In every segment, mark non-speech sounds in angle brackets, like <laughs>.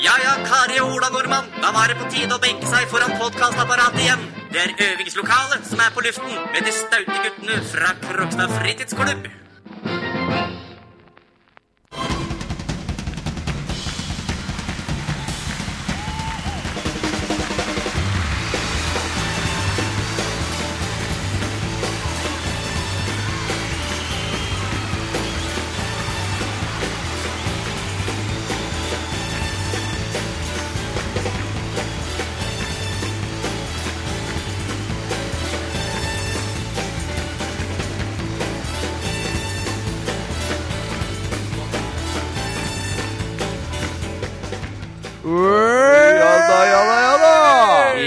Kari og Ola Nordmann, da var det på tide å benke seg foran podkastapparatet igjen. Det er øvingslokalet som er på luften med de staute guttene fra Krokstad fritidsklubb. Ja da, ja da, ja da!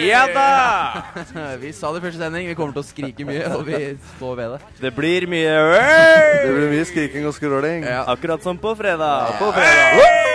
Ja da! <laughs> Vi sa det i første sending, vi kommer til å skrike mye, og vi står ved <laughs> det. Det blir mye Det øl! blir mye skriking og skråling. Ja. Akkurat som på fredag. På fredag.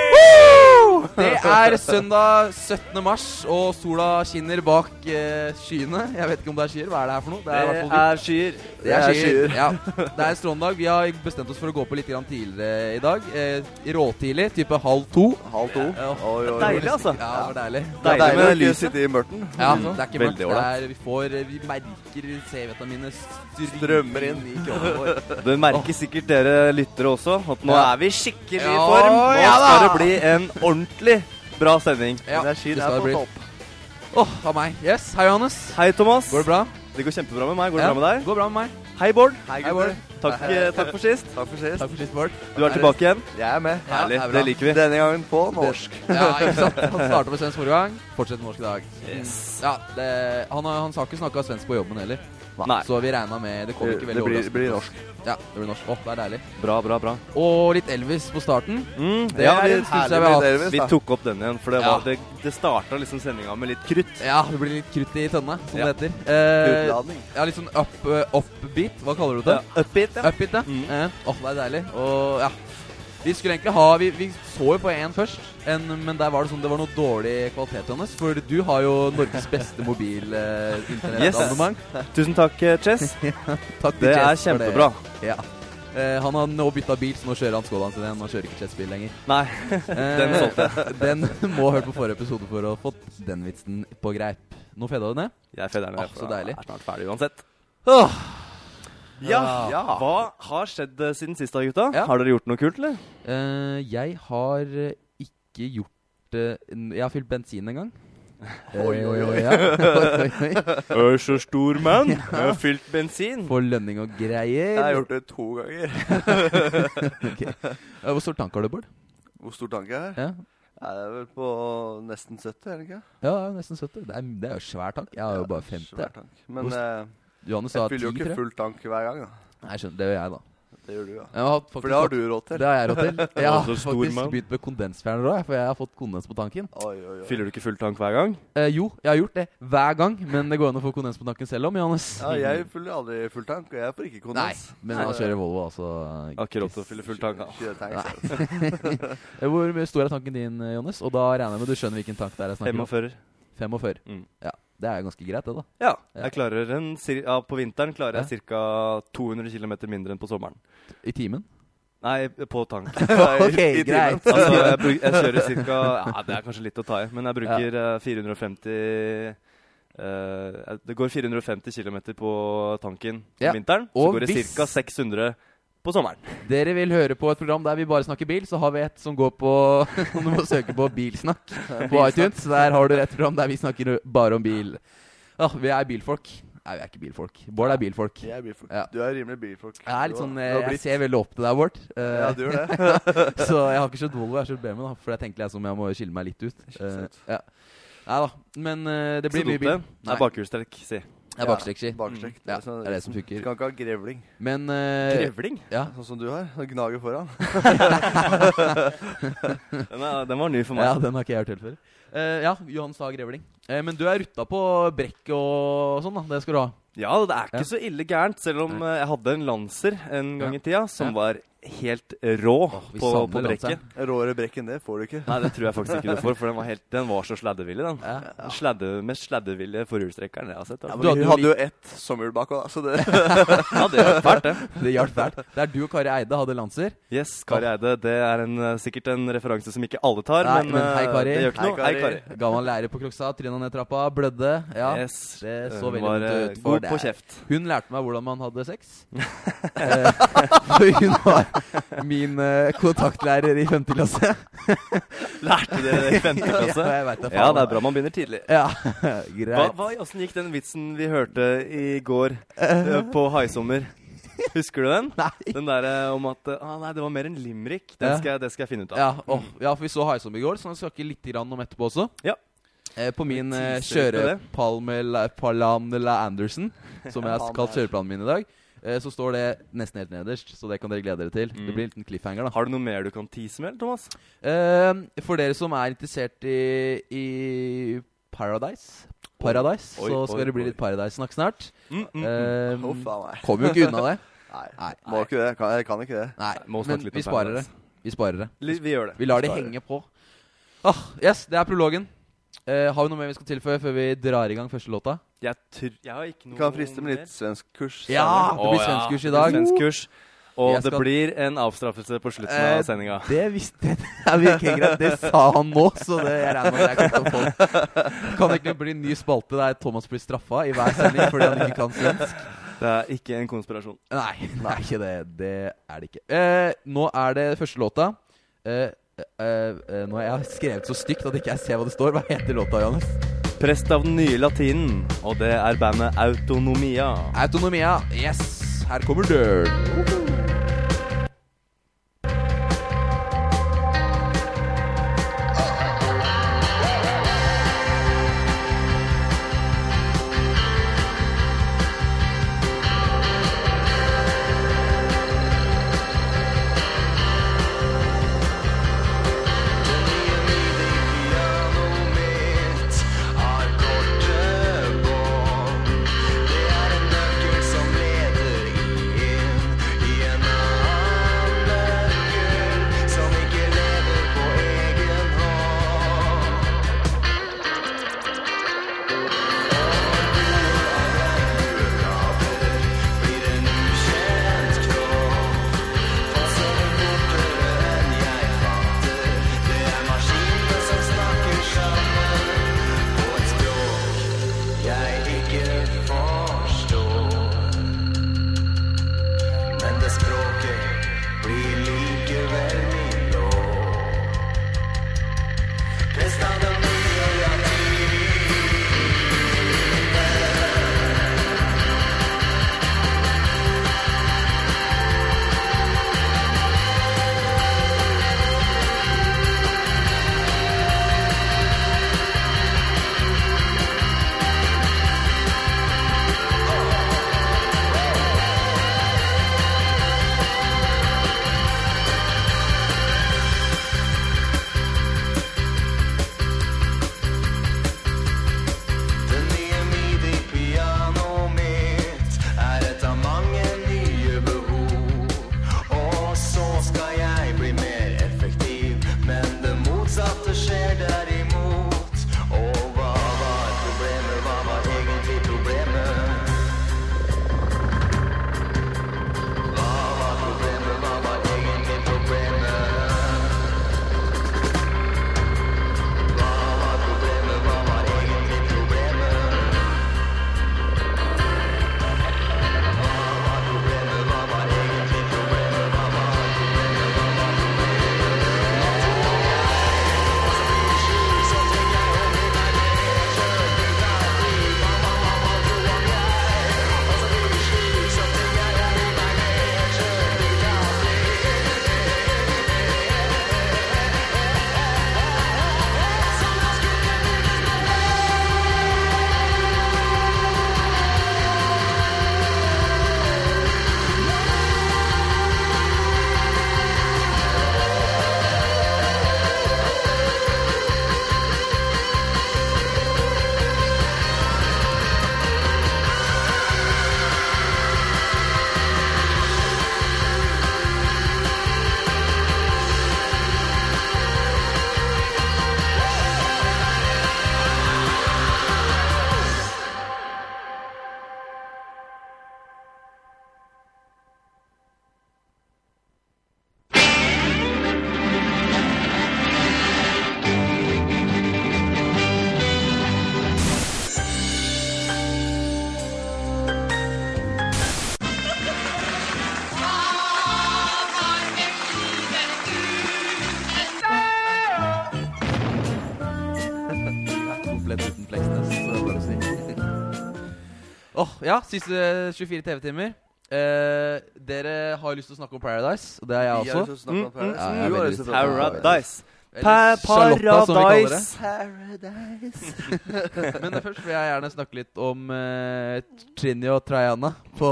Det er søndag 17. mars, og sola skinner bak eh, skyene. Jeg vet ikke om det er skyer. Hva er det her for noe? Det er, i hvert fall- skyer. Det er skyer. Ja. Det er en strålende dag. Vi har bestemt oss for å gå på litt grann tidligere i dag. Eh, råtidlig, type halv to. Halv to. Ja. Oi, oi, oi. Deilig, altså. Ja, det var deilig. Det er Deilig deilig å med ikke lyset. sitte i mørten. Ja, det er ikke mørkt. Veldig Det er, vi, får, vi merker C-vitaminet stryker Strømmer inn. i kroppen vår. <laughs> Du merker sikkert dere lyttere også at nå Ja. er vi skikkelig i Ja, form. Nå ja da! skal det bli en ordentlig bra sending. Ja, Energien det er skal på det bli. topp. Åh, av meg. Yes, Hei, Johannes. Hei, Thomas. Går det bra? Det går kjempebra med meg. Går det Ja, bra med deg? Går bra med meg. Hei, Bård. Hei, Bård. Takk, eh, takk for sist. Takk for sist. Takk for sist, Bård. Du er tilbake igjen. Jeg er med. Ja, Herlig. det er bra. Det liker vi. Denne gangen på norsk. Ja, ikke sant? <laughs> Han starta med svensk forrige gang, fortsetter med norsk i dag. Yes. Ja, det, han, har- han sa ikke snakka svensk på jobben heller, Nei. så vi regna med Det kom Det ikke veldig blir, overraskende. blir norsk. Ja, det blir norsk. Åh, det er deilig. Bra, bra, bra. Og litt Elvis på starten. Mm, Det ja, er vi, en herlig Herlig med Elvis, vi da. tok opp den igjen, for det, Ja. var- det, det starta liksom sendinga med litt krutt. Ja, det blir litt krutt i tønne, som Ja. det heter. Eh, Utladning. ja, litt sånn up, eh, upbeat. Hva kaller du det? Ja, Upbeat, ja. Upbeat, ja. Mm. Eh, åh, det er deilig. Og ja. Vi skulle egentlig ha Vi, vi så jo på én først, en, men der var det sånn det var noe dårlig kvalitet. Johannes For du har jo Norges beste eh, mobil-internettabonnement. <laughs> Tusen takk, eh, <laughs> Chess. Takk til Det er Chess for det. kjempebra. Ja. Eh, han har nå bytta bil, så nå kjører han Skodaen sin igjen. Han kjører ikke Chess-bil lenger. Eh, Nei, <laughs> den solgte jeg. <laughs> Den må ha hørt på forrige episode for å ha fått den vitsen på greip. Nå feda du ned. Jeg fedrer den Ah, ned, for så da deilig. er snart ferdig uansett. Åh, Ja, Ja. Hva har skjedd eh, siden sist, da, gutta? Ja. Har dere gjort noe kult, <laughs> eller? Eh, jeg har eh, ikke gjort eh, n- Jeg har fylt bensin en gang. <laughs> Oi, oi, oi. <laughs> oi, oi. Øy, så stor <laughs> mann. Jeg har fylt bensin. Får lønning og greier. Jeg har gjort det to ganger. <laughs> Ok. Eh, Hvor stor tank har du, Bård? Hvor stor tanke er det? Ja. Nei, Det er vel på nesten 70, er det ikke? Ja, det er jo nesten 70. Det er, det er jo svær tank. Jeg har jo bare 50. Svær tank. Men Hvor st- eh, Johannes sa 10, jeg fyller jo tror ikke jeg. full tank hver gang, da. Nei, skjønner, det gjør jeg, da. Det gjør du, ja. Jeg har hatt For det har faktisk- du råd til. Det har jeg <laughs> råd til. Jeg har så stor faktisk mann. begynt med kondensfjerner òg, for jeg har fått kondens på tanken. Oi, oi, oi. Fyller du ikke full tank hver gang? Eh, jo, jeg har gjort det hver gang, men det går an å få kondens på tanken selv om, Johannes. Ja, jeg fyller aldri full tank, og jeg får ikke Nei, kondens. men han kjører Volvo, altså. Jeg har ikke råd til å fylle full tank. da. Kjører tank, altså. Nei. selv. Eh, Hvor mye stor er tanken din, eh, Johannes? Og da regner jeg med du skjønner hvilken tank det er jeg snakker om. 45. 45. Mm. Ja, det er jo ganske greit, det, da. Ja. Ja. Jeg klarer en, cir- ja, på vinteren klarer jeg ca. 200 km mindre enn på sommeren. I <laughs> timen. Nei, på tank. <laughs> ok, i timen. greit. Altså, jeg, bruk, jeg <laughs> kjører ca. Ja, det er kanskje litt å ta i, men jeg bruker eh, 450 eh, Det går 450 km på tanken om Ja. vinteren. Så Og går det hvis- ca. 600 på sommeren. eh, Dere vil høre på et program der vi bare snakker bil, så har vi et som går på <laughs> Om du må søke på <laughs> Bilsnakk på iTunes. Der har du et program der vi snakker bare om bil. Ja, vi er bilfolk. Nei, vi er ikke bilfolk. Bård er bilfolk. Jeg er bilfolk. Ja. Du er rimelig bilfolk. Jeg er litt sånn, Du eh, har- du jeg har blitt- ser veldig opp til deg, Bård. Eh, Ja, du gjør det. Så jeg har ikke kjørt Volvo, jeg har kjørt BMW, da, for jeg tenker liksom jeg må skille meg litt ut. Skille seg ut. Eh, ja. Nei da, men eh, det Så blir mye dumt bil. det. Det Nei. er bakhjulstrekk, si. Det er bakstrekk, si. Bakstrekk. <laughs> Ja, det er det som funker. Skal sånn ikke ha grevling, Men eh, Grevling? ja. sånn som du har. Som gnager foran. Den, er, den var ny for meg. ja, den har ikke jeg hørt helt før. Eh, ja, Johan sa grevling. Eh, men du er rutta på brekk og sånn, da. Det skal du ha. Ja, det er ikke så ille gærent, selv om eh, jeg hadde en Lancer en gang i tida som Ja. var helt rå vi på, savner på danseren. brekket. Råere brekk enn det får du ikke. Nei, det tror jeg faktisk ikke du får, for den var, helt, den var så sladdevillig, den. Ja. Den Sladde, mest sladdevillige forhjulstrekkeren jeg har sett. Ja, Altså. men Du hadde vi jo hadde li- jo ett sommerhjul bak òg, så det <laughs> Ja, det er fælt, det. Det hjalp fælt. Der du og Kari Eide hadde lanser. <laughs> Yes, Kari Eide, det er en, eh, sikkert en referanse som ikke alle tar, Nei, men, men hei, eh, Kari. det gjør ikke Hei, noe. Hei, Kari. Kari. Gammel lærer på Krokstad, tryna ned trappa, blødde. Ja, yes, det så hun veldig var vondt eh, ut for god på deg. kjeft. <laughs> Hun lærte meg hvordan man hadde sex. Eh, For hun var min eh, kontaktlærer i 5. klasse. Lærte dere det i femte klasse? <laughs> Ja, jeg vet det, faen. Ja, det er bra man begynner tidlig. Ja, <laughs> Hva, greit. hva, Åssen gikk den vitsen vi hørte i går eh, <laughs> på Haisommer? Husker du den? Nei. Den derre om at eh, ah, Nei, det var mer en limerick. Den Ja. skal jeg, det skal jeg finne ut av. Ja, åh, ja, for vi så Haisom i går, så vi snakker litt grann om etterpå også. Ja. Eh, På min eh, teaser på det. kjørepalmela <laughs> Anderson, som jeg har Han kalt er- kjøreplanen min i dag, eh, så står det nesten helt nederst. Så det kan dere glede dere til. Mm. Det blir en liten cliffhanger, da. Har du noe mer du kan tease med, eller, Thomas? Ehm, for dere som er interessert i, i Paradise Paradise, Oi, så oi, skal det bli oi. litt Paradise-snakk snart. Mm, mm. Ehm, Huff a meg. Kommer jo ikke unna <laughs> det. Nei. Nei, Må ikke det. Kan, jeg kan ikke det. nei. Må snakke men litt om vi sparer det. Paradise. Vi sparer det. Li- Vi gjør det. Vi lar det Sparer. henge på. Ah, yes, det er prologen. Eh, har vi noe mer vi skal tilføye før vi drar i gang første låta? Jeg, tr jeg har ikke Du noe kan friste med mer. litt svenskkurs. Ja! senere. Å, Det blir ja. svenskkurs i Det dag. blir Svenskkurs. Og Jeg det skal- blir en avstraffelse på slutten Eh, av sendinga. Det visste jeg. <laughs> Det virker greit. Det sa han nå, så det, jeg regner med at jeg kommer til å få den. Kan det ikke bli en ny spalte der Thomas blir straffa i hver sending fordi han ikke kan svensk? Det er ikke en konspirasjon. Nei, det er ikke det. Det er det ikke. Eh, nå er det første låta. Eh, eh, eh, nå har jeg skrevet så stygt at ikke jeg ser hva det står. Hva heter låta, Johannes? Prest av den nye latinen, og det er bandet Autonomia. Autonomia. Yes, her kommer døren. Det er en nøkkel som leder inn i <laughs> Åh, ja, siste 24 TV-timer. Eh, dere har lyst til å snakke om Paradise, og det har jeg Vi også. har lyst til å snakke Mm, om mm, Paradise. mm. Du Ja, jeg har er lyst til å snakke om Paradise. Eller Charlotta, som vi kaller det. Paradise. Paradise. <laughs> Men først vil jeg gjerne snakke litt om eh, Trini og Trajana. På,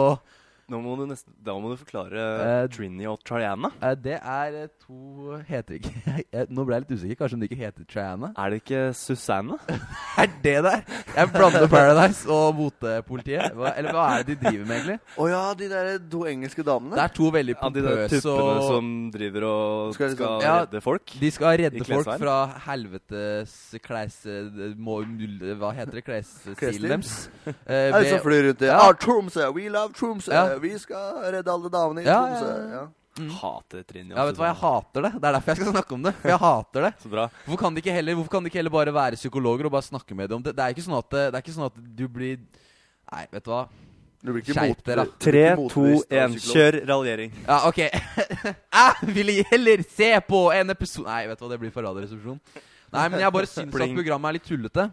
Nå må du nesten Da må du forklare Eh, Trini og Triana. eh, det er eh, to Heter ikke <laughs> jeg- Nå ble jeg litt usikker. Kanskje hun ikke heter Trajana? Er det ikke <laughs> Susanne? Er det der? Jeg blander Paradise og motepolitiet. Hva, eller hva er det de driver med, egentlig? Å ja, de der to engelske Det damene. er to veldig Ja, de der pompøse tuppene og som driver og Skal skal, jeg liksom- Ja. redde folk? De skal redde I folk klesveien. fra helvetes kleise... må- mul- Hva heter det? Klesstilen Klesstil. <laughs> deres. Eh, Er det ved- som flyr rundt i Ja. ah, Tromsø, we love Tromsø! Ja. Vi skal redde alle damene i Ja, Tromsø. ja, ja. Ja. Hater Trini og Mm. ja, vet du hva, jeg hater det. Det er derfor jeg skal snakke om det. For jeg hater det. Så bra. Hvorfor kan, de ikke heller, hvorfor kan de ikke heller bare være psykologer og bare snakke med dem om det? Det er ikke sånn at, det er ikke sånn at du blir Nei, vet du hva. Du blir ikke Skjerp mot- dere, da. du Tre, blir ikke to, motbevist av én. psykolog. Kjør raljering. Ja, OK. <laughs> Ah, Jeg ville heller se på en episode Nei, vet du hva, det blir for Radioresepsjonen. Nei, men jeg bare syns at Pling. programmet er litt tullete.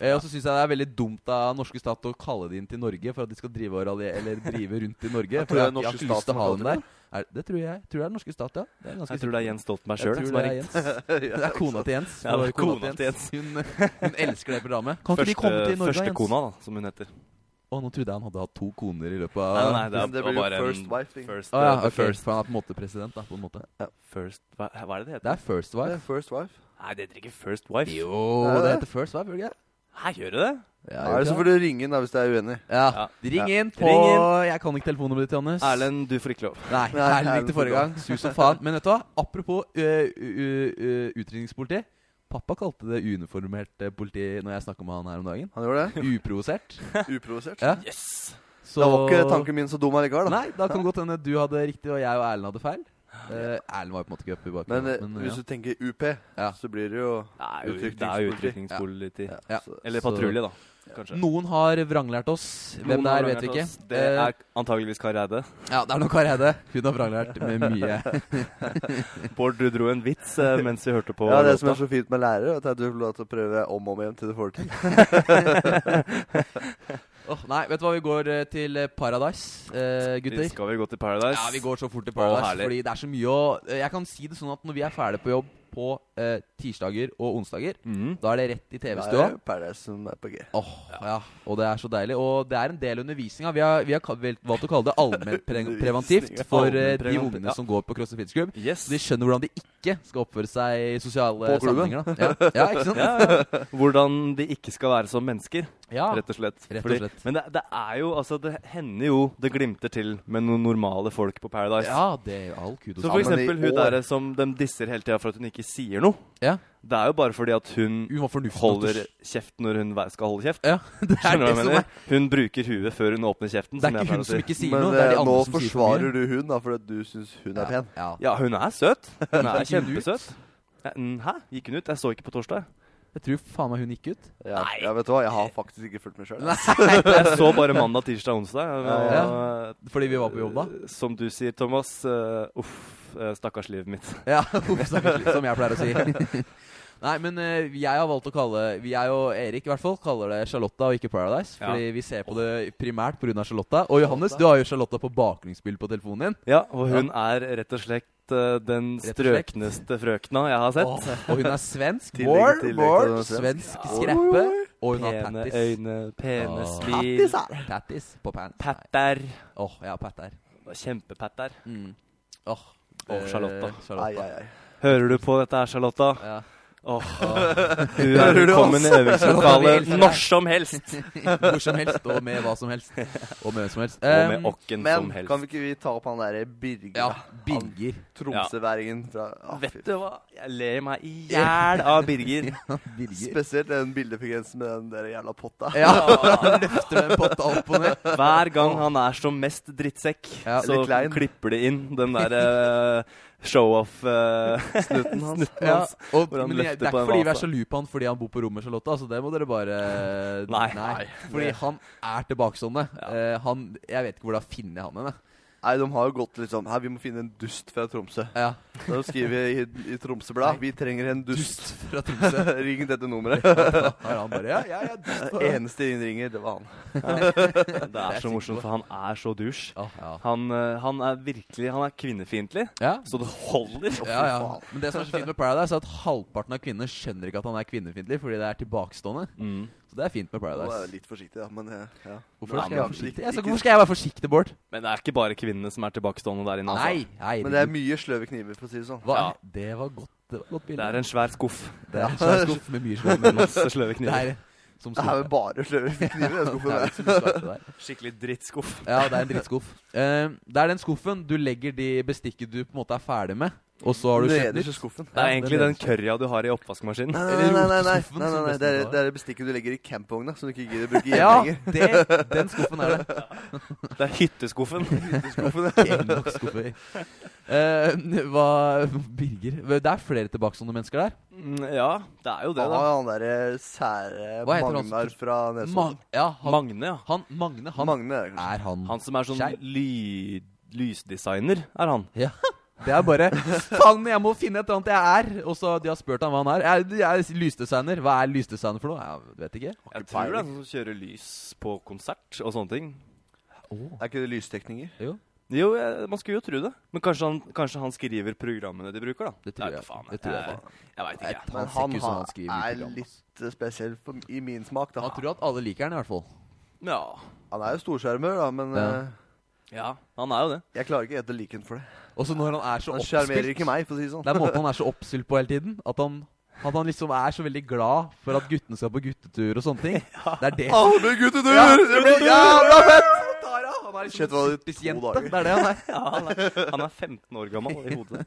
Eh, og så syns jeg det er veldig dumt av norske stat å kalle de inn til Norge for at de skal drive, og ralje, eller drive rundt i Norge. tror For jeg, jeg jeg har norske ikke lyst til å stat ha som dem kaller der. Er, det tror jeg. Tror det er den norske stat, ja. Det er ganske Jeg tror det er Jens Stoltenberg Jeg sjøl tror som har det er ringt. Jens. <laughs> Ja, Det er kona til Jens. Ja, det er Vår kona til Jens. Hun, hun elsker det programmet. Kan ikke de Første, komme til Norge, første Jens? kona, da, som hun heter. Å, nå trodde jeg han hadde hatt to koner i løpet Nei, av nei, det er Det blir jo bare first en wife, ikke? First, Å ja, uh, ok. first, For han er på en måte president, da. På en måte. first hva, hva er det det Det heter? er First Det Wife. er First wife. Nei, det heter ikke First Wife. Jo, Er det det det? heter First Wife, gjør det ikke? Hæ, gjør det det? Ja, er det så får du ringe inn da hvis du er uenig. Ja. Ja. Ring Ja. inn på Ring inn. Jeg kan ikke telefonnummeret ditt, Johannes. Erlend, du får ikke lov. Nei, Nei, Erlend gikk Erlend til forrige får gang. Sus som faen. Men vet du hva? Apropos ø, ø, ø, utrydningspoliti. Pappa kalte det uniformert eh, politi når jeg snakka med han her om dagen. Han gjorde det. Uprovosert. Uprovosert. Ja, Yes! så <laughs> Da var ikke tanken min så dum allikevel, da. Nei, da kan godt hende du hadde riktig, og jeg og Erlend hadde feil. Eh, Erlend var jo på en måte ikke oppe i Men, eh, bakgrunnen. Men, hvis du tenker UP, Ja. så blir det jo Det er jo det er jo Utrykningspoliti. utrykningspoliti. ja, Ja. så- Eller Så- patrulje, da. Kanskje. ja. Noen har vranglært oss. Noen Hvem det har er, vet vi lært ikke. oss. Det Eh, er antageligvis Kari <laughs> Eide. ja, det er nok Kari Heide. Hun har vranglært med mye. Bård, du dro en vits eh, mens vi hørte på Ja, det som er låta. så fint med lærere, at du får lov til å prøve om og om igjen til du får det til. Åh, nei, vet du hva? Vi går eh, til eh, Paradise, eh, gutter. Skal vi gå til Paradise? Ja, vi går så fort til Å, Paradise, herlig. fordi det er så mye å eh, Jeg kan si det sånn at når vi er ferdig på jobb på eh, tirsdager og onsdager, Mhm. da er det rett i Det TV-stua. er Paradise som er på G. Åh, ja. Og det er så deilig. Og det er en del undervisning. ja. Vi har, vi har ka- vel- valgt å <laughs> kalle det allmennpreventivt Undervisning, for eh, de allmennpreventivt, ungene ja. som går på CrossFit Fitness Club. Yes. Så de skjønner hvordan de ikke skal oppføre seg i sosiale På klubben. sammenhenger. Da. Ja. ja, ikke sant? <laughs> Ja, ja. Hvordan de ikke skal være som mennesker, Ja. rett og slett. Rett og Fordi- slett. Men det, det er jo Altså, det hender jo det glimter til med noen normale folk på Paradise. ja, det er all kudos. Så for Ja, men i eksempel hun år- der som de disser hele tida for at hun ikke sier noe. Ja. Det er jo bare fordi at hun Hun var fornuftig. nok til å holder s- kjeft når hun vei- skal holde kjeft. Ja, <laughs> det er Skjønner du hva det jeg som er mener? Hun bruker huet før hun åpner kjeften. Det er som jeg pleier ikke å hun som si. ikke sier Men noe, det er eh, de andre som nå sier for forsvarer mye. du hun da, fordi at du syns hun er pen. Ja. Ja, hun er søt. <laughs> Hun er Gikk hun ut? kjempesøt. Ja, mm, Hæ? Gikk hun ut? Jeg så ikke på torsdag. Jeg tror faen meg hun gikk <laughs> ut. Ja, ja, vet du hva, jeg har faktisk ikke fulgt med sjøl. <laughs> Jeg så bare mandag, tirsdag, onsdag. og, Ja. Fordi vi var på jobb da. eh, Som du sier, Thomas. eh, uff, eh, stakkars livet mitt. Ja, uff, stakkars, som jeg pleier å si. <laughs> Nei, men eh, jeg har valgt å kalle Vi jeg og Erik i hvert fall kaller det Charlotta og ikke Paradise. Ja. Fordi vi ser på det primært pga. Charlotta. Og Johannes, du har jo Charlotta på bakgrunnsspill på telefonen din. Ja, og hun er rett og slett eh, den Rett og slett. strøkneste frøkna jeg har sett. Åh, og hun er svensk. Tillegg- Bård, tillegg til Bård, at hun er svensk. svensk Ja. skreppe. Og hun har Pene tattis. øyne, pene Åh. smil. Tattis på pants. Nei. Patter. Åh, ja, patter. Kjempepatter. Mm. Åh, Åh, eh, Charlotta. Ai, Charlotta. ai, ai. Hører du på dette her, Charlotta? Ja. Åh, du Hører er du velkommen i Charlotta, vi øvingslokalet elsker deg. når som helst. Hvor som helst, og med hva som helst. Og med hvem som helst. Og med Um, åkken som Men helst. kan vi ikke vi ta opp han derre Birger? ja, da? Birger. Tromsøværingen fra ah, Vet fy- du hva? Jeg ler meg i hjel av <laughs> Birger. Birger. Spesielt den bildefrekvensen med den der jævla potta. Ja, han løfter den potta opp og ned. Hver gang han er som mest drittsekk, Ja. så Eller klein. klipper de inn den eh, derre <laughs> show-off-snutten hans. Ja, og, Hvor han men jeg, løfter det er på ikke en fordi vi er vase. så lur på han fordi han bor på rommet, Charlotte. Altså, det må dere bare Nei. Fordi han er tilbakestående. Eh, han Jeg vet ikke hvor det har funnet han henne. Nei, de har jo gått litt sånn Her, vi må finne en dust fra Tromsø. Ja. Da skriver vi i, i Tromsø Blad Vi trenger en dust. <laughs> Fra Tromsø. Ring <laughs> dette nummeret. Da har han bare Ja, ja, ja. dust på- Eneste innringer, det var han. Det er så morsomt, for han er så dusj. Å, ja. Han, eh, han er virkelig Han er kvinnefiendtlig, Ja. så det holder. Ja, ja. Men det som er så fint med Paradise, er at halvparten av kvinner skjønner ikke at han er kvinnefiendtlig, fordi det er tilbakestående. Mm. Så det er fint med Nå er jeg Paradise. litt forsiktig, da, men eh, ja. Hvorfor Nei, skal jeg men være forsiktig? ikke- Jeg sa, ikke- hvorfor skal jeg være forsiktig, Bård? Men det er ikke bare kvinnene som er tilbakestående der inne. Nei, Altså. nei. Men det er mye sløve kniver, for å si det sånn. Hva? Ja. Det var godt, det var et godt Det bilde. er en svær skuff. Det er en svær skuff med mye sløv <laughs> mellom. Masse sløve Det kniver. er som Det er skuff. jo bare sløve <laughs> kniver. Jeg skal Det få er det. liksom skapet der. Skikkelig drittskuff. Ja, det er en drittskuff. Eh, det er den skuffen du legger de bestikket du på en måte er ferdig med, og så har du kjøpt Nederste nytt. skuffen. Det er egentlig den nederste. currya du har i oppvaskmaskinen. Nei, Eller nei, nei, nei, nei, roteskuffen, nei, nei, som nei. Det, er, bestemor har. det er det bestikket du legger i campvogna, som du ikke gidder å bruke <laughs> hjemme Ja, lenger. det, den skuffen er det. Det er hytteskuffen. Ikke nok skuffer. Eh, hva Birger Det er flere tilbakestående mennesker der. <laughs> Mm, Ja, det er jo det, Han da. har han derre sære Hva heter han som- Magnar fra Nesodden. Mag ja, han, Magne, ja. han Magne, han sånn. Magne er det kanskje. er han. Han som er sånn Skeiv. ly lysdesigner, er han. Ja. Det er bare Faen, jeg må finne et eller annet jeg er! Og så de har spurt ham hva han er. Jeg, jeg er lysdesigner. Hva er lysdesigner for noe? Jeg vet ikke. Jeg tror det er han som kjører lys på konsert og sånne ting. Er ikke det lystekninger? Jo, Jo, jeg, man skulle jo tro det. Men kanskje han, kanskje han skriver programmene de bruker, da. Det tror er jeg. ikke faen, Det tror jeg Jeg, jeg veit jeg ikke. jeg. tar Men han, han, som har- han skriver i er programmet. litt eh, spesiell for, i min smak, da. Han tror at alle liker den, i hvert fall. Ja. Han er jo storskjermer, da, men Ja. eh, ja, han er jo det. jeg klarer ikke helt å like ham for det. Og så når han er så Han oppspilt sjarmerer ikke meg, for å si det sånn. Det <laughs> er måten han er så oppspilt på hele tiden. At han, at han liksom er så veldig glad for at guttene skal på guttetur og sånne ting. Det er det som Alle guttetur! Ja, det blir jævla jævla fett! Tara, han er Shit, var det to sittisjente. dager? Det er det han er. Ja, han, er, <laughs> han er 15 år gammel i hodet.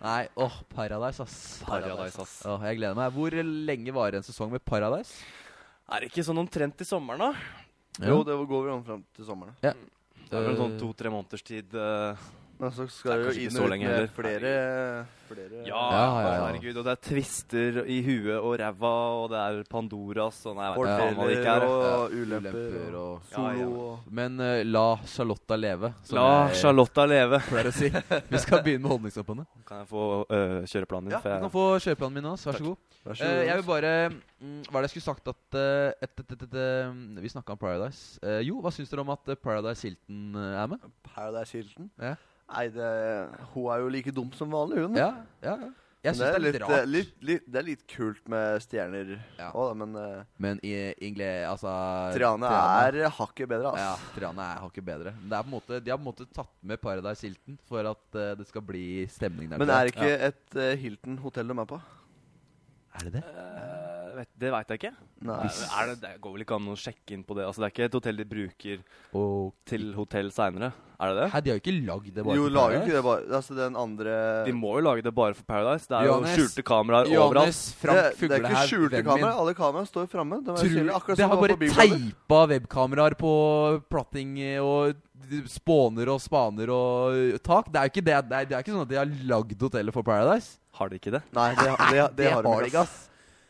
Nei, åh, <laughs> Paradise, ass. Paradise, ass. Åh, jeg gleder meg. Hvor lenge varer en sesong med Paradise? Er det ikke sånn omtrent i sommeren, da? Jo, det går vel om fram til sommeren. Det er vel sånn to-tre måneders tid. eh, Men så skal Det er det kanskje jo ikke inn så og ut lenge med heller. flere, flere Ja, Ja, ja, ja. herregud. Og det er twister i huet og ræva, og det er Pandoras og nei, jeg vet faen hva det ikke fordeler er. og Ulemper ulemper og og Ja, ja. solo og Men eh, la Charlotta leve. som La jeg Charlotta leve. pleier å si. <laughs> Vi skal begynne med holdningskampanjen. Kan jeg få øh, kjøreplanen din? Ja, For du jeg- kan få kjøreplanen min også. Vær så god. Vær så Eh, god. jeg vil bare mm, Hva er det jeg skulle sagt at eh, et, et, et, et, eh, Vi snakka om Paradise. Eh, jo, hva syns dere om at eh, Paradise Hilton eh, er med? Paradise Hilton. Ja. Nei, det, hun er jo like dum som vanlig, hun. Ja, ja, ja. Jeg syns det er litt, litt, eh, rart. Litt, litt, det er litt kult med stjerner Ja. òg, da, men eh, Men i Ingle Altså Triane er hakket bedre, Ja, ass. Triana er hakket bedre. Men Det er på en måte, de har på en måte tatt med Paradise Hilton for at eh, det skal bli stemning der. Men tror er jeg. ikke et eh, Hilton hotell de er på? Ja. Er det det? Eh, vet, det veit jeg ikke. Nei. Nei, men Er det, det går vel ikke an å sjekke inn på det? Altså, Det er ikke et hotell de bruker Og til hotell seinere, er det det? Hæ, de har jo ikke lagd det bare Jo, for lager Paradise. ikke det bare Altså, den andre De må jo lage det bare for Paradise. Det er Johannes. jo skjulte kameraer Johannes overalt. Frank det, det er ikke Fuglehaug, skjulte vennen min. kameraer. Alle kameraene står framme. De er Tror- synlige, akkurat det som har det var bare på Big Brother. teipa webkameraer på platting eh, og d- spåner og spaner og tak. Det er jo ikke det. Det er, det er ikke sånn at de har lagd hotellet for Paradise. Har de ikke det? Nei, det, det, det, har de ikke, ass.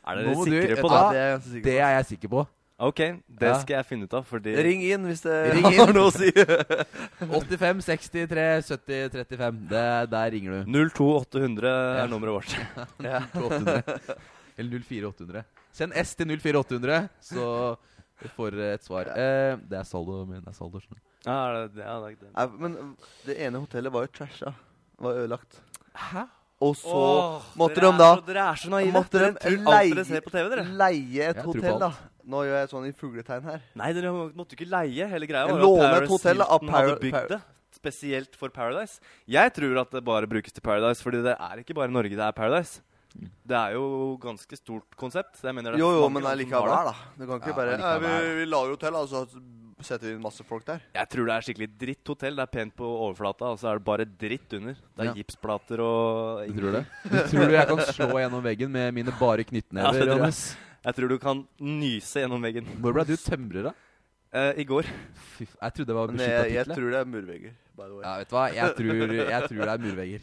Er Nå dere må du- sikre på Ja, det? det er jeg ganske sikker Det er jeg sikker på. Ok, det Ja. skal jeg finne ut av, fordi på. <laughs> Ring inn hvis det Ring inn. har noe å si. 85, 63, 70, 35. Det, der ringer <laughs> du. 02800 Ja. er nummeret vårt. 0800. Eller 04800. Send S til 04800, så du får et svar. Eh, det er saldo, men det er saldo. skjønner du. Ja, er det, ja, det, er det. <laughs> Nei, men det ene hotellet var jo trasha. Var ødelagt. Hæ? Og så Åh, måtte dere de da er så- Dere er så naive. måtte Dere de tror alt leie- dere ser på TV, dere. leie Jeg et tror på hotell, da. alt. Nå gjør jeg sånn i fugletegn her. Nei, dere må- måtte jo ikke leie. Hele greia Jeg var låner et Paradise hotell av Hilton hadde Par- bygd Par- det. Spesielt for Paradise. Jeg tror at det bare brukes til Paradise, fordi det er ikke bare Norge det er Paradise. Det er jo ganske stort konsept. så Jeg mener det er Jo, jo, mange men land som har allikevel, da. Du Ja, kan ikke bare allikevel. «Nei, vi, vi lager hotell, og så setter vi inn masse folk der. det. Jeg tror det er skikkelig dritt hotell. Det er pent på overflata, og så er det bare dritt under. Det er Ja. gipsplater og Tror du <laughs> det? Tror du jeg kan slå gjennom veggen med mine Ja, bare det knyttnever? tror jeg. Johannes? Jeg tror du kan nyse gjennom veggen. Når ble du tømrer, da? Eh, I går. Fy, f- jeg trodde det var Men beskytta jeg, jeg titler. tror det er murvegger, by the way. Ja, vet du hva? <laughs> Jeg tror, jeg tror det er murvegger.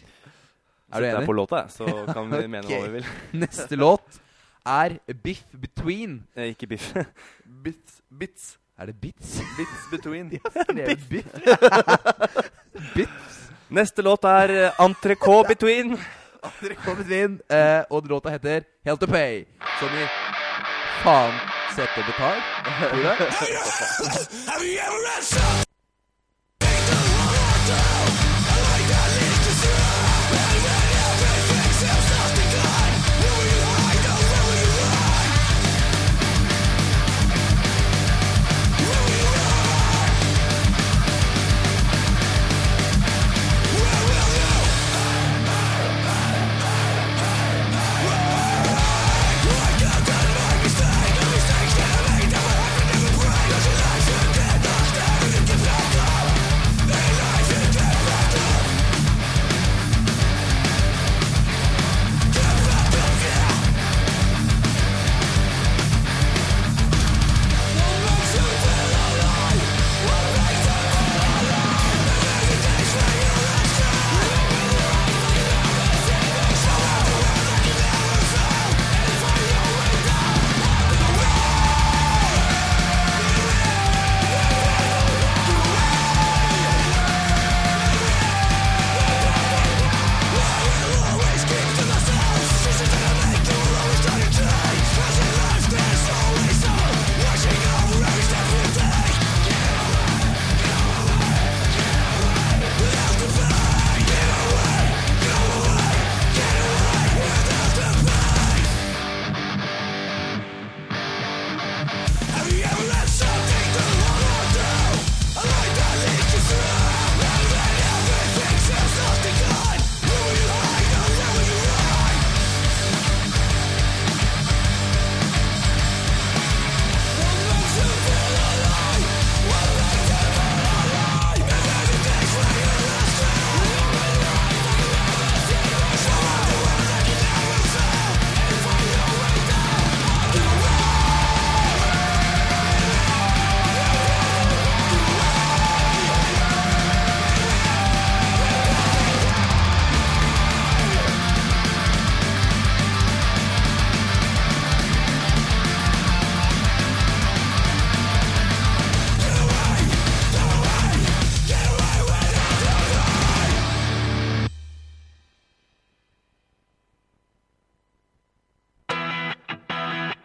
Er du sitter jeg <laughs> enig? på låta, jeg, så kan vi mene <laughs> hva vi vil. Neste låt er Biff Between. Eh, ikke biff. <laughs> Bits, bits, <laughs> Er det Bits? <laughs> bits between. Skrevet Biff? Bits. Neste låt er eh, Entrecôte Between. Dere kommet inn, eh, og låta heter Hell to Pay. Som i faen sette betal. Tror du det?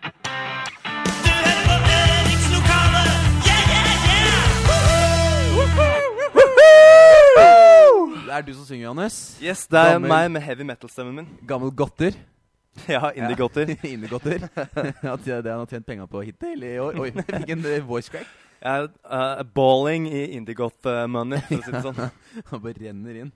Du hører på øvingslokalet. Yeah, yeah, yeah! Det er du som synger, Johannes. Yes, det er Gammel. meg med heavy metal-stemmen min. <laughs> Gammel godter. Ja, <laughs> indie-godter. <laughs> Innegodter. At det er det han har tjent penger på hittil i år. Oi, jeg fikk en eh, voice crack. Jeg er eh, balling i indie-goth-money, for å si det sånn. <laughs> Han bare renner inn.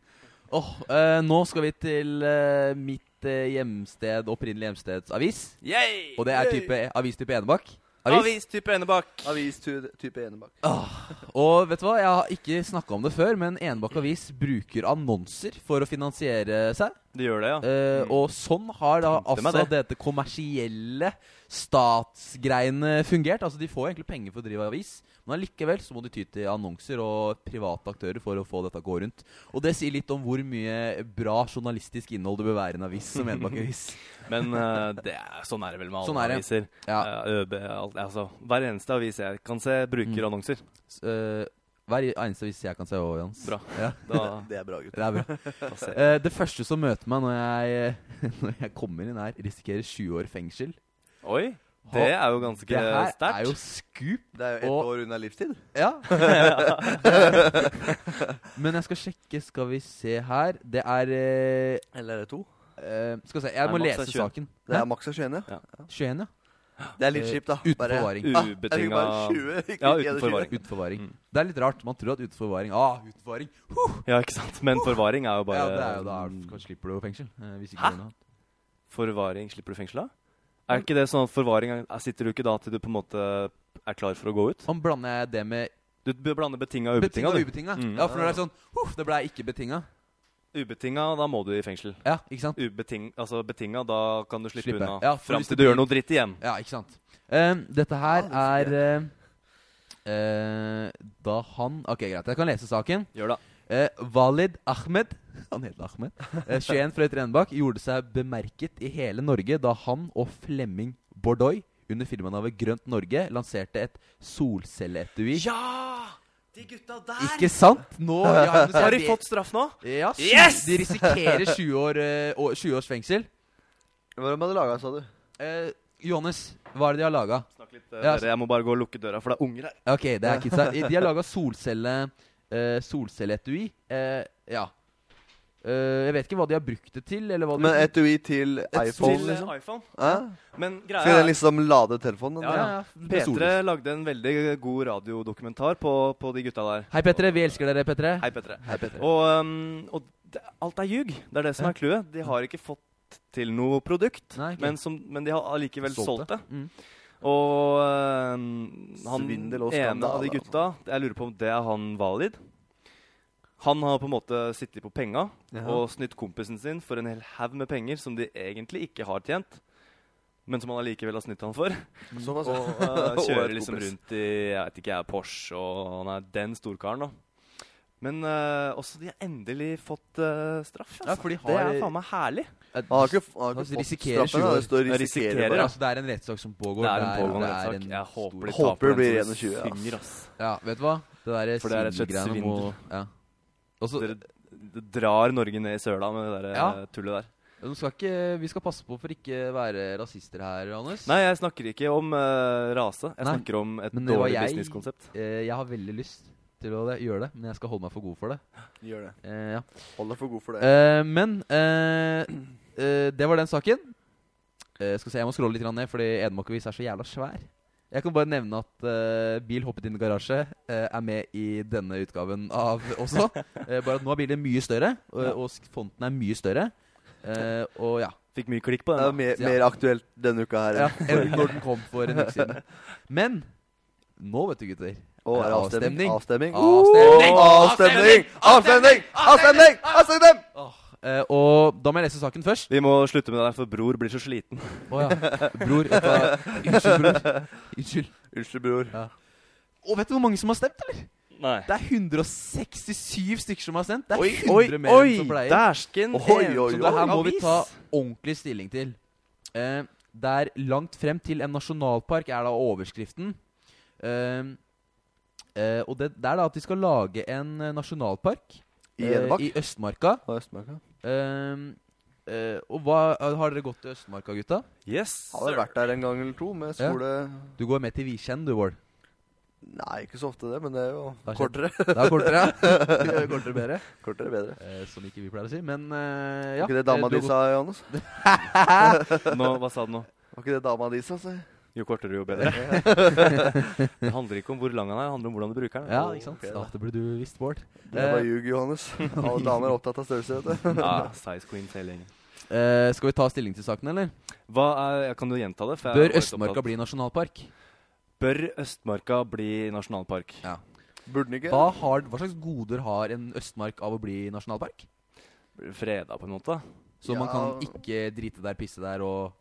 Åh, eh, nå skal vi til eh, mitt eh, hjemsted, opprinnelig hjemstedsavis. <laughs> Yay! Og det er type, avis type Enebakk. Avis. Avis type Enebakk. Avis tu- type Enebakk. Og vet du hva, jeg har ikke snakka om det før, men Enebakk avis bruker annonser for å finansiere seg. Det gjør det, ja. Eh, og sånn har da Mm. Tenkte meg altså dette kommersielle statsgreiene fungert. Altså De får egentlig penger for å drive avis, men allikevel så må de ty til annonser og private aktører for å få dette å gå rundt. Og det sier litt om hvor mye bra journalistisk innhold det bør være i en avis som Enebakk avis. <laughs> Men eh, det er, sånn er det vel med alle Sånn er det. aviser. Ja. Eh, ØB, alt, altså, hver eneste avis jeg kan se, bruker Mm. annonser. S- eh, hver eneste avis jeg kan se òg, Jans. Bra. Ja, Da, Det er bra, gutt. det er bra. da ser jeg. Eh, det første som møter meg når jeg, <laughs> når jeg kommer inn her, risikerer sju år fengsel. <laughs> Oi, det er jo Det ganske her er jo sterkt. skup. Det er jo ett Og- år unna livstid. <laughs> Ja. Men jeg skal sjekke, skal vi se her Det er eh, Eller er det to? eh, Skal vi se, jeg Nei, må maks er lese 21. saken. Det er Hæ? maks av 21, ja. Ja. 21, ja. Det er litt Eh, kjipt, da. Uten Bare- forvaring. Ah, jeg fikk Ubetinga bare 20, ikke Ja, 21. uten forvaring. Uten forvaring. Mm. Det er litt rart. Man tror at uten forvaring Ah, uten forvaring! Huh! Ja, ikke sant? Men forvaring er jo bare mm. ja, det er jo da kanskje slipper du jo fengsel. eh, hvis ikke Hæ? du gjør noe annet. Forvaring slipper du fengsel av? Er ikke det sånn at forvaring er- sitter du ikke da til du på en måte er klar for å gå ut? Sånn blander jeg det med Du b- blander betinga og ubetinga. betinga og du. ubetinga. Mm. Ja, for når det er sånn Huff, det ble jeg ikke betinga. Ubetinga, da må du i fengsel. Ja, ikke sant? Ubeting, altså betinga, da kan du slippe Slippe. unna. Ja, for Fram hvis til det du gjør blir- noe dritt igjen. Ja, ikke sant. Ehm, dette her Ah, det er eh, eh, Da han Ok, greit. Jeg kan lese saken. Gjør det. Eh, Walid Ahmed <laughs> Han heter Ahmed. Eh, 21 fra Ytre Enebakk gjorde seg bemerket i hele Norge da han og Flemming Bordoy under firmanavnet Grønt Norge lanserte et solcelleetui Ja! de gutta der! Ikke sant? Nå ja, nå ser jeg Har de det- fått straff nå? ja, sju- Yes! De risikerer 20 år, eh, å- 20 års fengsel. Hva var det de hadde laga, sa du? Eh, Johannes, hva er det de har laga? Snakk litt, eh, Ja, dere. Jeg må bare gå og lukke døra, for det er unger her. Ok, det er kidsa. De har laga solcelle uh, solcelleetui. Eh, ja. Eh, jeg vet ikke hva de har brukt det til, eller hva de Men etui til iPhone, Til eh, liksom? iPhone. Hæ? Men Skal greia den er liksom lade telefonen? den Ja, der? ja. ja, med P3 sollys. lagde en veldig god radiodokumentar på, på de gutta der. Hei, Petre. Vi elsker dere, Petre. Hei, P3. Hei, Petre. Og, um, og det, alt er ljug. Det er det som er clouet. De har ikke fått til noe produkt, Nei, ok. men, som, men de har allikevel solgt det. Mm. Og um, han Svindel og ene skandale, av de altså. gutta Jeg lurer på om det er han Valid. Han har på en måte sittet på penga Jaha. og snytt kompisen sin for en hel haug med penger som de egentlig ikke har tjent, men som han allikevel har snytt han for. Såpass, <laughs> ja. <laughs> Og uh, Og kjører et liksom kompis. rundt i jeg vet ikke, jeg, Porsche, og han er den storkaren, da. Men uh, også de har endelig fått uh, straff. Altså. Ja, for de Det har- er faen meg herlig. Han har ikke, han har Altså, ikke fått risikerer straffen, da. Det står Jeg 'risikerer' risikerer, bare. ja. Altså, det er en rettssak som pågår. Det er en pågående det er sak. en Jeg håper de stor- Håper det taper blir den så 21, ass. synger, ass. Ja, vet du hva? Det der For det er rett og slett svindelgreiene må svindel. ja. Også, Dere d- drar Norge ned i søla med det der Ja. eh, tullet der. nå skal ikke, vi skal passe på for ikke være rasister her, Anders. Nei, jeg snakker ikke om eh, rase. Jeg Nei. snakker om et Men det var dårlig jeg- businesskonsept. Eh, jeg har veldig lyst til å gjøre det, men jeg skal holde meg for god for det. Gjør det. Eh, ja. Hold deg for god for det. Eh, men eh, eh, det var den saken. Eh, skal vi se, Jeg må scrolle litt grann ned, fordi Edmarkavis er så jævla svær. Jeg kan bare nevne at eh, Bil hoppet inn i garasje eh, er med i denne utgaven av <laughs> også. Eh, bare at nå er bildet mye større, og, og s- fonten er mye større. Eh, og ja. Fikk mye klikk på Det er den. da. mer, Ja. mer aktuelt denne uka her. ja <laughs> enn når den kom for en uke <laughs> siden. Men nå, vet du, gutter Og er det avstemning. Avstemning! Avstemning. Avstemning! Avstemning! Avstemning! Avstemning! Eh, og da må jeg lese saken først. Vi må slutte med det der, for bror blir så sliten. Å ja. Bror. vet du hva? Unnskyld, bror. Unnskyld. Unnskyld, bror. Og vet du hvor mange som har stemt, eller? Nei. Det er 167 stykker som har stemt. Det er Oi, 100 oi, mer oi! enn som pleier. Dæsken! Oi, en oi, som Så det her lager må vi avis. ta ordentlig stilling til. Eh, det er langt frem til en nasjonalpark, er da overskriften. Eh, eh, og det, det er da at de skal lage en eh, nasjonalpark I eh, Enebakk? i Østmarka. Og Østmarka. Eh, eh, og hva, har dere gått til Østmarka, gutta? Yes, Hadde sir. vært der en gang eller to med Ja. skole Du går med til Vikjenn, du, Vål. Nei, ikke så ofte det, men det er jo Det er kortere. <laughs> Det er kortere, <laughs> ja. kortere bedre. Kortere er bedre. Eh, som ikke vi pleier å si, men eh, ja. Var ikke det Eh, dama du di har sa, Johannes? Nå, hva sa du nå? Var ikke det dama di sa, si? Jo kortere, jo <laughs> bedre. det handler ikke om hvor lang han er, det handler om hvordan du bruker den. Ja, ikke sant? ok, Ja, da. det burde du visst, Bård. Eh, Det er bare ljug, Johannes. Alle damer er opptatt av størrelse, vet du. <laughs> Ja, size queen hele gjengen. Eh, skal vi ta stilling til saken, eller? Hva er, kan du gjenta det? For jeg Bør var litt Østmarka opptatt. bli nasjonalpark? Bør Østmarka bli nasjonalpark? Burde den ikke? Hva, har, hva slags goder har en østmark av å bli nasjonalpark? Freda, på en måte? Så man kan Ja. ikke drite der, pisse der og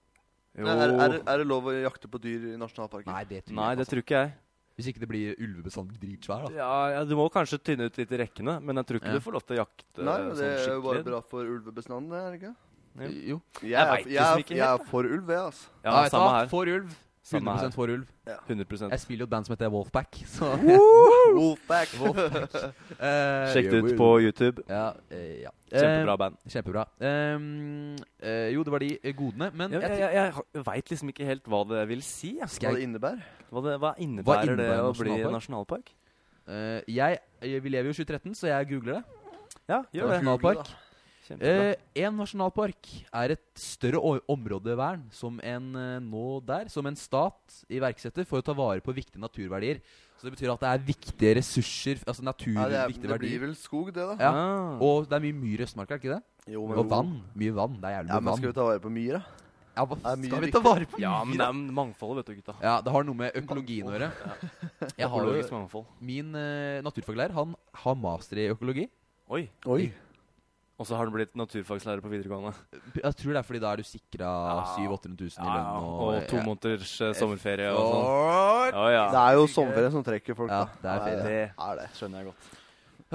Jo Nei, er, er, er det lov å jakte på dyr i nasjonalparken? Nei, det tror Nei, jeg det ikke. tror ikke jeg. Altså. Hvis ikke det blir ulvebestanden dritsvær, da. Ja, ja, Du må kanskje tynne ut litt i rekkene, men jeg tror ikke Ja. du får lov til å jakte Nei, men sånn det er jo bare skikkelig. bra for ulvebestanden, det, er det ikke? Ja. Jo. Jeg, er- vet liksom jeg, ikke er- jeg er for ulv, jeg, altså. Ja, vet du samme hva? her. For ulv. Samme 100 her. for ulv. 100 Jeg spiller jo et band som heter Wolfpack, så Wolfpack. <laughs> Eh, Sjekk det ut på YouTube. Ja. eh, ja. Kjempebra band. Eh, kjempebra. Ehm, eh, jo, det var de eh, godene, men Jeg, jeg jeg, jeg, jeg veit liksom ikke helt hva det vil si. Jeg. Hva Skal det innebærer? Hva, det, hva innebærer det innebærer å bli nasjonalpark? nasjonalpark? Eh, jeg, jeg, vi lever jo i 2013, så jeg googler det. Ja, gjør det. Nasjonalpark. Kjempebra. Eh, en nasjonalpark er et større o- område vern som en eh, nå der, som en stat iverksetter for å ta vare på viktige naturverdier. Så det betyr at det er viktige ressurser, altså Ja, det, er, naturviktige det blir verdier. vel skog, det, da. ja. Ah. Og det er mye myr i Østmarka, er det ikke det? Jo, Og vann. Mye vann. Det er jævlig Ja, mye men skal vi vann. ta vare på myr, da? Ja, hva er mye skal vi ta vare på? ja, myr, men det da? er mangfoldet, vet du, gutta. ja, det har noe med økologien å gjøre. Jeg har jo Økologisk mangfold. Min eh, naturfaglærer han har master i økologi. Oi. Oi. Og så har du blitt naturfagslærer på videregående. Jeg tror det er fordi da er du sikra Ja. 700 000-800 000 i Ja, ja. lønn. Og to ja. måneders eh, sommerferie og sånn. Åh. Ja, ja. Det er jo sommerferien som trekker folk, Ja, da. det er ferie. det. Er det. skjønner jeg godt.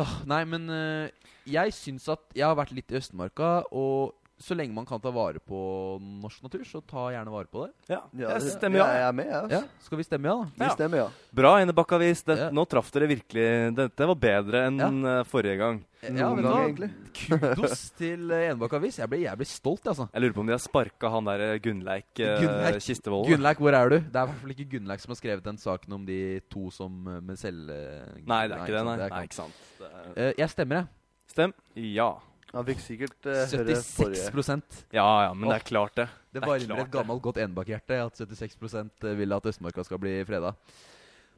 Åh, Nei, men eh, jeg syns at Jeg har vært litt i Østmarka, og så lenge man kan ta vare på norsk natur, så ta gjerne vare på det. Ja, Ja, jeg det- stemmer ja. Jeg er med, jeg. Altså. Ja, Skal vi stemme ja, da? Vi Ja. stemmer ja. Bra, Enebakkavis. Det, Ja. Nå traff dere virkelig. Dette var bedre enn eh, forrige gang. ja, vet Noen du ganger, hva? egentlig. Kudos til eh, Enebakk Avis. Jeg blir, jeg blir stolt, jeg, altså. Jeg lurer på om de har sparka han der Gunnleik eh, Gunnleik- Kistevold. Gunnleik, hvor er du? Det er i hvert fall ikke Gunnleik som har skrevet den saken om de to som eh, med selv... eh, Nei, det er ikke det. sant, Nei, er nei ikke sant. ikke sant. Det er- Eh, jeg stemmer, jeg. Stem. Ja. Han fikk sikkert eh, høre 76 forrige Ja ja, men det er klart, det. Det er varmer klart et gammelt, godt Enebakk-hjerte at 76 vil at Østmarka skal bli freda.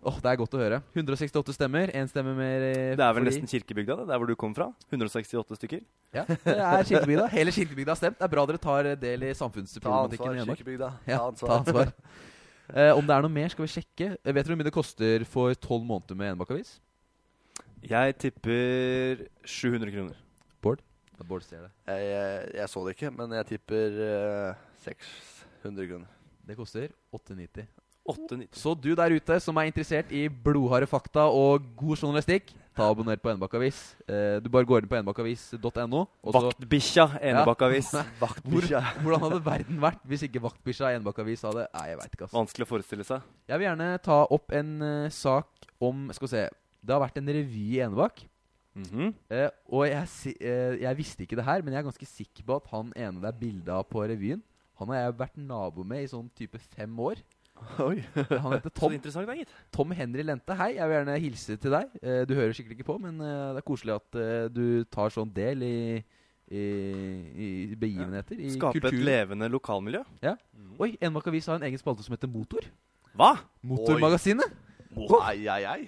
Åh, Det er godt å høre. 168 stemmer. Én stemme mer. eh, Det er vel fordi- nesten Kirkebygda, det? Der hvor du kom fra? 168 stykker? Ja, det er Kirkebygda. Hele Kirkebygda har stemt. Det er bra dere tar eh, del i Ta ansvar, samfunnsproblematikken i Enebakk. kirkebygda. Ja, Ta ansvar. ta ansvar. Eh, om det er noe mer, skal vi sjekke. Eh, Vet dere hvor mye det koster for tolv måneder med Enebakk-avis? Jeg tipper 700 kroner. Bård ser det. Jeg, jeg, jeg så det ikke, men jeg tipper eh, 600 kroner. Det koster 890. 890. Så du der ute som er interessert i blodharde fakta og god journalistikk, ta og abonner på Enebakk-avis. Eh, du bare går inn på enebakkavis.no. og så- Vaktbikkja Enebakkavis. <laughs> Hvor, Vaktbikkja. hvordan hadde verden vært hvis ikke vaktbikkja i Enebakkavis hadde Nei, jeg veit ikke, ass. Vanskelig å forestille seg. Jeg vil gjerne ta opp en eh, sak om Skal vi se. Det har vært en revy i Enebakk. Mhm. Eh, og jeg, si- eh, jeg visste ikke det her, men jeg er ganske sikker på at han ene det er bilde av på revyen, han har jeg vært nabo med i sånn type fem år. Oi. Han <laughs> heter Så Tom. interessant, da, gitt. Tom Henry Lente, hei. Jeg vil gjerne hilse til deg. Eh, du hører sikkert ikke på, men eh, det er koselig at eh, du tar sånn del i, i, i begivenheter. I Skape et kultur. levende lokalmiljø. Oi, Enmark Avis har en egen spalte som heter Motor. Hva? Motormagasinet. Ai, ai, ai.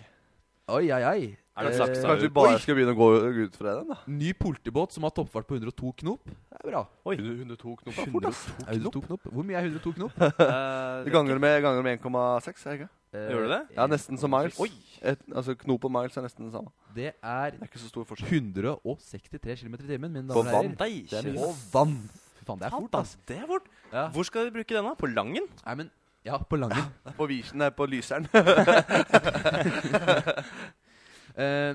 Oi, ai, ai. Er det Eh, slags Kanskje vi bare skal begynne å gå gå ut fra den, da. Ny politibåt som har toppfart på 102 knop. Det er bra. Oi. 102 knop. Ja, 102 knop. Hvor mye er 102 knop? <laughs> Eh, Ganger med, ganger med 1,6, er det ikke? Eh, Gjør du det? Ja, nesten som miles. Oi. Et, altså, knop og miles er nesten det samme. Det er Det er ikke så stor forskjell. 163 km i timen, mine damer På og vann. herrer. Det er mye. På Fy vann! Fy faen, det er faen, fort, ass. Det er fort. Ja. Hvor skal vi bruke denne? På Langen? Nei, men Ja, på Langen. På visen er på <laughs> lyseren. Eh,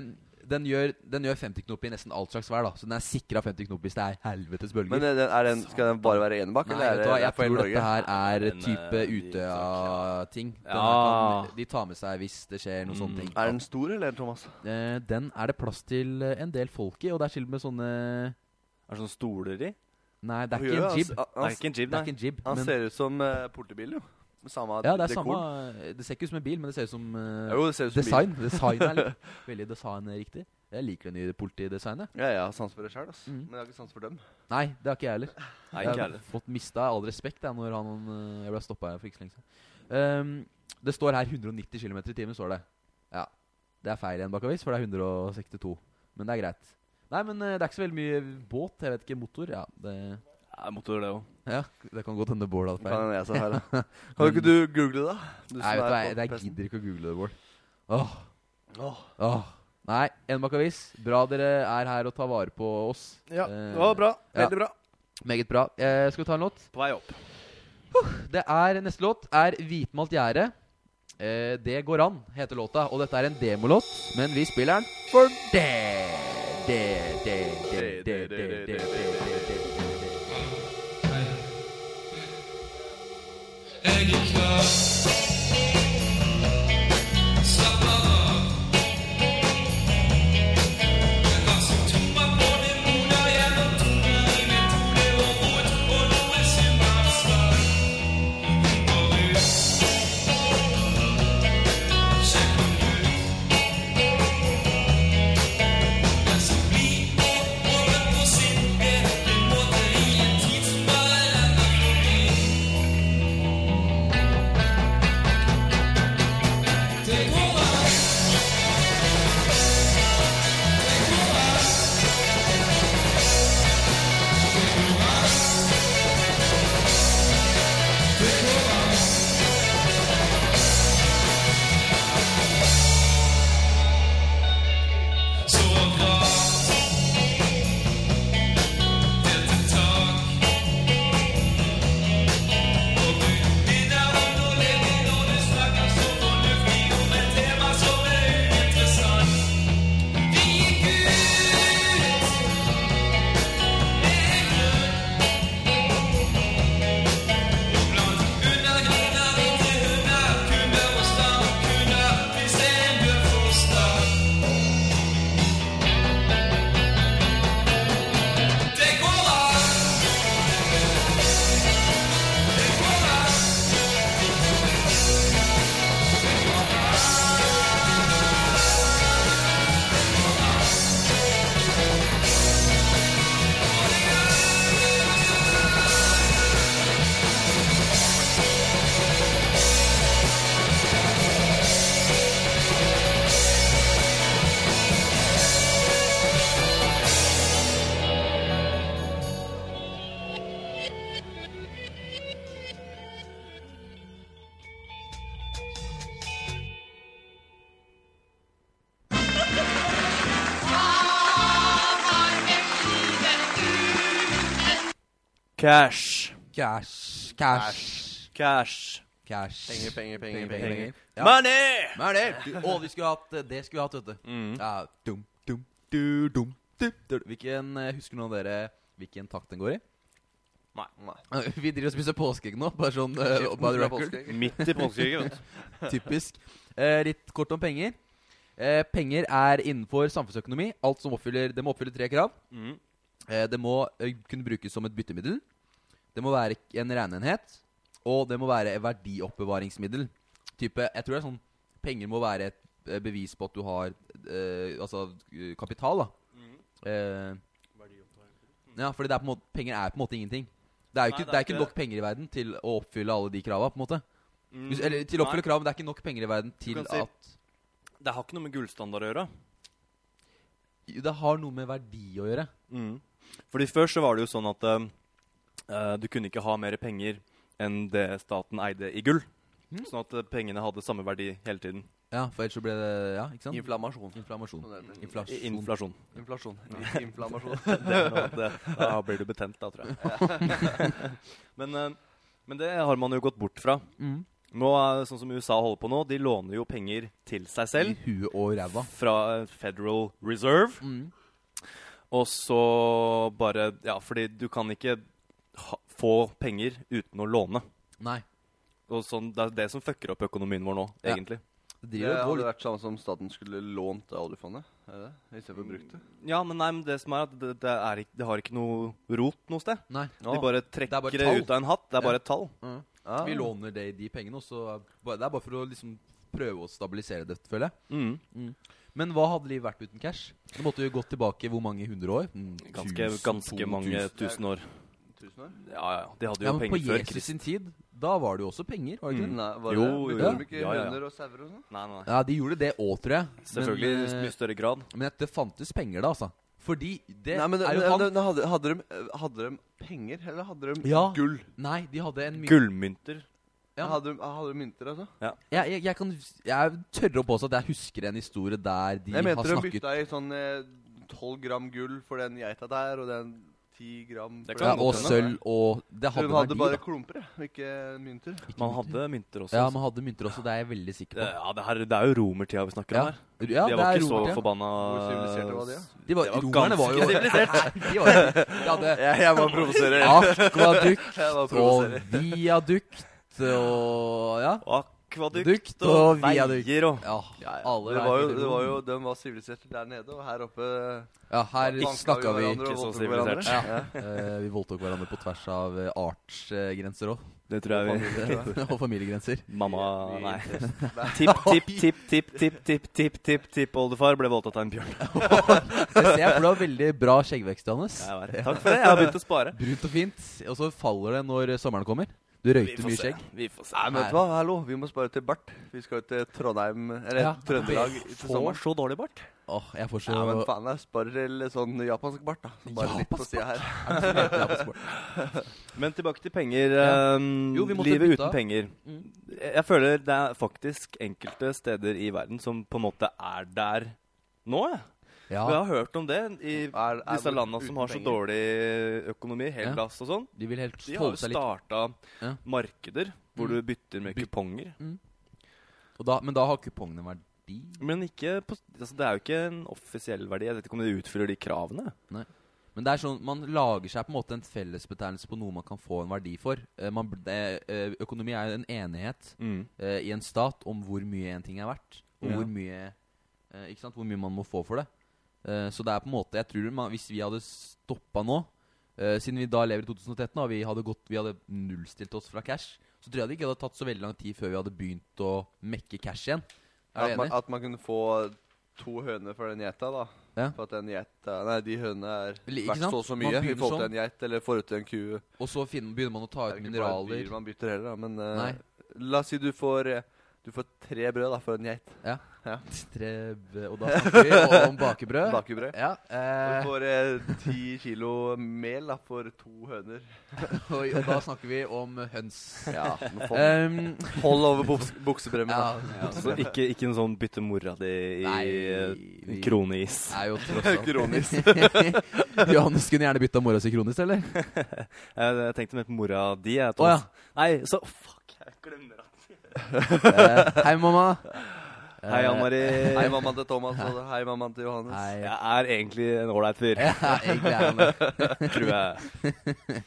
den, gjør, den gjør 50 knop i nesten alt slags vær, da. Så den er sikra 50 knop hvis det er helvetes bølger. Men eh, den, er den, skal den bare være enebakk, Nei, eller er vet du det, hva, det jeg er for tror hele dette Norge? her er Ja, den, type eh, Utøya-ting. Den Ja. Mm. her kan De tar med seg hvis det skjer noen sånne ting. Er den stor, eller, Thomas? Eh, den er det plass til eh, en del folk i, og det er til og med sånne Er det sånne stoler i? Nei, det er Gjør ikke en det, jib. Det altså. Han, er ikke en jib, Det er nei. ikke en jib, han men ser ut som uh, portebil, jo. Med Samme ja, det er samme dekoren. Det ser ikke ut som en bil, men det ser ut som eh, Jo, det ser ut som design. Design er <laughs> litt, veldig designriktig. Jeg liker det nye politidesignet. bil. Ja, jeg har sans for det sjøl, altså. Mhm. Men jeg har ikke sans for dem. Nei, det har ikke jeg heller. Nei, Jeg ikke har heller. fått mista all respekt jeg, når han, øh, jeg ble stoppa her for ikke så lenge siden. Ehm, det står her 190 km i timen, står det. Ja. Det er feil i en bakavis, for det er 162. Men det er greit. Nei, men øh, det er ikke så veldig mye båt. Jeg vet ikke. Motor. Ja, det, Ja, motor, det òg. ja, det kan godt hende Bård hadde Kan feil. hende jeg sa <laughs> feil, da. Kan ikke du google det, da? Nei, Du som vet du hva, jeg, jeg podcasten. gidder ikke å google det, Bård. Åh, Åh. åh. Nei, Enebakkavis, bra dere er her og tar vare på oss. Ja, Eh, det var bra. ja. Veldig bra. Meget bra. Eh, skal vi ta en låt? På vei opp. Det er, neste låt er Hvitmalt gjerde. Eh, det går an, heter låta. Og dette er en demolåt, men vi spiller den for det. Det, det, det, det, det, det, det, det, det, det. Jeg er klar. Slapp av. Det var som tunga på din moder gjennom tunga i mitt hode og mot, og nå er summa slag. Vi går ut. Sjekk om du. Den som blir og holder på sin egen måte i en tid som bare renner forbi. Cash. Cash, cash, Cash. cash. Penger, penger, penger, penger. penger. Ja. Money! Hva er det? Mm. Du- Å, vi skulle hatt eh, Det skulle vi hatt, vet du. Ja, dum, dum, du, dum, du, du. Hvilken eh, Husker noen av dere hvilken takt den går i? Nei. Eh, <laughs> Vi driver og spiser påskeegg nå, bare sånn eh, by the record. Midt i påskekrigen, vet du. <laughs> Typisk. Eh, litt kort om penger. Eh, penger er innenfor samfunnsøkonomi. Alt som oppfyller, Det må oppfylle tre krav. Mhm. Eh, det må eh, kunne brukes som et byttemiddel. Det må være k- en regnenhet. Og det må være et verdioppbevaringsmiddel. Type, jeg tror det er sånn Penger må være et eh, bevis på at du har eh, altså eh, kapital, da. Mm. Eh, ja, fordi det er på en måte, penger er på en måte ingenting. Det er jo Nei, ikke, det er det er ikke ikke nok penger i verden til å oppfylle alle de krava, på en måte. Hvis, eller til å Mm. Nei. oppfylle krav, men det er ikke nok penger i verden til kan si- at Det har ikke noe med gullstandard å gjøre. Jo, Det har noe med verdi å gjøre. Fordi før så var det jo sånn at eh, du kunne ikke ha mer penger enn det staten eide i gull. Sånn at eh, pengene hadde samme verdi hele tiden. Ja, for ellers så ble det Ja, ikke sant? Inflammasjon. Inflammasjon. Sånn I Inflasjon. inflasjon. <laughs> Inflasjon. Inflammasjon. Det er noe at det- Da blir du betent, da, tror jeg. <laughs> men, eh, men det har man jo gått bort fra. Mm. Nå er det Sånn som USA holder på nå, de låner jo penger til seg I selv huet og ræva. fra eh, Federal Reserve. Og så bare Ja, fordi du kan ikke ha, få penger uten å låne. Nei. Og sånn, Det er det som fucker opp økonomien vår nå, Ja. egentlig. Det Det driver og går hadde litt vært samme som staten skulle lånt av oljefondet. er det det? Istedenfor brukt det. Ja, men nei, men det som er at det, det, er ikke, det har ikke noe rot noe sted. Nei. De bare Det er trekker bare det, tall. ut av en hatt. Det er bare et tall. Ja. Vi låner det, de pengene, og så er ba- Det er bare for å liksom prøve å stabilisere det, føler jeg. Mm. Men hva hadde livet vært uten cash? Det måtte jo gått tilbake hvor mange hundre år? Mm, Ganske, tusen, to ganske mange tusen. tusen år. Tusen år? Mm. Ja, ja, ja. De hadde jo Ja, men På penger før Jesus Kristus. sin tid, da var det jo også penger, var det Mm. ikke det? Nei, var Jo, det, jo, men jo. gjorde de ikke Ja, ja, ja. Hunder og sauer og sånn? Nei, nei, nei. Ja, de gjorde det òg, tror jeg. Selvfølgelig i Men, eh, mye større grad. Men at det fantes penger da, altså. Fordi det, Nei, men det, er jo men han det- det hadde, hadde, de, eh, hadde de penger, eller hadde de Ja. gull? Nei, de hadde en mye Gullmynter. Ja. Hadde, de, hadde de mynter, altså? jeg, jeg, jeg kan Jeg tørre å påstå at jeg husker en historie der de jeg har mente de snakket bytta i sånn tolv gram gull for den geita der, og den ti gram Det for kan ja, den. Og godt hende. sølv og Det Så hadde, de hadde verdi, bare da. klumper, ja, ikke mynter. Man hadde mynter også. Ja, altså. man hadde mynter også, det er jeg veldig sikker Det, på. ja, det, her, det er jo romertida vi snakker Ja, om her. de ja det var er ikke så romerne. forbanna Ah, Hvor siviliserte var de, da? De var, det var romerne var jo <laughs> De var jo De <laughs> hadde Jeg, jeg bare <laughs> provoserer. akvadukt og viadukt og Ja. Akvadukt Dukt og, og viadukt. veier og ja alle Det var jo, veier til det var Rom. jo, de var siviliserte der nede, og her oppe Ja, her banka snakka vi hverandre og ikke så voldtok hverandre. sivilisert. <laughs> Ja. eh, Vi voldtok hverandre på tvers av eh, artsgrenser <laughs> òg. Det tror jeg vi og familiegrenser. Mamma Vi- Nei. <laughs> Nei. Tipp, tipp, tipp, tipp, tipp, tipp, tipp, tipp, tipp, oldefar ble voldtatt av en bjørn. Det ser jeg, for du har veldig bra skjeggvekst, Johannes. Jeg var- Takk for det. Jeg har begynt å spare. Brunt og fint. Og så faller det når sommeren kommer. Du røyter mye skjegg. Vi får se. Nei, men vet du hva, hallo, vi må spare til Bart. Vi skal jo til Trondheim, eller Ja. Trøndelag til sommeren. så dårlig bart. Åh, jeg får så Ja, <laughs> men faen, jeg sparer til sånn japansk bart, da. Så bare litt på sida her. Men tilbake til penger. ehm, Jo, vi måtte livet bytte uten av. Mm. penger. Jeg jeg føler det er faktisk enkelte steder i verden som på en måte er der nå. jeg. Vi Ja, har hørt om det i Er- er disse hvor- landene som uten har så penger. dårlig økonomi, Hellas og sånn. de vil helt De har jo holde seg litt. starta Ja. markeder hvor Mm. du bytter med kuponger. Og da, men da har kupongen en verdi. Men ikke på, altså det er jo ikke en offisiell verdi. Jeg vet ikke om de utfyller de kravene. Men det er sånn, man lager seg på en måte en fellesbetegnelse på noe man kan få en verdi for. Eh, Man, bl- det, eh, økonomi er jo en enighet eh, i en stat om hvor mye en ting er verdt. Og Ja. hvor mye eh, Ikke sant, hvor mye man må få for det. Eh, så det er på en måte Jeg tror man, hvis vi hadde stoppa nå eh, Siden vi da lever i 2013 og vi hadde, gått, vi hadde nullstilt oss fra cash, så tror jeg det ikke hadde tatt så veldig lang tid før vi hadde begynt å mekke cash igjen. Er At du man, enig? at man kunne få to høner for den geita, da. Ja. For at den geita Nei, de hønene er Eller, ikke verdt så sant? og så Man mye i begynner forhold til sånn. en geit, eller i forhold til en ku. Og så finner, begynner man å ta ut Det er ikke bare mineraler. dyr man bytter heller, da, men eh, Nei. La oss si du får eh, du Du får tre brød da, for en geit. Ja. Ja. Tre, b- <laughs> og da snakker vi om bakebrød. Bakebrød. Ja, Og eh, du får eh, ti kilo mel da, for to høner. og, <laughs> og da snakker vi om høns. <laughs> Ja, Eh. Um, <laughs> Hold over buks buksebremmen. ja, da. ja. Så ikke, ikke en sånn bytte mora di i Nei, eh, vi- kroneis. Det <laughs> er jo tross alt Kronis. <laughs> Johannes kunne gjerne bytta mora si kronis, eller? Jeg, jeg tenkte mer på mora di. Jeg, Å, ja. Thomas. Nei, så Fuck, jeg glemmer at Eh, hei, mamma. Eh, Hei, Ann Eh, Hei, Mari. mammaen til Thomas, og hei, mammaen til Johannes. Hei. Jeg er egentlig en ålreit fyr, Ja, egentlig er han det. tror jeg.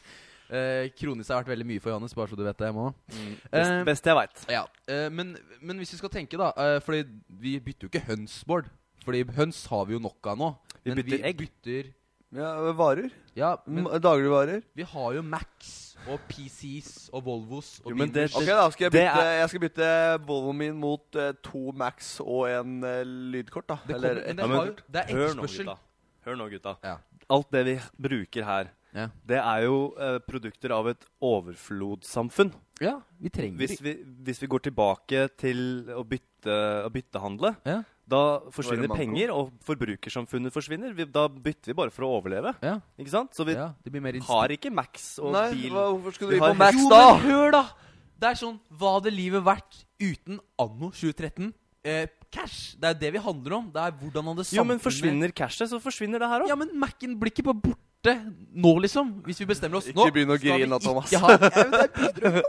Eh, kronis har vært veldig mye for Johannes, bare så du vet det, jeg må. Best, Eh, best jeg veit. Ja, eh, men, men hvis vi skal tenke, da eh, Fordi vi bytter jo ikke høns, Bård. Fordi høns har vi jo nok av nå. Vi men bytter vi egg. Bytter, Mm. Ja, eh, varer. ja, men M- Dagligvarer. vi har jo Max og PCs og Volvos og Altså, Jo, men det- Beamers. Ok, da skal jeg Det bytte, jeg skal bytte Volvoen min mot eh, to Max og en eh, lydkort, da. Det, kommer, Eller men et men- det, har jo, det er Hør nå, etterspørsel. gutta. Hør nå, gutta. Ja. Alt det vi bruker her, Ja. det er jo eh, produkter av et overflodssamfunn. Ja, vi trenger Hvis vi, hvis vi går tilbake til å bytte å byttehandle, Ja. da forsvinner manko. penger, og forbrukersamfunnet forsvinner. Vi, da bytter vi bare for å overleve. Ja, Ikke sant? Så vi ja, det blir mer instinkt. har ikke Max og Nei, bil. hva, hvorfor skulle Vi du gi på har- Max, Jo, da? men hør, da! Det er sånn Hva hadde livet vært uten anno 2013? Eh, cash! Det er jo det vi handler om. Det er hvordan hadde samfunnet Jo, men forsvinner cashet, så forsvinner det her òg. Ja, men Mac-en blir ikke bare borte nå, liksom. Hvis vi bestemmer oss nå. Ikke begynn å skal vi grine, <laughs> Thomas. ikke ha- Ja, men det er bidra-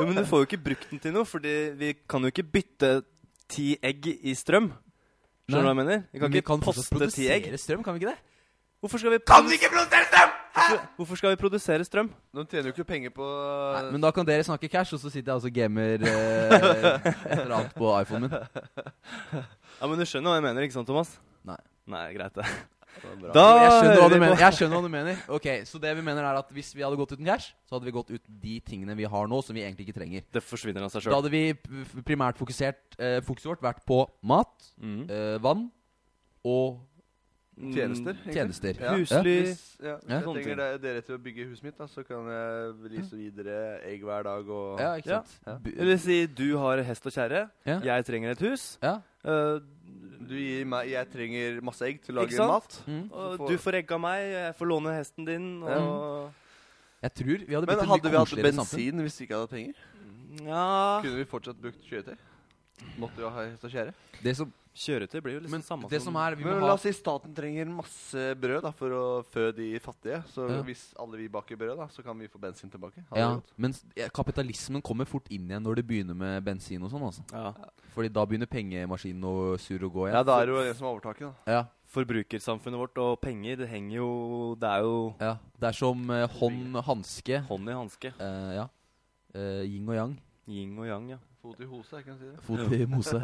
Jo, men du får jo ikke brukt den til noe, fordi vi kan jo ikke bytte ti egg i strøm. Skjønner du hva jeg mener? Vi kan Men vi ikke kan fortsatt poste ti egg. produsere strøm, kan vi ikke det? Hvorfor skal vi Kan vi ikke produsere strøm?! Hvorfor skal vi produsere strøm? De tjener jo ikke penger på Nei, men da kan dere snakke cash, og så sitter jeg altså og <laughs> gamer eh, et eller annet på iPhonen min. Ja, men du skjønner hva jeg mener, ikke sant, Thomas? Nei. Nei, greit det. bra. Da Jeg skjønner, hva hører du vi mener. på. jeg skjønner hva du mener. Ok, Så det vi mener er at hvis vi hadde gått uten cash, så hadde vi gått ut de tingene vi har nå, som vi egentlig ikke trenger. Det forsvinner av seg Da sjøl. hadde vi p- primært fokusert eh, fokuset vårt vært på mat, Mm. eh, vann og eh, tjenester. egentlig. tjenester. Ja. Mm. Husly Hvis ja, hvis Ja. jeg trenger det- dere til å bygge huset mitt, da, så kan jeg lease videre egg hver dag og Ja, ikke Ja. sant? Ja. Bu- Det vil si, du har hest og kjerre, Ja. jeg trenger et hus, Ja. øh, Du gir meg Jeg trenger masse egg til å Ikke lage sant? mat. Mm. og Så får- du får egg av meg, jeg får låne hesten din, og Jeg tror vi hadde Men blitt et hadde mye vi hatt koseligere bensin samfunn. hvis vi ikke hadde penger? Ja Kunne vi fortsatt brukt kjøretøy? Måtte vi ha hest og kjære? Det som, Kjøretøy blir jo liksom men samme det som er vi må Men ha, la oss si staten trenger masse brød da, for å fø de fattige. Så Ja. hvis alle vi baker brød, da, så kan vi få bensin tilbake. Hadde ja, det gått? Men s- ja, kapitalismen kommer fort inn igjen når det begynner med bensin og sånn. altså ja. Fordi da begynner pengemaskinen å surre og gå ja, igjen. da er det jo en som har overtaket, da. Ja, Forbrukersamfunnet vårt og penger, det henger jo Det er jo ja. Det er som eh, hånd, hanske hånd i hanske. eh, Ja. Eh, yin og yang. Yin og yang, ja. Fot i hose, jeg kan si det. <laughs> Fot i mose.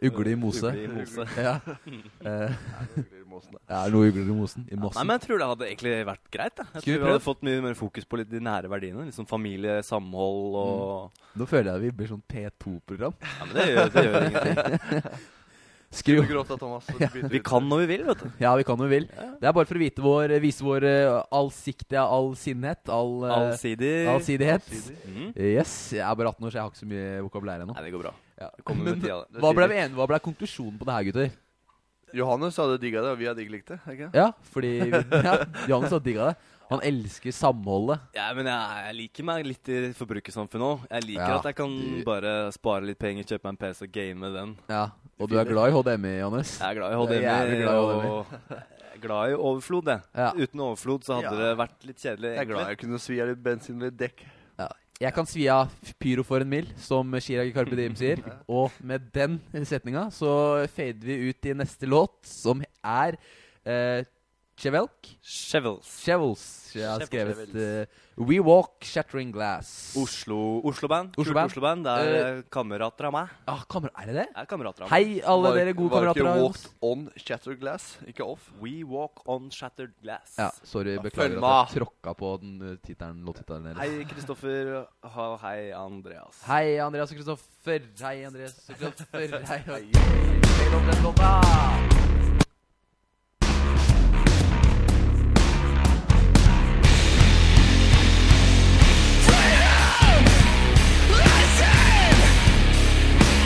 Ugle i mose. Ugle i mose. Ja. Eh, Ugler i mosen, da. det er noe ugler i mosen. I Nei, mossen. men jeg tror det hadde egentlig vært greit. Da. Jeg tror Skal vi vi hadde prøve? fått mye mer fokus på litt de nære verdiene. Liksom familie, samhold og Nå føler jeg vi blir sånn P2-program. Ja, men det gjør, det gjør ingenting. Du Skriv gråter, Thomas. så du bytter Vi ut. kan når vi vil, <laughs> vet du. Ja, vi kan jo vil. Det er bare for å vite vår, vise vår eh, allsiktige allsinnhet. All, eh, Allsidig. allsidighet. Mm. Yes. Jeg er bare 18 år, så jeg har ikke så mye vokabulær ennå. Nei, det går bra. Ja. kommer med Men tida, det. Hva ble, vi enige, hva ble konklusjonen på det her, gutter? Johannes hadde digga det, og vi hadde ikke likt det. er ikke det? Ja, fordi vi, ja, Johannes har digga det. Han elsker samholdet. Ja, men jeg, jeg liker meg litt i forbrukersamfunnet òg. Jeg liker Ja, at jeg kan du- bare spare litt penger, kjøpe meg en PC og game den. Ja, Og du er glad i HDMI, Johannes? Jeg er glad i Jeg er jævlig HDMI. glad i og jeg er glad i overflod, jeg. Ja. Uten overflod så hadde Ja. det vært litt kjedelig. Jeg er glad egentlig. jeg kunne svi av litt bensin og litt dekk. Ja. Jeg kan svi av pyro for en mil, som Chirag i Carpe Diem sier. Og med den setninga så fader vi ut i neste låt, som er eh, Chevelk. Chevels. Chevels. Jeg har skrevet eh, We Walk Shattering Glass. Oslo, Osloband. Oslo Kult Band. Osloband. Det er eh, kamerater av meg. Ah, kamer er det det? Det er kamerater av meg. Hei, alle dere gode kamerater. Var av ikke oss. walked on shattered glass, ikke off. We walk on shattered glass. Ja, sorry. Beklager følg at jeg tråkka på den eh, tittelen. låttittelen deres. Hei, Kristoffer. Ha, hei, Andreas. Hei, Andreas og Kristoffer. Hei, Andreas og Kristoffer. Hei, hei. Spiller opp den låta. Freedom! Listen!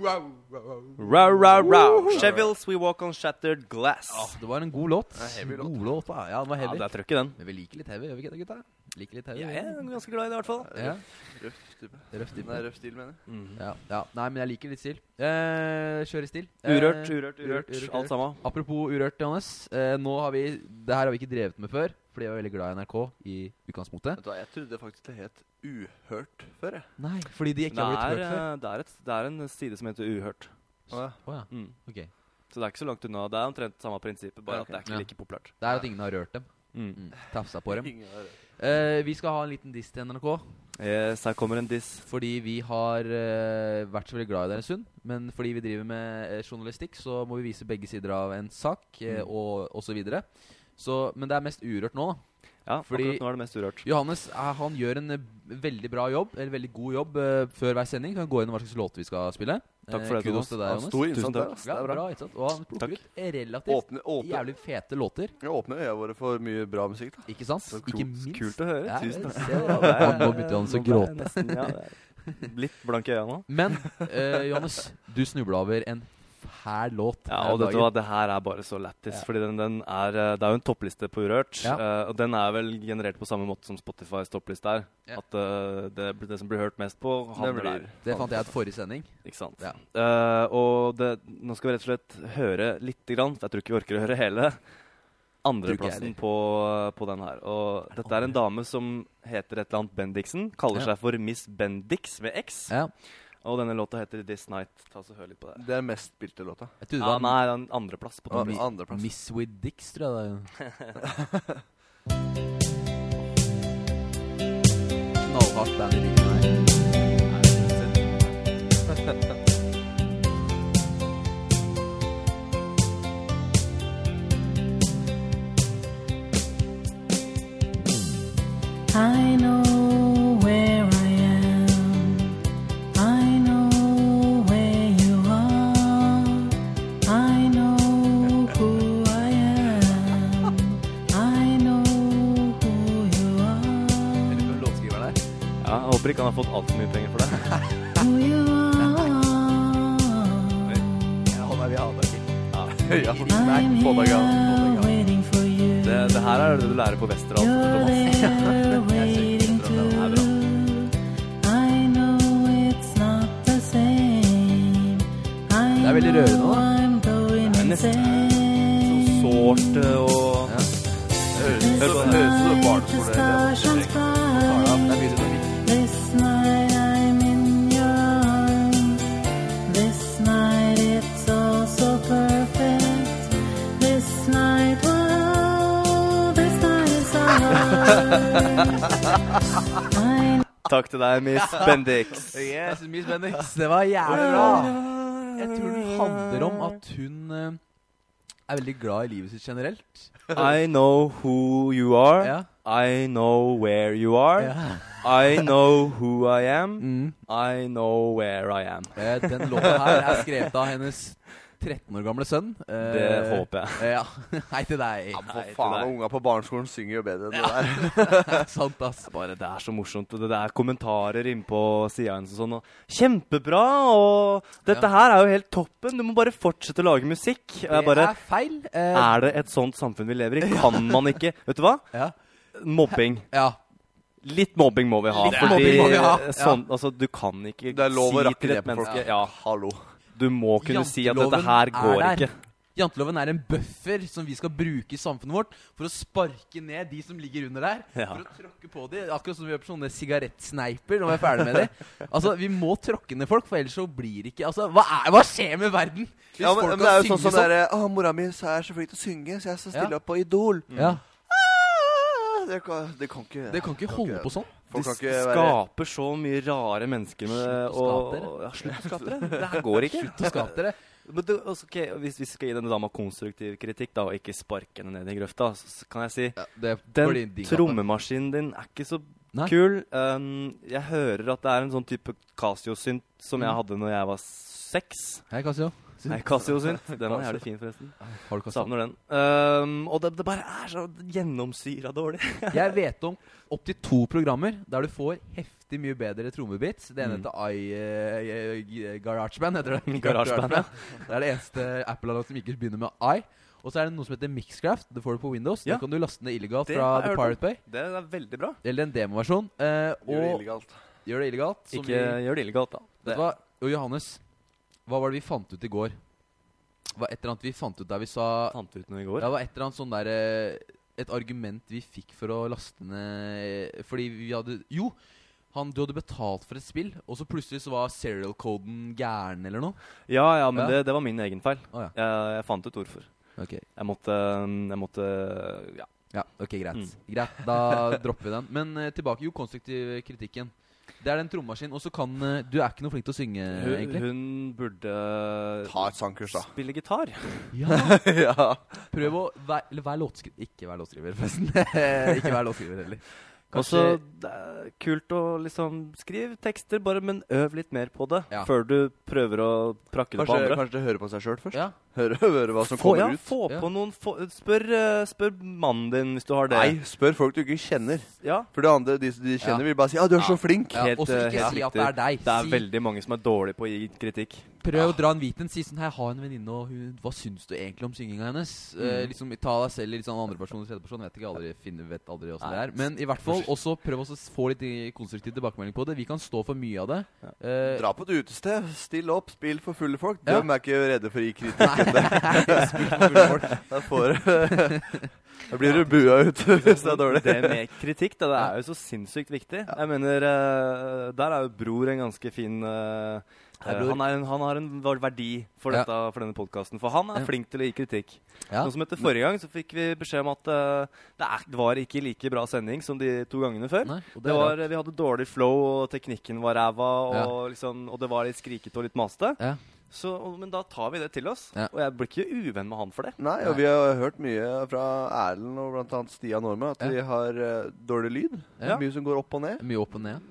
Ra, ra, ra. Chevils, we walk on shattered glass. Ah, Det var en god låt. er heavy låt. God låt, ja. ja, Den var Ja, heavy. det er trøkk i den. Men vi liker litt heavy, gjør vi ikke det, gutta? Liker litt heavy. Jeg er ganske glad i det, i hvert fall. Ja. Røff stil. Røff stil. Nei, røff stil, mener jeg. Mm. Ja, ja. Nei, men jeg liker litt stil. Eh, kjøre stil. Eh, Urørt, urørt, urørt. Alt sammen. Apropos urørt, Johannes. Eh, nå har vi, det her har vi ikke drevet med før, fordi jeg var veldig glad i NRK i utgangspunktet. Vet du hva, jeg trodde faktisk det het Uhørt før, jeg. Nei, fordi de Det ikke har blitt er, hørt før. eh, det, er et, det er en side som heter Uhørt. Å ja. Mm. ok. Så det er ikke så langt unna. Det er omtrent samme prinsippet, bare Ja, at det er ikke Ja. like populært. Det er at ingen har rørt dem. Mm. Mm. Tafsa <laughs> på dem. Ingen har rørt. Eh, vi skal ha en liten diss til NRK, Yes, her kommer en diss. fordi vi har eh, vært så veldig glad i dere en stund. Men fordi vi driver med eh, journalistikk, så må vi vise begge sider av en sak, Mm. eh, og, og så videre. Så, men det er mest urørt nå, da. Ja, Fordi- akkurat nå er det mest urørt. Johannes eh, han gjør en eh, veldig bra jobb, eller veldig god jobb, eh, før hver sending. Kan gå inn i hva slags låter vi skal spille. Takk for Eh, det, Thomas. Kudos til deg, Han Johannes. sto innsatt Tusen der, takk. ass. Det Ja, er bra. bra, ikke sant? Og han plukker Takk. ut relativt Åpne, åpne, jævlig fete låter. ja, åpne øya våre for mye bra musikk, da. Ikke sant? Så klokt. Ikke minst. Kult å høre. Ja, Tusen takk. <laughs> se da. Nå- Nå begynte Johannes å Nå ble jeg gråte. nesten- ja, det er Litt blank i øya nå. Men eh, Johannes, du snubla over en fæl låt. Ja, her om og vet du Eh, dagen. hva, det her er bare så lættis. Fordi den, den er eh, Det er jo en toppliste på Urørt. Ja. eh, og den er vel generert på samme måte som Spotifys toppliste er. Ja. At eh, det, det som blir hørt mest på, Det havner blir der. Det fant jeg ut forrige sending. Ikke sant. Ja. Eh, og det, nå skal vi rett og slett høre lite grann, for jeg tror ikke vi orker å høre hele. Andreplassen Tror ikke jeg på, på den her. Og dette er en dame som heter et eller annet Bendiksen. Kaller Ja. seg for Miss Bendix med X. Ja, Og denne låta heter This Night. Ta så Hør litt på det. Det er mest spilte låta. jeg trodde det Ja, var nei, det er en andreplass på Ah, topplisten. Andreplass. Miss with Dicks, tror jeg det er. Knallhardt band i bilen her. I know where I am. I know where you are. I know who I am. I know who you are. Eller hvem låtskriveren er. Ja, jeg håper ikke han har fått altfor mye penger for <laughs> det. Who you are. Ja, han er vi har det. Øya for I'm Få deg av. here waiting for you. det. Det her er det du lærer på Westerdal. You're Thomas. <laughs> there waiting det er bra. to. I know it's not the same. I Det er veldig rørende, know da. I'm going er nesten- Så insane. sårt eh, og Ja. This Høres ut som night the stars shine barneskoleelev. bright. Det er mye dynamikk. This night I'm in your arms. This night it's all so perfect. This night, oh, this night is ours. I Takk til deg, <laughs> Miss Bendix. Yes, Miss Bendix. Det var jævlig bra. Jeg tror den handler om at hun eh, er veldig glad i livet sitt generelt. I know who you are. Ja. I know where you are. Ja. I know who I <laughs> am. Mm. I know where I am. Eh, Den låta her er skrevet av hennes 13 år gamle sønn. Eh, Det håper jeg. eh, <laughs> Ja. Hei til deg. For faen, deg. unga på barneskolen synger jo bedre enn det der. Sant, ass. Bare Det er så morsomt. og Det er kommentarer innpå sida hennes og sånn. Og kjempebra! Og dette Ja. her er jo helt toppen! Du må bare fortsette å lage musikk. Og Det jeg bare er feil. Eh, Er det et sånt samfunn vi lever i? <laughs> Kan man ikke Vet du hva? Ja. Mobbing. ja. Litt mobbing må vi ha. Litt fordi mobbing må vi ha, ja. Sånn, altså, du kan ikke Det er lov å si rakke til ned et på folk. menneske ja, Hallo. Du må kunne si at dette Janteloven her går er der. ikke. Janteloven er en bøffer som vi skal bruke i samfunnet vårt for å sparke ned de som ligger under der. Ja. For å tråkke på de, Akkurat som vi gjør på sånne sigarettsneiper når vi er ferdig med de. Altså, Vi må tråkke ned folk, for ellers så blir det ikke Altså, Hva, er, hva skjer med verden? Hvis Ja, men, folk men kan det er jo synge sånn som derre Å, mora mi så er så flink til å synge, så jeg skal stille Ja. opp på Idol. Ja, Ah, Det kan, det kan ikke Det kan ikke holde på sånn. Folk Du kan ikke være skaper så mye rare mennesker med Slutt å og, skape dere. og- ja, Slutt å skape dere. Det her går ikke. Slutt å skape dere. Men du, altså, ok, hvis vi skal gi denne dama konstruktiv kritikk, da, og ikke sparke henne ned i grøfta, så så kan jeg si Ja, det får Den din- altså. din kappe. trommemaskinen din er ikke så Nei. kul. Um, jeg Mm. <laughs> hører at det er en sånn type Casio-synt som jeg hadde når jeg var seks. Hei, Casio. Nei, Casio-synt. Den er jævlig fin, forresten. Har du kastet? Savner den. Ehm, og det, det bare er så gjennomsyra <laughs> dårlig. Jeg vet om opptil to programmer der du får heftig mye bedre trommebits. Det ene Mm. heter I eh, eh, GarageBand, heter <laughs> det. GarageBand, ja. <laughs> Det er det eneste Apple-annonsen som ikke begynner med I. Og så er det noe som heter Mixcraft. Det får du på Windows. Ja. Det kan du laste ned illegalt Det fra har jeg The hørt om. Pirate Bay. Det er veldig bra. Eller en demoversjon. eh, og Gjør det illegalt. gjør det illegalt. som Ikke vi, gjør det illegalt, da. vet du hva? Og Johannes, hva var det vi fant ut i går? Det var et eller annet vi fant ut der vi sa fant ut noe i Ja, går. Det var et eller annet sånn der eh, Et argument vi fikk for å laste ned eh, Fordi vi hadde Jo! Han, du hadde betalt for et spill, og så plutselig så var serial-koden gæren eller noe. Ja, ja, men Ja. Det, det var min egen feil. Å, ja. Jeg, jeg fant ut hvorfor. Ok, Jeg måtte um, Jeg måtte Ja. ja, ok, greit. Mm. Greit, Da dropper vi den. Men eh, tilbake. Jo, konstruktiv kritikken. Det er den trommaskinen. Og så kan eh, Du er ikke noe flink til å synge, Hun, Eh, egentlig. hun burde Ta et sangkurs, da. spille gitar. Ja, ja. prøv å vær, Eller vær låtskriver. Ikke vær låtskriver, forresten. <laughs> ikke vær låtskriver heller. Også, det er kult å liksom skrive tekster, bare, men øv litt mer på det Ja. før du prøver å prakke det på Kanskje, andre. kanskje høre på seg sjøl først? ja. Høre, høre hva som Få, ja, kommer ut? få Ja. på noen få, Spør, eh, spør mannen din hvis du har det. Nei, spør folk du ikke kjenner. Ja. For det andre, de, de kjenner, vil bare si 'ja, du er så flink'. ja. Helt, Og så eh, ikke helt si at riktig. det er deg. Det er si veldig mange som er dårlige på å gi kritikk. Prøv å dra en hvit en. Si sånn Hei, jeg har en venninne, og hun Hva syns du egentlig om synginga hennes? Eh, liksom Ta deg selv i litt sånn andreperson og tredjeperson. Vet ikke aldri, finner, vet aldri åssen det Nei. er. Men i hvert fall også prøv også å få litt i- konstruktiv tilbakemelding på det. Vi kan stå for mye av det. Eh, Dra på et utested, still opp, spill for fulle folk. Ja. Dem er ikke redde for å gi kritikk. Da får Da blir du bua ut <laughs> hvis det er dårlig. Det med kritikk, da, det er jo så sinnssykt viktig. Jeg mener, eh, der er jo Bror en ganske fin eh, Hei, eh, Bror. han, er en, han har en var- verdi for, Ja. dette, for denne podkasten, for han er Ja. flink til å gi kritikk. ja. Sånn som etter forrige gang så fikk vi beskjed om at eh, det, er, det var ikke like bra sending som de to gangene før. Nei, og det det er var, eh, rart. vi hadde dårlig flow, og teknikken var ræva, og, liksom, og det var litt skrikete og litt maste. Ja. Så, og, men da tar vi det til oss. Ja. Og jeg blir ikke uvenn med han for det. Nei, og vi har hørt mye fra Erlend og blant annet Stian Norma at vi har eh, dårlig lyd. Ja. Mye som går opp og ned. Mye opp og ned.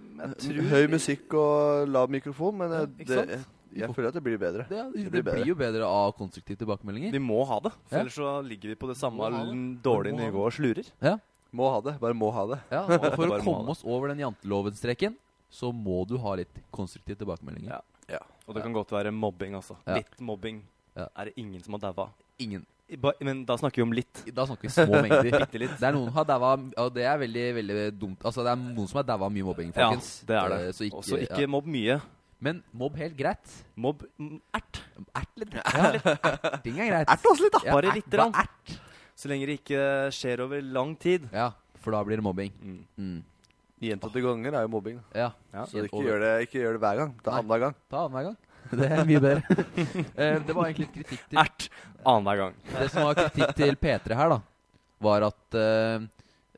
Høy musikk og lav mikrofon, men eh, ikke det, sant? jeg føler at det blir bedre. Det, det, blir bedre. blir jo bedre av konstruktive tilbakemeldinger. Vi må ha det, for Ja. ellers så ligger vi på det Må samme ha det. l- dårlige Vi må ha nivået og slurer. Må ha det. Bare må ha det. Ja, og for å Bare må ha komme oss over den janteloven-streken, så må du ha litt konstruktive tilbakemeldinger. Ja. Og det kan godt være mobbing, altså. Ja. Litt mobbing Ja. er det ingen som har daua. Ingen I ba- Men da snakker vi om litt. Da snakker vi små <laughs> mengder. Det er noen som har daua Og det er veldig veldig dumt. Altså Det er noen som har daua av mye mobbing, Ja, folkens. det er det. Eh, Så ikke, Også ikke ja. mobb mye. Men mobb helt greit. Mobb mm, ert. Ert litt. Ja, litt. Erting er greit. Ert oss litt, da! Ja, Bare ert- lite grann. bare ert. Så lenge det ikke skjer over lang tid. Ja, for da blir det mobbing. Mm. Mm. Gjentatte ganger er jo mobbing. da. Ja. Ja, Så ikke gjør, det, ikke gjør det hver gang. Ta Nei. annenhver gang. Ta annenhver gang. <laughs> Det er mye bedre. Eh, det var egentlig litt kritikk til Ert annenhver gang. Det som var kritikk til P3 her, da, var at eh,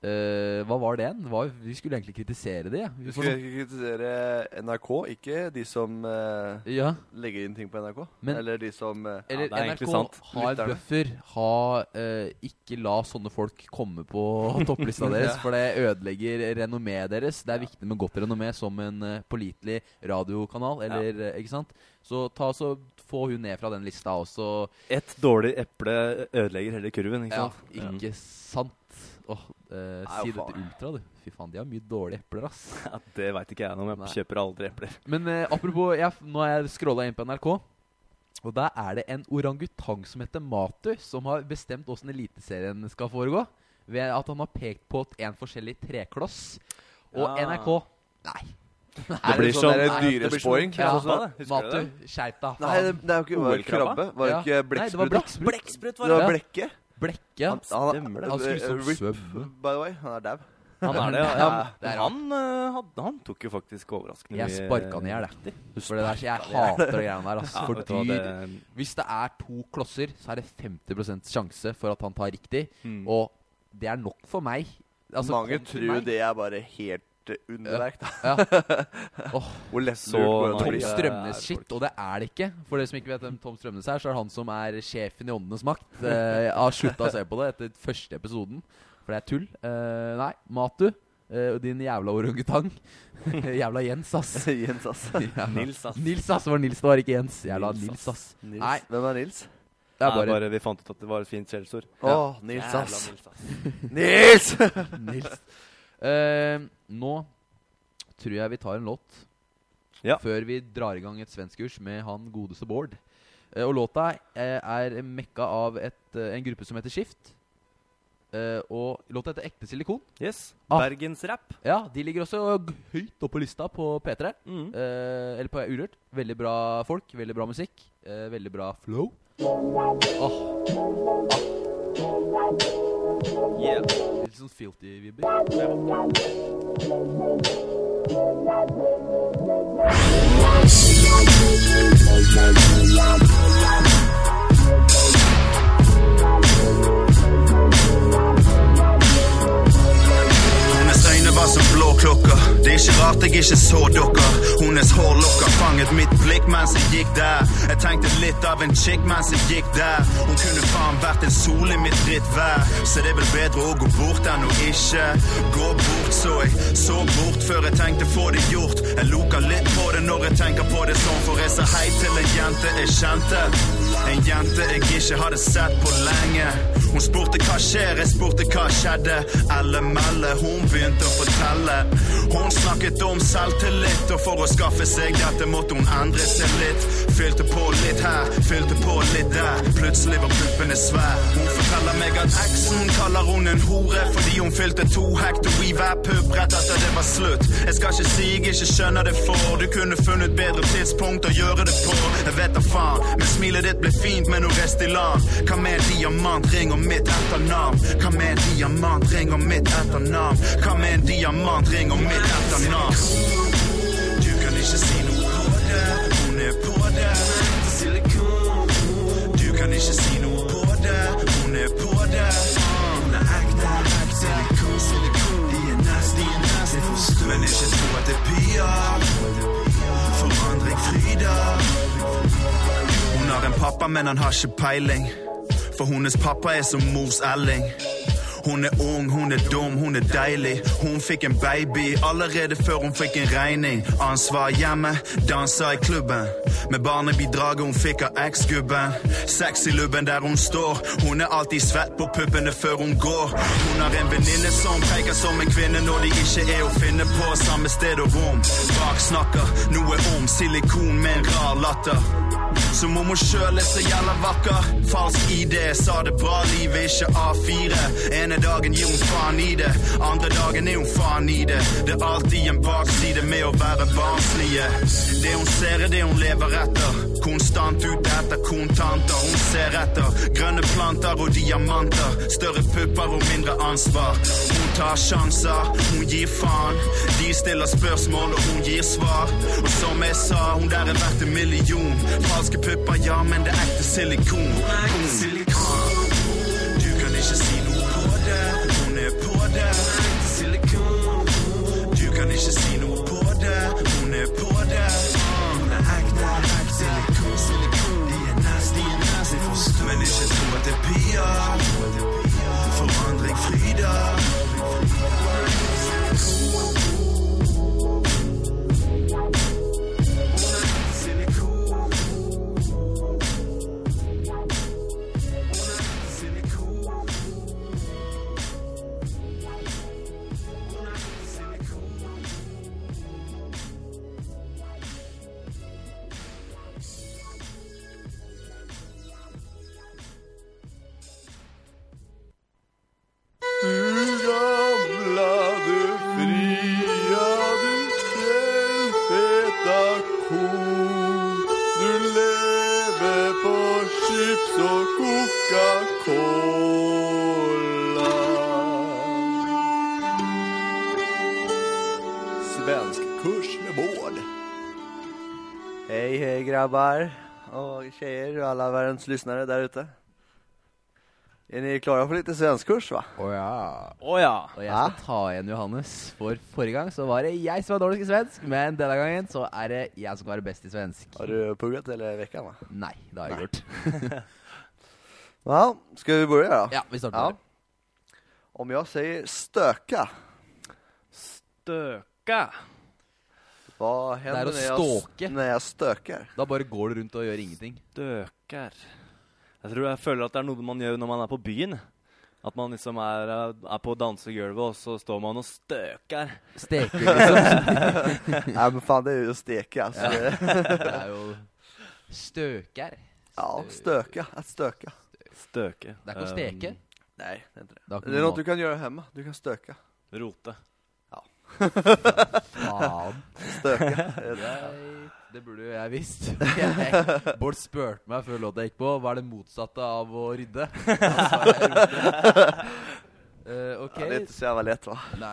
eh, Hva var det igjen? Det var- Vi skulle egentlig kritisere det. Ja. Du Vi får skal ikke kritisere NRK, ikke de som eh, noe- sånn- ja. legger inn ting på NRK. Men- Eller de som eh, Eller Ja, det er NRK egentlig sant. ha en Lytterne. buffer. Ha, eh, ikke la sånne folk <laughs> komme på topplista deres, for det ødelegger renommeet deres. Det er viktig med godt renommé som en eh, pålitelig radiokanal, eller eh, Ikke sant? Så ta så få hun ned fra den lista også. Ett dårlig eple ødelegger hele kurven, ikke Ja, sant? Mm. ikke sant? Åh, eh, Nei, si faen. det til Ultra, du. Fy faen, de har mye dårlige epler, ass. Ja, det veit ikke jeg noe om. Jeg Nei. kjøper aldri epler. Men eh, apropos, jeg, nå har jeg scrolla inn på NRK. Og der er det en orangutang som heter Matu, som har bestemt åssen Eliteserien skal foregå. Ved at han har pekt på en forskjellig trekloss. Og Ja. NRK Nei. Er blir sånn- der Nei, det blir sånn dyrespoing. Ja, Ja, sånn var det. Husker du Matu, skjerp deg. Nei, det, det er jo ikke var det OL-krabba? krabbe. Var det ikke Nei, det var <laughs> blekksprut? blekksprut. Blekksprut Det var Ja. blekke. Blekke. Han, han, Stemmer det. Han skulle liksom eh, Rip, svømme. by the way. Han er dau. Han er det, ja. ja. Ja, <laughs> det er han, eh, hadde, han tok jo faktisk overraskende Jeg sparka han i hjel, jeg. For det der, jeg hater det greiene der. <laughs> Altså. Ja, For vet du hva, dyr det- Hvis det er to klosser, så er det 50 sjanse for at han tar riktig. Mm. Og det er nok for meg. Altså, Mange kom til tror jo meg. det er bare helt eh, underverk. da. Ja. Hvor lett Så lurt må Tom det bli. naiv. er Strømnes-shit, og det er det ikke. For dere som ikke vet hvem Tom Strømnes er, så er det han som er sjefen i Åndenes makt. Eh, Jeg har slutta å se på det etter første episoden, for det er tull. Eh, nei, Matu. eh, eh, og din jævla orangutang. <laughs> jævla Jens, ass. Jens, ass. Jævla- Nils, ass. Nils, ass. Det var Nils, det var ikke Jens. Jævla Nils, Nils, ass. Nils. <laughs> Nei, Hvem er Nils? det er Nei, bare bare vi fant ut at det var et fint skjellsord. Å, Ja. Nils, Jævla ass. Nils, ass. Nils! Nils. Eh, nå tror jeg vi tar en låt Ja. før vi drar i gang et svenskkurs med han godeste Bård. Eh, og låta eh, er mekka av et, eh, en gruppe som heter Skift. Eh, og låta heter Ekte silikon. Yes. Ah. Bergensrap. Ja, De ligger også g- høyt oppe på lista på P3. Mm. Eh, eller på Urørt. Veldig bra folk, veldig bra musikk. eh, veldig bra flow. Ah. Yeah. Litt sånn filty vibber. Hennes øyne var som blå klokker. Det er ikke rart jeg ikke så dere. Hennes hårlokker fanget mitt blikk mens jeg gikk der. Jeg tenkte litt av en chick mens jeg gikk der. Hun kunne faen vært en sol i mitt drittvær. Så det er vel bedre å gå bort enn å ikke gå bort, så jeg så bort før jeg tenkte få det gjort. Jeg loker litt på det når jeg tenker på det sånn, for jeg sa hei til en jente jeg kjente. En jente jeg ikke hadde sett på lenge. Hun spurte hva skjer, jeg spurte hva skjedde. Elle melle, hun begynte å fortelle. Hun snakket om selvtillit, og for å skaffe seg dette måtte hun endre seg litt. Fylte på litt her, fylte på litt der. Plutselig var puppene svære. Hun forteller meg at eksen kaller hun en hore fordi hun fylte to hekto i hver pupp rett etter det var slutt. Jeg skal ikke si jeg ikke skjønner det for, du kunne funnet bedre tidspunkt å gjøre det på. Jeg vet da faen, men smilet ditt ble fint, men hun rest i land. Hva med en diamantring og mitt etternavn? Hva med en diamantring og mitt etternavn? Hva med en diamantring og mitt etternavn? Du kan ikke si noe på det, hun er på det. Silikon. Du kan ikke si noe på det, hun er på det. Hun er ekte, ekte. Silikon, silikon. De er nest, de er nest. Jeg forstår. Men ikke tro at det pier. Forandring fryder. Hun har en pappa, men han har ikke peiling. For hennes pappa er som mors Elling. Hun er ung, hun er dum, hun er deilig. Hun fikk en baby allerede før hun fikk en regning. Ansvar hjemme, danser i klubben. Med barnebidraget hun fikk av eksgubben. Sexylubben der hun står. Hun er alltid svett på puppene før hun går. Hun har en venninne som preker som en kvinne når de ikke er å finne på samme sted og rom. Baksnakker noe om silikon med en rar latter. Som om hun sjøl er så jævla vakker. Falsk ID, sa det bra, livet er ikke A4. Ene dagen gir hun faen i det, andre dagen er hun faen i det. Det er alltid en bakside med å være barnslige. Det hun ser, er det hun lever etter. Konstant ute etter kontanter, hun ser etter. Grønne planter og diamanter. Større pupper og mindre ansvar. Hun tar sjanser, hun gir faen. De stiller spørsmål, og hun gir svar. Og som jeg sa, hun der er verdt en million. Falske pupper, ja, men det er ekte silikon. Silikon. Du kan ikke si noe på det, hun er på det. Silikon. Du kan ikke si noe på det, hun er på det. Hun er ekte, ekte. Silikon, silikon. De er nest, de er nest. Jeg forstår. Men ikke tro at det pier. Forandring fryder. Gamla du fria, du fjellfeta kon. Du lever på chips og Coca-Cola. Svensk kurs med Bård. Hej, hej grabbar och tjejer och alla världens lyssnare där ute. Är ni klara för lite svenskkurs va? Å ja. Å ja. Og jeg skal ta igjen Johannes. For forrige gang så var det jeg som var dårligst i svensk, men denne gangen så er det jeg som skal være best i svensk. Har du puggat eller i veckan va? Nei, det har jeg ikke gjort. Ja, ska vi börja då? Ja, vi starter Ja. der. Om jag säger stöka, støke. Vad händer Det när är jag, att ståke. när jag stökar? Da bare går du rundt og gjør ingenting. Døker. Jeg tror jeg føler at det er noe man gjør når man er på byen. At man liksom er, eh, er på dansegulvet, og så står man og støker. <laughs> Steker, liksom. Nej men fan det är ju att steka. Så det, Det er jo Støker. ja, stöka, att stöka. Støke. Det er ikke å Um, steke. Nej, det är inte det. Det er Det är ikke något du noe kan göra hemma, du kan stöka. Ehm, Rote. faen. <laughs> Stöka. Jeg- Det burde jo jeg <laughs> visst. Jeg- Bård spurte meg før låta gikk på hva er det motsatte av å rydde. <laughs> Da sa jeg rydde. Eh, ok. Ja, det är inte så jävla lätt va? Nei.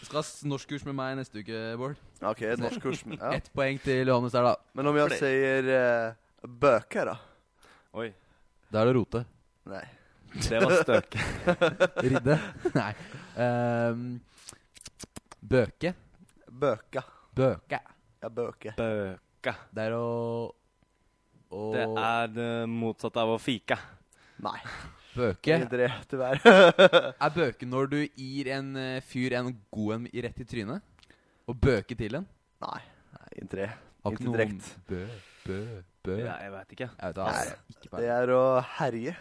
Du skal ha s- norskkurs med meg neste uke, Bård. Okej, ett norsk kurs. men- Ja. Ett poeng til Johannes der, da. Men om jag säger eh, böka då? Oi. Da er det å rote. Nej. Det var <laughs> støke. Ridde. <laughs> Nei. Ehm, bøke. Böka. Bøke. Jag böke. Bøke. Det er å å Det er det motsatte av å fike. Nej, det är bøke. inte det tyvärr. <laughs> Er bøke når du gir en eh, fyr en god en i rett i trynet? Og bøke til en? Nej, nej, inte det. Har Ikke ikke noe om direkt. bø, bø, bø Ja, Jeg jeg vet ikke. vet da, altså, ikke Det bare är att härja.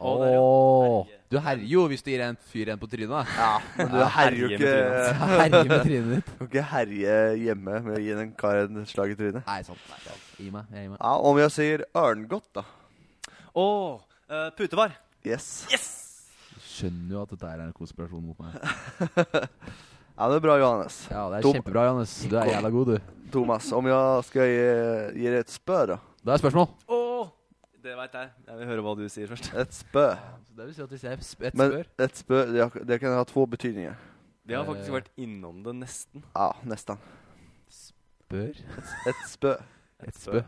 Åh, Du herjer jo hvis du gir en fyr en på trynet, da. Ja, men du Ja, herjer jo herje med trynet. <laughs> ikke <laughs> Herjer med trynet ditt. Kan ikke herje hjemme med å gi en kar en slag i trynet. Nei, sant. Nei, sant. Gi meg. Jeg gir meg. Ja, om jeg sier ørngodt, da. Å! eh, putevar. Yes. Skjønner jo at dette her er en konspirasjon mot meg. Ja, det er bra, Johannes. Ja, det er Tom- kjempebra, Johannes. Du er jævla god, du. Thomas, om jeg skal gi, gi deg et spø, da. Da er spørsmål. Å! Det veit jeg. Jeg vil høre hva du sier først. Et spø. Så det vil si at hvis jeg sp- et Men spør et spø, det, det kan ha to betydninger. Vi Eh. har faktisk vært innom det nesten. Ja, nesten. Spør? Et spø. Et spø?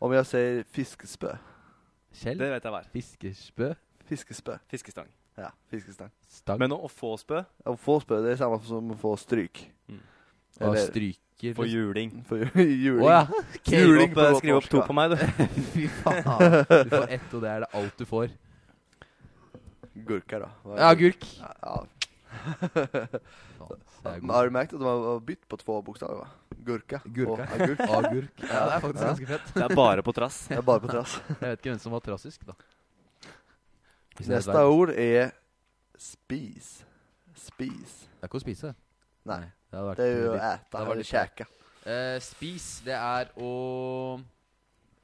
Om jeg sier fiskespø. Skjell? Det vet jeg hver. Fiskespø? Fiskespø. Fiskestang. Ja, fiskestang. Stang? Men å, å få spø Å få spø, det er samme som å få stryk. og Eller stryker Få juling. for <laughs> juling. Å ja! <laughs> Ok. Skriv opp, Juling. på godt skriv opp norsk, to da. på meg, <laughs> du. Fy faen. Du får ett, og det er det alt du får. Gurka, da. Hva er Ja, gurka? agurk. Ja. <laughs> Faen, så jeg er Har god. du merket at man har bytt på to bokstaver? va? Gurka. Gurka. Og <laughs> agurk. Agurk. Ja, det er faktisk Ja. ganske fett. Det er bare på <laughs> trass. Det er bare på trass. Jeg vet ikke hvem som var trassisk, da. Hvis det er et Neste verb. ord er spis. Spis. Det er ikke å spise. Nei, Det hadde vært det er jo å veldig- äta Det var eller litt- käka. Eh, spis, det er å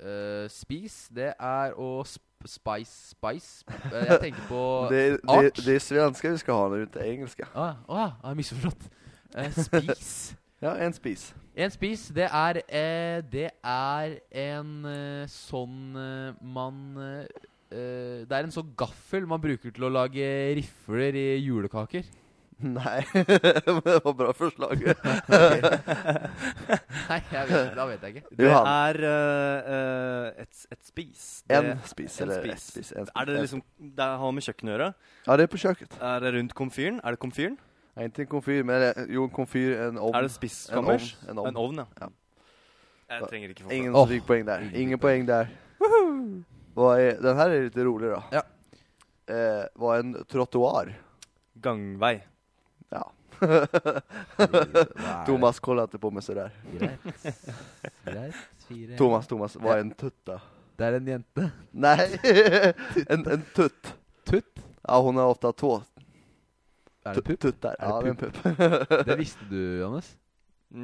eh, Spis, det er å sp spice spice. Eh, jeg tenker på <laughs> Det, är- det, art. är- det är svenska vi ska ha nu, inte engelska. Å ah, ah, jeg har misforstått. Eh, spis. Ja, en spis. <laughs> En spis, det er eh, Det er en eh, sånn eh, man eh, eh, Det er en sånn gaffel man bruker til å lage rifler i julekaker. <laughs> Nej, det var bra förslag. Nei, jeg vet, da vet jeg ikke. Det Johan. er eh, eh, et, et spis. Det, En spis en eller spis. ett spis. En spis. Er det en liksom Det har med kjøkkenet å gjøre? spis. Ja, det är på köket. Er det rundt komfyren? Er det komfyren? Nej, inte en konfyr, men eh, jo, en konfyr, en ovn. Er det spisskommers? En ovn, en ovn. ja. Jeg trenger ikke få Ingen Åh, som fick poäng där. Ingen fick poäng där. Vad är, den här är lite rolig då. Ja. Eh, vad är en <laughs> trottoar? Gangvei. Ja. Hva er Thomas kolla inte på mig sådär. det? Greit. Greit. Fire. Thomas, Thomas, vad är en tutta? Det er en jente. Nej, <laughs> en, en tutt. Tutt. Ja, hon har ofta två Er det tu- pupp? tuttar. Ja, det är en pupp. Det visste du, Johannes.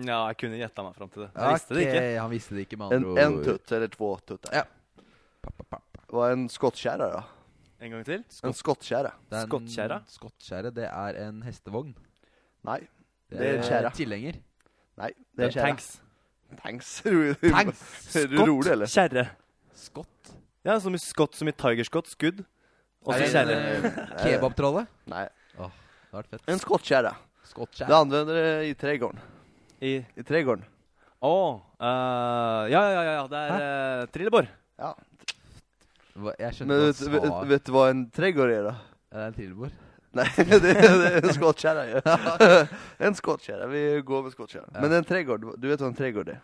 Ja, jeg kunne gjetta meg fram til det. Jeg visste det ikke. Ok, Eh, Han visste det ikke, med En, andre en tutt eller två tuttar. Ja. Pa, pa, pa. Vad är en skottkärra då? En gang til. En skottkärra? Det er en- Skottkjerra? Skottkjerre, det er en hestevogn. Nej, Det er en Eh, kjerre. Tilhenger. nej, det är en kärra. Tanks. Tanks. <laughs> Är du- Tanks! Är du rolig eller? Kjerre. Skott. Ja, som i skott som i tigerskott. Skudd. Og så Er det kjerre. en eh, kebabtrolle? Nej. Det har vært fett. En skottkärra. Du Skottkjerre. använder det i trädgården. I I trädgården. Å! eh, ja, ja, ja, ja. Det er uh, trillebår. Ja. Hva- Jeg skjønte Men hva han vet, sa. vet, vet du vad en trädgård <laughs> är då? Ja, Det er en trillebår. Nej, det, det är en skottkärra ju. <laughs> En skottkärra, vi går med skottkärra. Men en trädgård, du vet vad en trädgård är?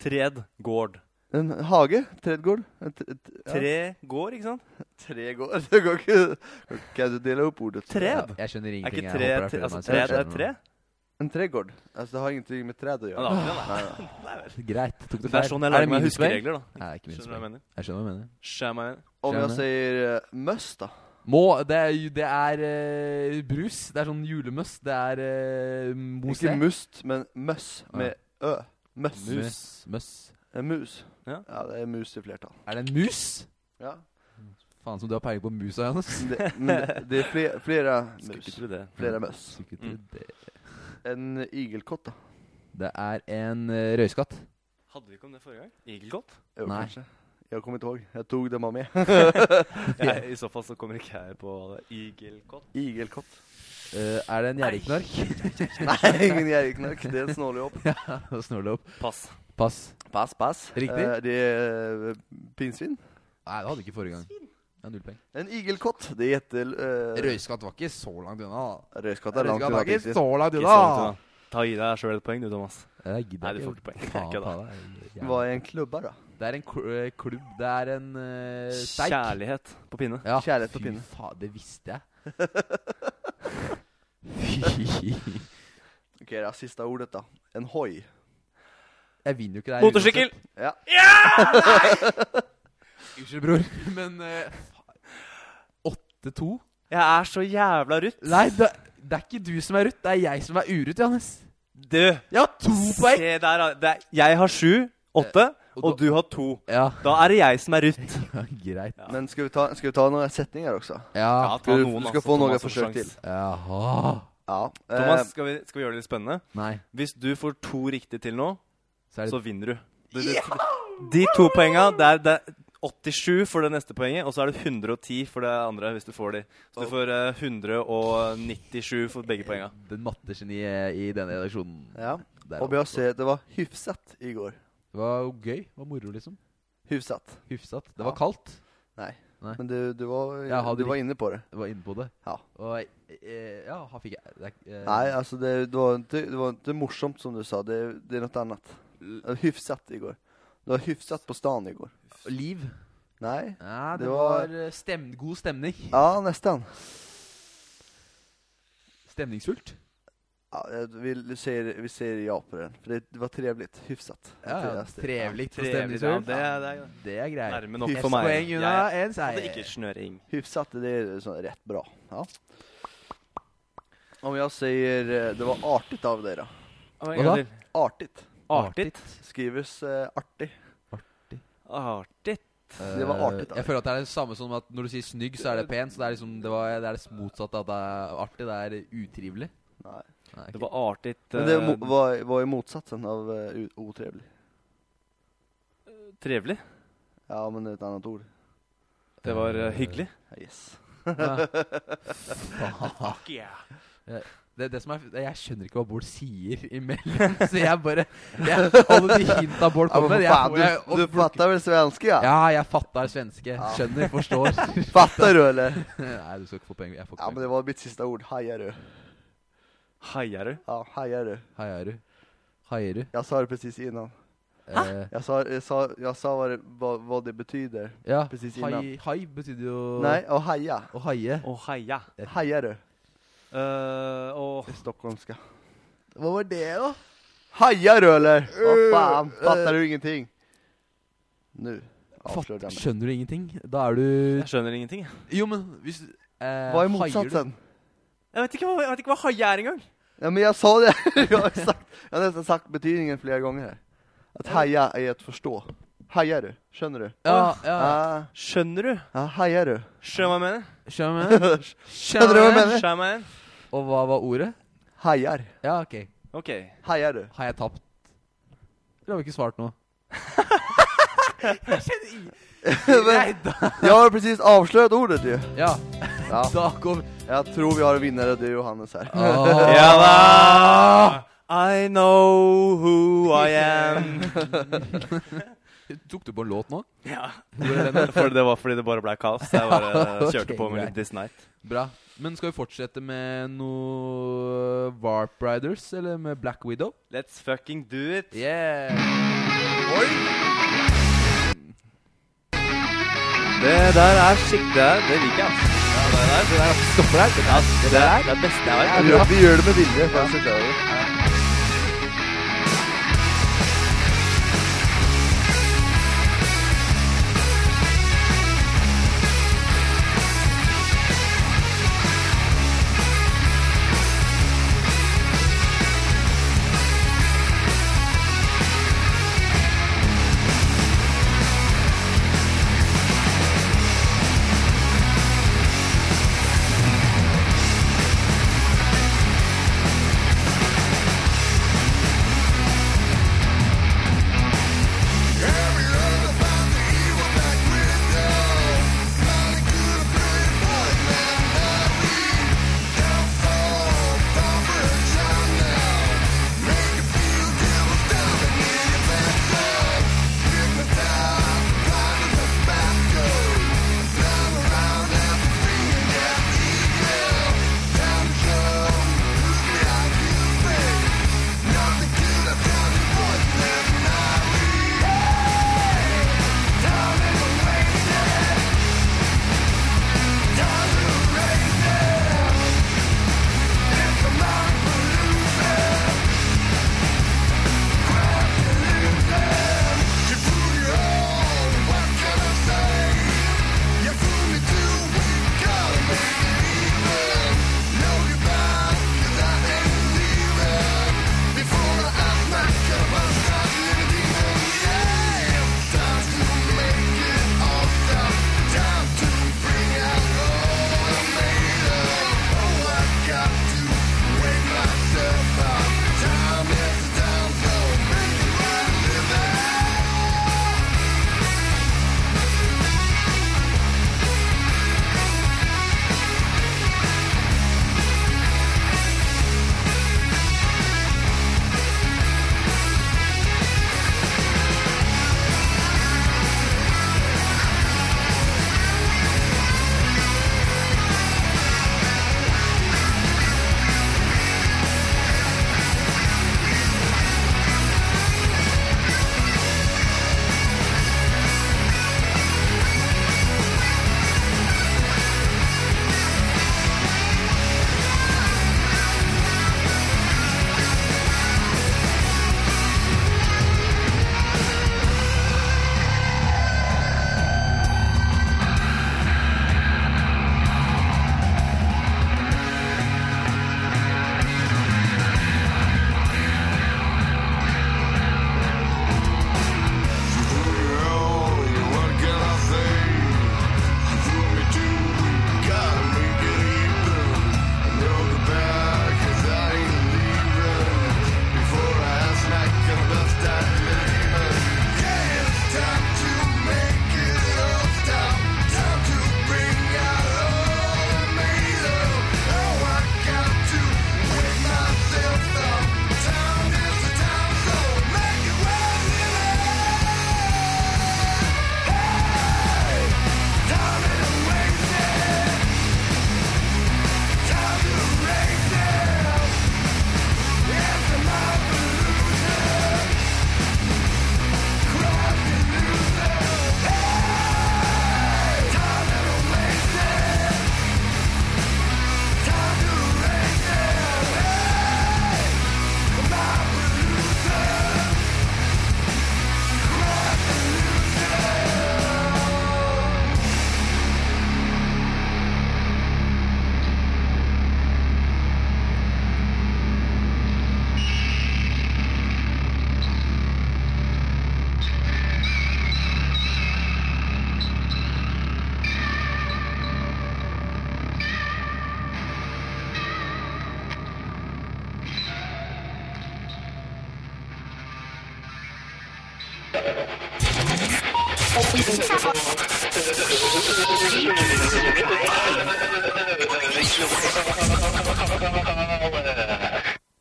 Tred gård. En hage? Trädgård? En t- ett- ja. Tre gård, ikke sant? Trädgård? <laughs> Det går inte- Kan du dela upp ordet? Tred. Jeg skjønner Er ingenting. ikke jeg tre håper det tre- flere Altså, som tre skjønner det er noe. tre? en trädgård. Alltså det har ingenting med träd att Ja, göra. det har vi <laughs> det, da. Greit. Tok du Det er feil? sånn jeg lager meg minuspoeng? huskeregler, da. Nei, ikke Skjønner du hva jeg minuspoeng. mener? Jeg skjønner hva du mener. Skjønner hva jeg mener? Om jag Träd. säger eh, möss då? Må, det er, ju- det er eh, brus. Det er sånn julemøss. Det er uh, mose. eh? Inte must, men möss med ö. Möss. Mus. Møss. En Eh, mus. Ja. det är mus i flertal. Er det en mus? Ja. Faen som du har peiling på musa, <laughs> Johannes. Det, men det- det är fler, <laughs> flera Skulle mus. ikke tro det. Flera möss. Skulle tro Mm. Det. En igelkott då? det er en eh, røyskatt. Hadde vi ikke om det forrige gang? Igelkott? Jo, Nej. kanske. Jag kommer inte ihåg. Jag tog det man <laughs> med. <laughs> Ja, I så fall så kommer ikke jeg på det. Igelkott. Igelkott. Eh, er det en gjerriknark? <laughs> <laughs> Nej, ingen gärigknark. Det är en snåljobb. Da snurrer det opp. Pass. Pass. Pass, pass. Riktigt. Eh, det är eh, pinnsvin. Nei, det hadde du ikke forrige gang. Ja, null poeng. En igelkott. Det är jätte... Eh, Røyskatt var ikke så langt unna. da. Röjskatt är långt Røyskatt undan var ikke pinnsvin. så langt Ikke unna! sant, da. Ta i deg sjøl et poeng du, Thomas. Jeg Eh, gidder Nei, du får ikke poeng. Ikke da. poeng. Vad är en klubba då? Det er en kl- eh, klubb. Det er en uh, steik. Kjærlighet på pinne. Ja, Kjærlighet på pinne. Fy faen, det <laughs> visste jeg. Fy. Okej, det här sista ordet då. En hoj. Jeg vinner jo ikke det her. Motorsykkel! uansett. Unnskyld, bror. <laughs> Men eh, faen. 8-2? Jeg er så jævla rutt. Nei, det, det er ikke du som er rutt. Det er jeg som er urut, Johannes. Du, Jeg har to poeng! se der, da. Det er, jeg har sju, åtte, og og da- du har to. Ja, <laughs> Da er det jeg som er rutt. ja, greit. Men ska vi, ta, ska vi ta några sättningar också? Ja. du- du skal få noen forsøk til. Jaha. Ja. eh, altså. Thomas, skal vi, skal vi gjøre det litt spennende? Nei, Hvis du får to riktige til nå, så er så det vinner du. Du- du- De to poenga, det er, det er 87 for det neste poenget, og så er det 110 for det andre hvis du får de. Så du får eh, 197 for begge poenga. den mattegeniet eh, i denne redaksjonen. ja. Der, altså. Och jag säger att det var hyfsat igår. Det var jo gøy. Det var moro, liksom. Hyfsat. Hyfsat. Det Ja. var kaldt. Nej. Nej. Men du, du, var, Jag hade du var inne på det. Det var inne på det. Ja. Og eh, Ja, han fikk jeg det er- eh, Nej, alltså altså, det, det, var inte, det var inte morsomt som du sa. Det, det är något annat. Eh, Hyfsat igår. Du var hyfsat på stan igår. Liv. Nej. Ja, det, Det var- var, eh, stem, god stemning. Ja, nästan. Stemningsfullt. Ja, eh, vi, säger, vi säger ja på den. För det, det var trevligt. Hyfsat. Ja, Trevligt. trevlig og Trevlig, ja, stemningsfullt. det er- det er- Det er greit. Nærme nok Ett for meg. poeng unna Jeg en hadde seier. ikke snøring. Hyfsat, det är så, rätt bra. Ja. Om jag säger, eh, det var artigt av dig då. Hva da? Artigt. Artig. Skrivs eh, artig. Artig. Det var artig, da. Eh, Jeg føler at det er det samme som at når du sier snygg, så er det pen. Så det er liksom det, var, det, er det motsatte av at det er artig. Det er utrivelig. Nej. Nei, Det ok. var artig. Men det mo- var, var ju motsatsen av eh, u- otrevlig. eh, Trevlig. Ja, men det är ett annat ord. Det var eh, hyggelig. Ja, Yes. <laughs> det, det som er, jeg skjønner ikke hva Bård sier imellom, <laughs> så jeg bare jeg, Alle de hinta Bård kommer Ja, men för med, jeg, fan, får- jeg, du, du fattar väl svenska? Ja. Ja, jeg fattar svenske. Skjønner, forstår. <laughs> Fattar du eller? Nei, du skal ikke få poeng. Jeg får <laughs> ikke Ja, men poeng. det var mitt sista ord. Hajar du? Haier du? Ja, hajar du? Haiaru. Haiaru. Jag sa det precis innan. Eh, Jag sa, jag sa, jag sa vad, det, vad, vad det betyder. ja, Precis hai, innan. hai betyder jo Nej, och haja. å haie. Å, heia. Hajar du? Eh, åh. Det är stockholmska. Hva var det, da? Øh, Hajar du eller? Vad fan, fattar du ingenting? Nu avslöjade jag mig. skjønner du ingenting? Da er jeg du skjønner ingenting. jeg. Jo, men hvis eh, Vad är haier du- motsatsen? Jeg vet ikke hva, jeg vet ikke hva haie er engang. Ja, men jag sa det. <laughs> jag, har sagt, jag har nästan sagt betydningen flera gånger här. Att haja är att förstå. Hajar du? Känner du? Ja, ja. Ah, Skjønner du? ah, hajar du? Skjønner du hva jeg mener? Skjønner du? Skjønner du hva jeg mener? Skjønner du hva jeg mener? Og hva var ordet? Hajar. Ja, OK. OK. Hajar du? Har jeg tapt? Eller har vi ikke svart noe? <laughs> Men, jag har precis avslöjat ordet ju. Ja. Ja. <laughs> Da går vi Jag tror vi har en vinnare du Johannes här. <laughs> <laughs> Ja da! I know who I am. Tok du på en låt nå? Ja. Hvor er den? For det var fordi det bare ble kaos. så Jeg bare Ok, kjørte på med greit. litt This Night. Bra. Men skal vi fortsette med noe Warp Riders, eller med Black Widow? Let's fucking do it. Yeah! Det der er skikkelig Det, det liker jeg. ass. Ja, det der, det der stopper her. Det, der, det, der, det er det beste jeg vet. Vi gör det med vilje. får jag säga.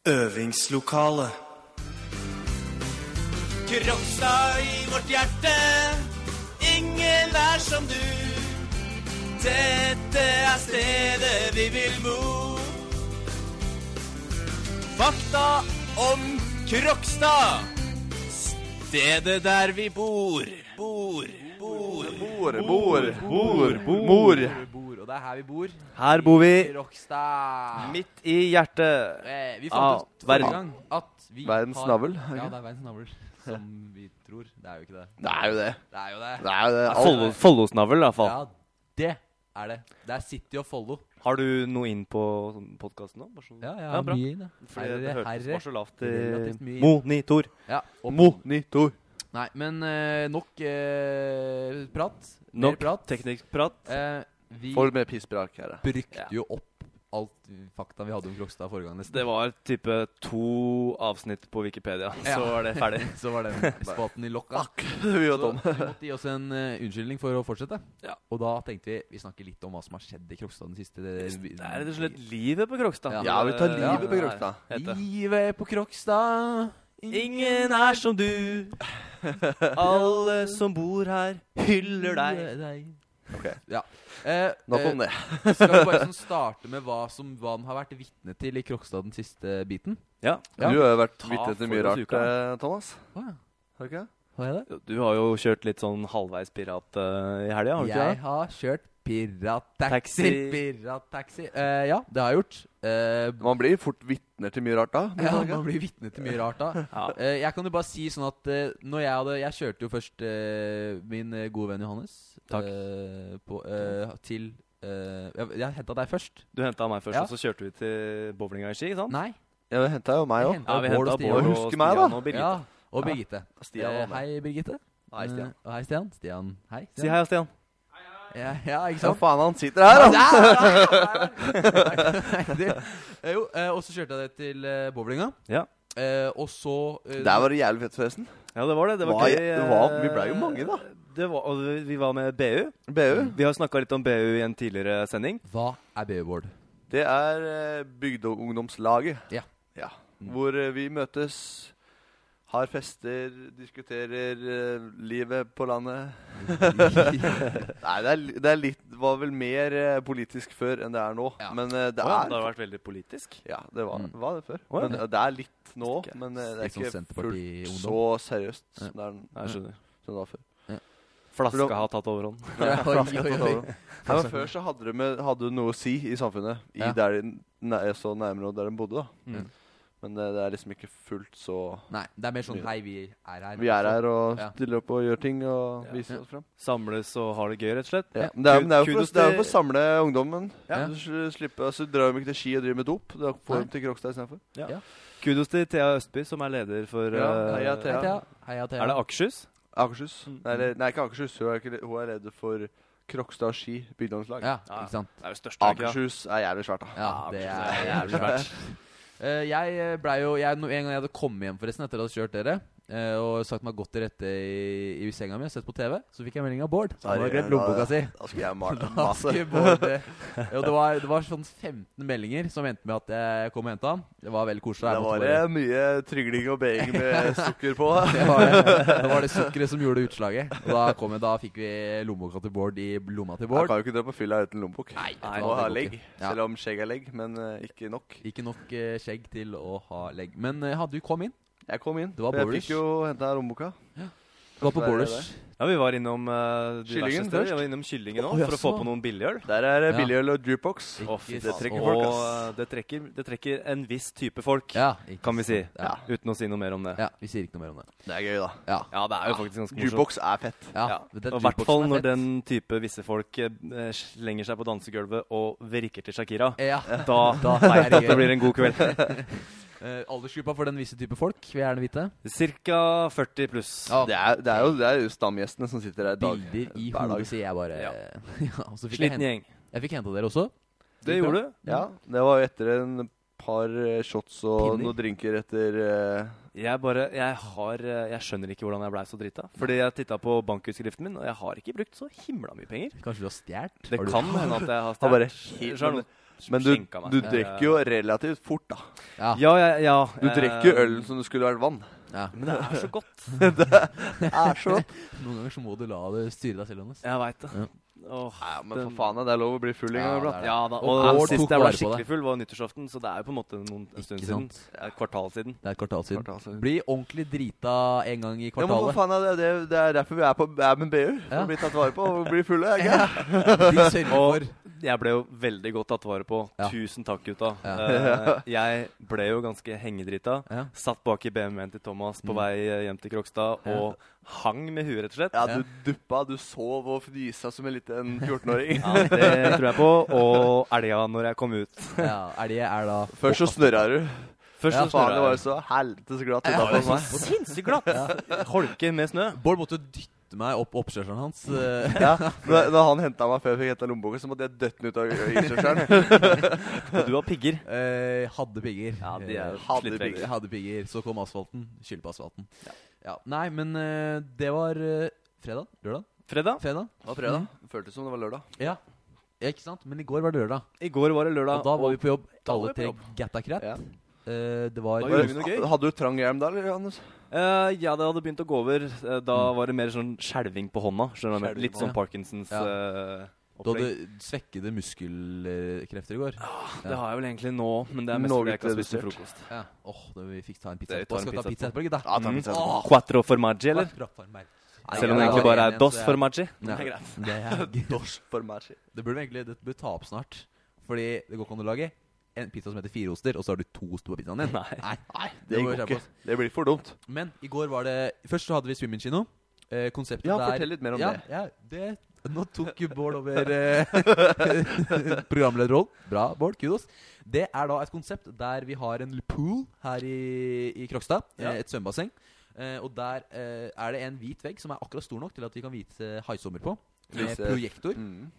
Øvingslokale. Krokstad i vårt hjerte, ingen er som du. Dette er stedet vi vil bo. Fakta om Krokstad. Stedet der vi bor. Bor, bor. Bor, bor, bor, bor. Bor, og det er her vi bor. Her bor vi I Rockstar. midt i hjertet. Eh, vi Ah, fant ut forrige verden. gang at vi Verdens har- navl, er det Ja, ikke? det er verdens navl. Som vi tror. Det er jo ikke det. Det er jo det. Det er jo det. Det er jo det. Alt. Follo- Follosnavl, i hvert fall. Ja, det er det. Det er City og Follo. Har du noe inn på podkasten nå? Bare sånn- bra. mye i det. Fordi det hørtes bare så lavt relativt mye i inn. Monitor. Ja, og- Monitor. Nei, men eh, nok eh, prat. Mer Nok prat. teknisk prat. Eh, vi Får mer pissbrak her. da. brukte Ja. jo opp alt fakta vi hadde om Krokstad forrige gang. nesten. Det var type to avsnitt på Wikipedia, Ja. så var det <laughs> ferdig. Så var den spaten i lokka. Vi var Så dumme. vi måtte gi oss en eh, unnskyldning for å fortsette. Ja. Og da tenkte vi vi snakker litt om hva som har skjedd i Krokstad den siste Det er rett og slett livet på Krokstad. Ja, vi tar Ja, livet på det er- Krokstad. heter det. Livet på Krokstad. Ingen er som du. Alle som bor her, hyller deg. Ok. Ja. Eh, Nok eh, om det. Skal vi bare sånn starte med hva som hva den har vært vitne til i Krokstad den siste biten? Ja, ja. Du har jo vært Ta vitne til mye for oss rart, uka. eh, Thomas. Hva Har du ikke det? har jeg det? Du har jo kjørt litt sånn halvveis pirat eh, i helga, har du ikke Jeg det? har kjørt pirattaxi. Taxi. Pirattaxi. Eh, ja, det har jeg gjort. Eh, Man blir fort vitner til mye rart da. men ja, har du ikke man blir vitne til mye rart da. Ja. Eh, jeg kan jo bare si sånn at eh, når jeg hadde Jeg kjørte jo først eh, min eh, gode venn Johannes Takk. eh, på, eh, til eh, Jeg, jeg henta deg først. Du henta meg først, Ja. og så kjørte vi til bowlinga i Ski, ikke sant? Nei. det? Ja, henta jo meg jeg òg. hentet Ja, vi Bård henta og Stian. Bård. Bård og Husker meg, da. Stian og Ja, Birgitte. og Birgitte. Stian Eh, var med. hei, Birgitte. Hei, Stian. Eh, og hei, Stian. Stian. Hei. Si hei, Stian. Ja, ja, ikke Mm. Ja, sant? faen, han sitter her, da! Eh, Jo, eh, og så kjørte jeg det til eh, bowlinga. Ja. Eh, og så eh, Der var det jævlig fett, forresten. Ja, det var det. Det var Hva- gøy. det eh, var- vi ble jo mange, da. Det var, og vi- vi var med BU. BU. Vi har snakka litt om BU i en tidligere sending. Hva er BU-board? Det er eh, Bygdeungdomslaget. Ja. ja. Hvor eh, vi møtes, har fester, diskuterer eh, livet på landet. Nei, det er, li- det er litt var vel mer eh, politisk før enn det er nå. Ja. Men eh, det Å ja, er det har vært veldig politisk. Ja, det var, Mm. var det før. Å ja. Men eh, det er litt nå, men eh, det Litt sånn er ikke fullt Senterparti-ungdom. så seriøst Ja. som det er, Nei, Jeg skjønner. som det var før. Flaska har tatt overhånd. <laughs> Ja, oi, oi, oi. altså. Nei, men Før så hadde de, hadde de noe å si i samfunnet, i Ja. der de, næ- så nærmere der de bodde. da. Mm. Men det, det er liksom ikke fullt så Nei, det er mer sånn hei, vi er her. Vi er her og Ja. stiller opp og gjør ting og Ja. viser oss fram. Samles og har det gøy, rett og slett. Ja. Men det er, men det er jo for, Kudos det er jo til- for å samle ungdommen. Ja. Du sl- slipper, altså, drar de ikke til Ski og driver med dop. Da Nei. får de til Krokstad istedenfor. Kudos til Thea Østby, som er leder for Ja, heia eh, Thea. Hei, Thea. Heia, Thea. Er det Akershus? Akershus. Mm. Nei, eller- nei, ikke Akershus. Hun er, ikke, hun er redd for Krokstad og Ski bygdelandslag. Ja, ikke sant. Det er jo største Akershus er jævlig svært, da. Ja, det er jævlig svært. <laughs> Eh, jeg eh, blei jo jeg, no- En gang jeg hadde kommet hjem forresten etter å ha kjørt dere, eh, og sagt meg godt til rette i, i senga mi og sett på TV, så fikk jeg melding av Bård. Så han hadde glemt lommeboka <laughs> si. Da skulle jeg male <laughs> Da masse. skulle Bård eh, jo, det, var, det var sånn 15 meldinger som endte med at jeg kom og henta han. Det var veldig koselig. Det Jeg måtte var bare- eh, mye trygling og being <laughs> med sukker på. <laughs> Det var det. det var det sukkeret som gjorde utslaget. Og da, kom jeg, da fikk vi lommeboka til Bård i lomma til Jeg Bård. kan jo ikke dra på fylla uten lommebok. Nei, vet du hva, Må det ha går legg. ikke. Ja. Selv om skjegg er legg, men eh, ikke nok. Ikke nok eh, skjegg til å ha legg. Men eh, ja, du kom inn. Jeg kom inn. Det var for jeg Bowlers. fikk jo henta lommeboka. Du var på Takk for det, Borders. Ja, vi var innom uh, diverse Kyllingen steder. først. Vi var innom Kyllingen Å, òg, for å få jaså. på noen billigøl. Der er det Ja. billigøl og jukebox. Ikke fy sant. det trekker Å, folk, Og ass. eh, det trekker, det trekker en viss type folk, Ja, ikke kan vi si. sant. Ja. Uten å si noe mer om det. ja, vi sier ikke noe mer om det. Det er gøy, da. Ja, Ja, det er jo faktisk ganske morsomt. Jukebox er fett. ja. Ja. men den Og I hvert jukeboxen fall er når fett. den type visse folk eh, eh, slenger seg på dansegulvet og vrikker til Shakira. ja. Da Da veit du er <laughs> det at det gøy. blir en god kveld. Eh, Aldersgruppa for den visse type folk, vil jeg gjerne vite. Cirka 40 pluss. Ja. Det er, det er jo det er jo stamgjestene som sitter der i dag. Bilder i hver dag. hodet, sier jeg bare. <laughs> Ja. Ja. og så fikk jeg, Sliten hent, gjeng. jeg fikk henta dere også. Det gjorde du. Ja, Det var jo etter en par eh, shots og Pinner. noen drinker etter eh, Jeg bare, jeg har, eh, jeg skjønner ikke hvordan jeg blei så drita. Fordi jeg titta på bankutskriften min, og jeg har ikke brukt så himla mye penger. Kanskje du har stjålet? Det Har du- kan hende at <laughs> jeg har Han bare stjålet. Eller så har men, noen men du, skjenka meg. du drikker jo relativt fort, da. Ja, ja, ja. Du drikker jo øl som det skulle vært vann. Ja. Men det er så godt. Er så godt. Noen ganger så må du la det styre deg selv, Johannes. Jeg veit det. <laughs> Ja. Åh, Ja, men for den- faen, det er lov å bli full en Ja, gang iblant. det er det. Ja da. Og Og, Bård sist tok jeg ble vare på skikkelig full, var nyttårsaften. Så det er jo på en måte noen en stund Ikke siden. sant. Eh, kvartal siden. Det er et kvartal siden. Kvartal siden. Bli ordentlig drita en gang i Ja, men for kvartalet. faen, det, er- det, er- det er derfor vi er på Bæmen BU. For Ja. å bli tatt vare på og bli fulle. Ikke? De sørger <laughs> Og- for Jeg ble jo veldig godt tatt vare på. Ja. Tusen takk, gutta. <laughs> Ja. Eh, jeg ble jo ganske hengedrita. ja. Mm. Satt bak i BMW-en til Thomas på vei eh, hjem til Krokstad Ja. og hang med huet, rett og slett. Ja, du duppa, du sov og fnysa som en liten 14-åring. Ja, det tror jeg på. Og elga når jeg kom ut. ja. Er det er da Først så snørra du. Først Ja, så faen, det snørra var jo jeg. så helvetes glatt Ja, utapå det var meg. så- Sinnssykt glatt! Holke med snø. Bård måtte jo dytte meg opp oppkjørselen hans. eh, Mm. Ja, når, når han henta meg før jeg fikk henta lommeboka, så måtte jeg døtte den ut av yrkeskjørselen. Og du har pigger. <laughs> eh, hadde pigger. Ja, de er Eh, Hadde slittregler. pigger. hadde pigger. Så kom asfalten. Skyld på asfalten. Ja. Nei, men eh, det var eh, fredag? Lørdag? Fredag. Fredag? Det var fredag. Føltes som det var lørdag. Ja. ja. Ikke sant? Men i går var det lørdag. I går var det lørdag. Og da var vi på jobb, da var alle vi på tre jobb. gatta krat. Ja. Eh, det var Da gjorde vi noe gøy. Hadde du trang hjelm da, eller, Johannes? Eh, ja, det hadde begynt å gå over. Eh, da var det mer sånn skjelving på hånda. Skjønner du? hva jeg mener? Skjelving Litt på sånn Mm. hånda. Parkinsons Ja. eh, Du opplegg. hadde svekkede muskelkrefter i går. Det har jeg vel egentlig nå, men det er mest Nå fordi jeg ikke har litt spist til redusert. frokost. Ja. Åh, det- vi fikk ta en pizza Det er vi etterpå. tar en Skal vi ta pizza pizza etterpå, gutta? Ja, ta Mm. pizza. Åh, Quattro formaggi, eller? Selv om det egentlig bare er dos formaggi. Ja. Det er greit. Det, er, <laughs> Dors for meg. sier. det burde vi egentlig det burde ta opp snart. Fordi det går ikke an å lage en pizza som heter fire oster, og så har du to oster på pizzaen din. Nei. Nei Det må vi går skjerpe ikke. oss. Det blir for dumt. Men i går var det Først så hadde vi swimmingkino. Eh, konseptet Ja, der fortell litt mer om ja, det. Ja, det Nå tok jo Bård over <laughs> eh, programlederrollen. Bra, Bård. Kudos. Det er da et konsept der vi har en pool her i, i Krokstad. eh, Ja. Et svømmebasseng. Eh, og der eh, er det en hvit vegg som er akkurat stor nok til at vi kan vise haisommer på. Med Vise- projektor. Mm.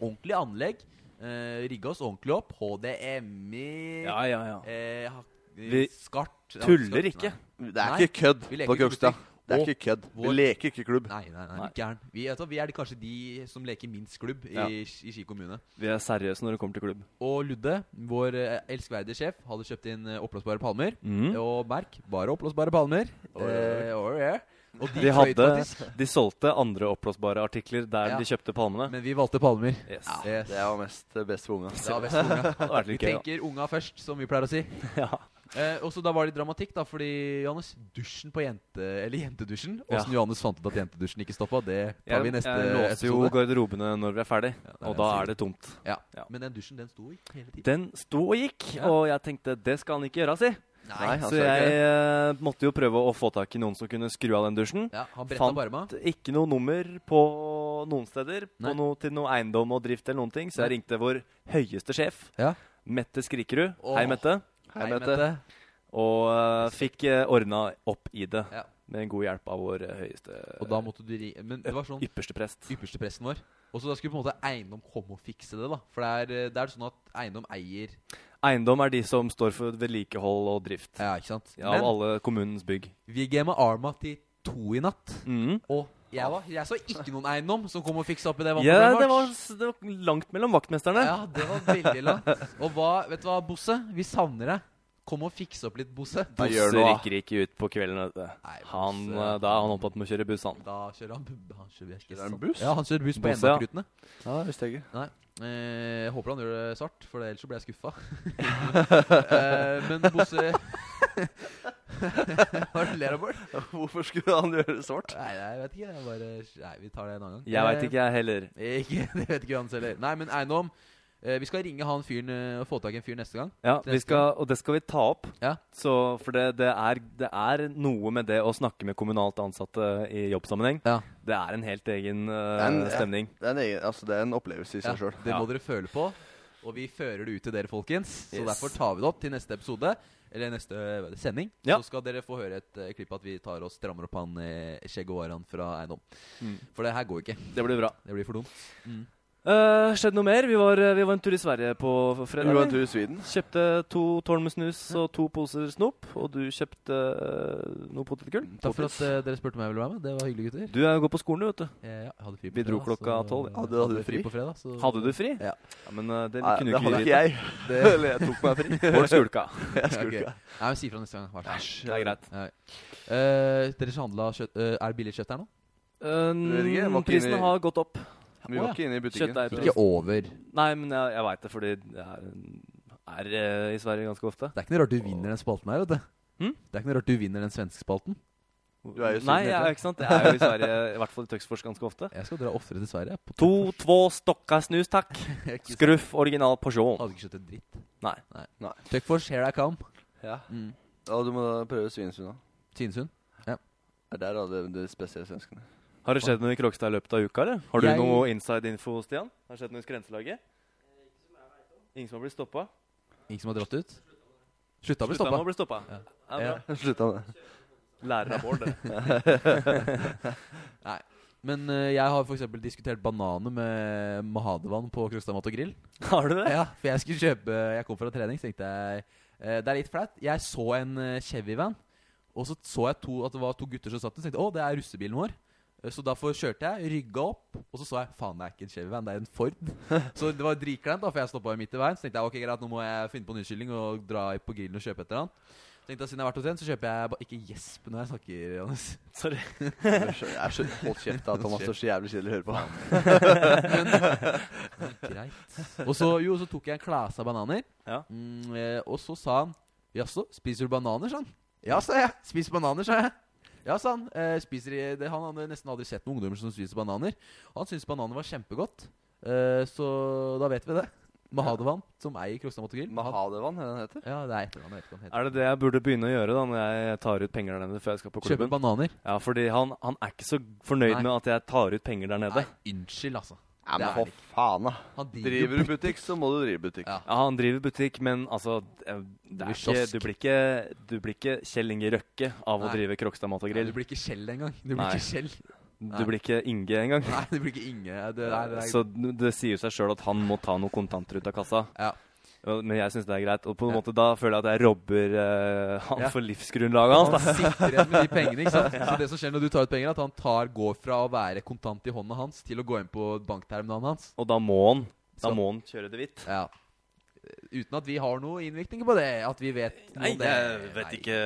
Ordentlig anlegg. Eh, Rigga oss ordentlig opp. HDMI Ja, ja, ja. eh, ha- Vi Skart ja, Tuller skart- ikke. Nei. Det er Nei, ikke kødd vi leker på ikke Krokstad. politikk. Det er Og ikke kødd. Vi vår- leker ikke klubb. Nei, nei, nei, Nei. gæren. Vi, vet du hva, vi er de- kanskje de som leker minst klubb i, Ja. i Ski kommune. Vi er seriøse når det kommer til klubb. Og Ludde, vår eh, elskverdige sjef, hadde kjøpt inn eh, oppblåsbare palmer. Mm. Og Merk, bare oppblåsbare palmer. Eh, oh, yeah. Og de, De, fløy hadde, faktisk, de solgte andre oppblåsbare artikler der Ja. de kjøpte palmene. Men vi valgte palmer. Yes. Yes. Det var mest best for unga. Det var best for unga. Det <laughs> hadde vært Vi litt gøy, da. tenker unga først, som vi pleier å si. <laughs> Ja. Eh, og så da var det dramatikk, da, fordi Johannes, dusjen på jente... Eller jentedusjen. Ja. Åssen Johannes fant ut at jentedusjen ikke stoppa, det tar vi i Jeg, neste jeg låser jo episode. garderobene når vi er ferdig, det er og det da jeg er det tomt. Ja. Ja. Men den dusjen, den sto ikke hele tiden. Den sto og gikk, Ja. og jeg tenkte det skal han ikke gjøre, si. Nei, han Så sa jeg ikke det. eh, måtte jo prøve å få tak i noen som kunne skru av den dusjen. Ja, han bretta Fant opp arma. ikke noe nummer på noen steder Nei. på noe, til noe eiendom og drift eller noen ting, så jeg ringte vår høyeste sjef, Ja. Mette Skrikerud. Åh. Hei, Mette. Hei, Mette. Og eh, fikk uh, ordna opp i det Ja. med god hjelp av vår eh, høyeste Og da måtte du ri... Men det var sånn ypperste prest. ypperste presten vår. Og så da skulle på en måte eiendom komme og fikse det, da. For det er, eh, det er sånn at eiendom eier Eiendom er de som står for vedlikehold og drift Ja, ikke sant? av Men alle kommunens bygg. vi gama Arma til to i natt. Mhm. Og jeg, var, jeg så ikke noen eiendom som kom og fiksa opp i det. Ja, vannproblemet det vårt. var, sånn. s- det var langt mellom vaktmesterne. Ja, det var veldig langt. Og hva, vet du hva, Bosse? Vi savner deg. Kom og fikse opp litt, Bosse. Hva Bosse gjør du, da? rykker ikke ut på kvelden. vet du. Bosse. Han, eh, da er han opptatt med å kjøre buss, han. Da kjører han, bu- han kjører, ikke Kjører han sant? buss? Ja, han kjører buss på Bosse, ja. Endakrutene. Ja, det visste jeg ikke. Eh, jeg håper han gjør det svart, for ellers så blir <laughs> jeg skuffa. eh, men Bosse <laughs> Hva er det du ler av, Bård? Hvorfor skulle han gjøre det svart? Nei, nei, jeg vet ikke. Jeg bare, nei, vi tar det en annen gang. Jeg veit ikke, jeg heller. Eh, <laughs> ikke det vet ikke Johannes heller. Nei, men eiendom. Eh, vi skal ringe han fyren eh, og få tak i en fyr neste gang. Ja, Til vi neste skal, og det skal vi ta opp. Ja. Så, for det, det, er, det er noe med det å snakke med kommunalt ansatte i jobbsammenheng. Ja. Det er en helt egen eh, Den- ja. stemning. Det er en, egen, altså, det er en opplevelse i Ja, seg sjøl. det må Ja. dere føle på. Og vi fører det ut til dere, folkens. Så Yes. derfor tar vi det opp til neste episode. Eller neste eh, hva er det, sending. Ja. Så skal dere få høre et eh, klipp at vi tar og strammer opp han eh, Che Guevaraen fra Eiendom. Mm. For det her går ikke. Det blir bra. Det blir for dumt. Uh, skjedde noe mer? Vi var, eh, vi var en tur i Sverige på f- fredag. Du var en tur i Syden. Kjøpte to tårn med snus og to poser snop, og du kjøpte eh, noe potetgull. Mm, Takk for at eh, dere spurte om jeg ville være med. Det var hyggelig, gutter. eh, Du er- går på skolen, du, vet du. Mm. Eh, ja, jeg hadde fri på Vi dro fredag, klokka så- 12, ja. Hadde- Hadde du fri på fredag? Så Hadde du fri? Ja. men eh, det Nei, kunne det du hadde ikke ikke <laughs> vite. jeg. Eller jeg tok meg <laughs> fri. Folk skulka. Jeg Ja, ok. skulle ikke. Nei, men Si fra neste gang. Vær så snill. Det er greit. Eh, dere som handla kjøtt eh, Er det billig kjøtt her nå? vet ikke, jeg Uh, var ikke inne prisen i- har gått opp. Vi var ikke inne i butikken. Kjøttdeigpris. Ikke over. Det Nei, men jeg, jeg veit det, fordi jeg er, er eh, i Sverige ganske ofte. er ikke noe rart du vinner den spalten her, vet du. Hm? Det er ikke noe rart du vinner den svenskspalten. Du er jo Nei, jeg, syden, heter er det. ikke sant? Jeg er jo i Sverige, <laughs> i hvert fall i Tøxfors, ganske ofte. Jeg skal dra oftere til Sverige. jeg, På To, två stokka snus, takk. Skruff original porsjon. Hadde ikke skjøtt en dritt. Nei. Nei. Nei. Tuckfors, here I come. Ja. Mm. Ja, du må da prøve Svinesund, da. Svinesund. Det er der alle de spesielle <laughs> svenskene. Har det skjedd noe i Krokstad i løpet av uka, eller? Har du Jeg- noe inside info, Stian? Har det skjedd noe i skrenselaget? Ingen som har blitt stoppa? Ingen som har dratt ut? Slutta å Slutta med bli stoppa. å bli stoppa. Ja. Ja, bra. Slutta med det. Lærer av Bård, det. Men eh, jeg har for eksempel diskutert bananer med Mahadevan på Krokstad Mat og Grill. <laughs> Har du det? Ja, for jeg skulle kjøpe Jeg kom fra trening, så tenkte jeg eh, Det er litt flaut. Jeg så en eh, Chevy-van, og så så jeg to, at det var to gutter som satt der. Så tenkte jeg å, det er russebilen vår. Eh, Så derfor kjørte jeg, rygga opp, og så så jeg faen, det er ikke en Chevy-van, det er en Ford. Så det var dritkleint, da, for jeg stoppa midt i veien. Så tenkte jeg ok, greit, nå må jeg finne på en unnskyldning og dra på grillen og kjøpe et eller annet. Så tenkte jeg, Siden jeg har vært hos en, så kjøper jeg ba- Ikke gjesp når jeg snakker, Johannes. Sorry. Jeg skjønner- jeg skjønner- <laughs> Hold kjeft, da, Thomas. Det er så jævlig kjedelig å høre på. Greit. Og så, jo, så tok jeg en klase av bananer. Ja. Mm, eh, og så sa han Jaså, spiser du bananer, sa han. Ja, sa jeg. Spiser bananer, sa jeg. Ja, sa han. Eh, spiser i, det, han hadde nesten aldri sett noen ungdommer som spiser bananer. Og han syntes bananer var kjempegodt. Eh, så da vet vi det. Mahadevan, som eier Krokstad Motorgrill. han- Mahadevan, er det den heter? Ja, det er etternavnet. Jeg vet ikke hva han heter. Er det det jeg burde begynne å gjøre da, når jeg tar ut penger der nede før jeg skal på Kjøper klubben? bananer. Ja, fordi han, han er ikke så fornøyd Nei. med at jeg tar ut penger der nede. Nei, unnskyld, altså. Ja, Det men er for det faen, da. Han driver Driver du butikk, så må du drive butikk. Ja. Ja, han driver butikk, men altså eh, det blir er ikke, kiosk. du, blir ikke, du blir ikke Kjell Inge Røkke av Nei. å drive Krokstad Mat og Nei, Grill. Du blir ikke Kjell engang. Du blir Nei. ikke Kjell. Du blir ikke Inge engang. Nei, du blir ikke Inge. Det, det, er- det, er- Så n- det sier seg sjøl at han må ta noen kontanter ut av kassa. Ja. Og- Men jeg syns det er greit. Og på en Ja. måte da føler jeg at jeg robber eh, han Ja. for livsgrunnlaget hans. da. Han sitter igjen med de pengene. ikke sant? Så det som skjer når du tar ut penger, er at han tar, går fra å være kontant i hånda hans til å gå inn på bankterminalen hans. Og da må han Da Så- må han kjøre det hvitt. Ja. Uten at vi har noen innvirkninger på det. At vi vet noe Nei, om det. jeg vet ikke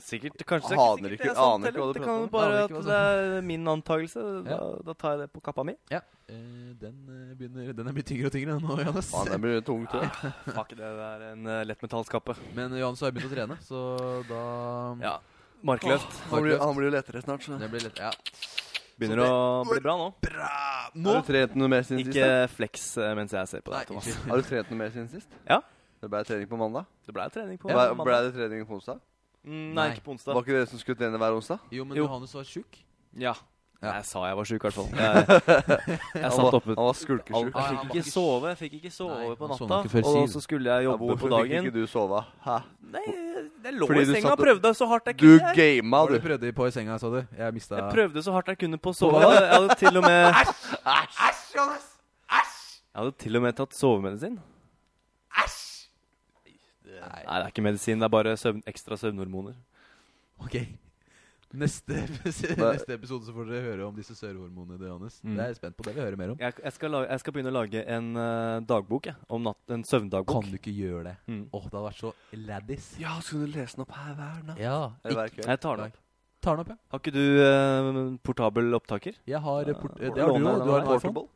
Sikkert Kanskje Jeg sikkert aner det ikke- er sant, aner ikke hva eller? du Det prater kan om. jo bare Aner at ikke hva det er min antakelse. Da, da tar jeg det på kappa mi. Ja. Eh, Den, eh, begynner, den er blitt tyngre og tyngre nå, Johannes. Faen, det blir tungt, det. Fuck, det er en uh, lettmetallskappe. Men eh, Johannes har jo begynt å trene, så da Ja. Markløft. Han blir, han blir jo lettere snart. Så. Det blir litt Ja. Begynner å bli bra nå. Har du trent noe mer siden sist? Ikke da? flex eh, mens jeg ser på Nei, deg, Thomas. unnskyld. Har du trent noe mer siden sist? Ja. Det ble trening på mandag. Det ble trening på Ble, mandag. ble det trening på onsdag? Mm, Nei, Nei. ikke på Var onsdag. ikke dere som skulle trene hver onsdag? Jo, men Jo. Johannes var sjuk. Ja. Ja. Jeg sa jeg var sjuk, i hvert fall. <laughs> Jeg, jeg Han satt var, oppe han var skulkesjuk. Jeg Ah, ja, fikk han var ikke ikke- sove jeg fikk ikke sove Nei, på han sovna natta. ikke før Og syv. så skulle jeg Ja, jobbe på Hvorfor fikk dagen. ikke du sove? Hæ? Nei, jeg- jeg lå Fordi i du senga satt og og- prøvde så hardt jeg Du kunne. jeg. gama, Hva var du. det du prøvde på i senga, sa du? Jeg mista Jeg prøvde så hardt jeg kunne på å sove. Jeg hadde til og <laughs> med Æsj! Jeg hadde til og med tatt sovemedisin. Æsj! Nei, det er ikke medisin, det er bare søvn, ekstra søvnhormoner. Ok. Neste, <laughs> episode- Nei. neste episode så får dere høre om disse sørhormonene til Johannes. Mm. Det er jeg spent på. Det vil jeg høre mer om. Jeg, jeg, skal, lage, jeg skal begynne å lage en eh, dagbok, jeg. Om natt, en søvndagbok. Kan du ikke gjøre det? Åh, Mm. det hadde vært så laddis. Ja, skulle du lese den opp her hver natt? Ja. Eller hver kveld? Jeg tar den opp. Tar den opp, ja. Har ikke du eh, portabel opptaker? Jeg har eh, port... eh, Det har Låne du jo. den, Du har en iPhone. portable?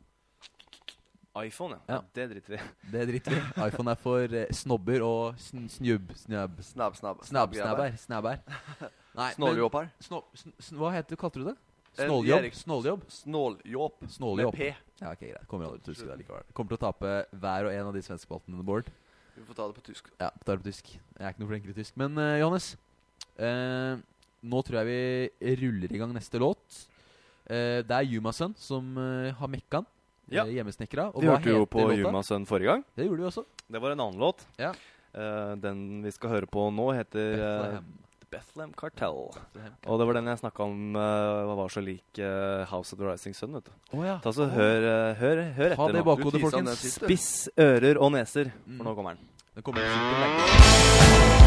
iPhone, Ja. Det driter vi i. Det driter vi i. iPhone er for eh, snobber og sn snubb... Snubb... Snab, snab. Snabb-snabber. Snabber. Nei, Snåljåp her. Sno, sn, sn, hva heter, kalte du det? Eh, Snåljobb? Erik. Snåljobb? Snåljåp. Med Snåljobb. P. Ja, ok, greit. Kommer aldri til å huske det likevel. Kommer til å tape hver og en av de svenske spaltene, Bård. Vi får ta det på tysk. Ja, tar det på tysk. Jeg er ikke noe flinkere i tysk. Men eh, Johannes, eh, nå tror jeg vi ruller i gang neste låt. Eh, det er Jumasønn som eh, har mekka'n. Ja. Eh, hjemmesnekra. Og Vi hva hørte jo heter på låta? Jumasønn forrige gang. Det gjorde vi også. Det var en annen låt. Ja. Eh, den vi skal høre på nå, heter eh, Bethlehem. Bethlehem Cartel. Og det var den jeg snakka om eh, var så lik eh, House of the Rising Sun. vet du. Å ja. Ta så Hør, eh, hør, hør Ha etter nå. det Mm. i Du bakhodet, teaser han folkens. den sist, du. Spiss ører og neser, for nå kommer den. Den kommer til å legge. Oh!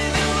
Bring me all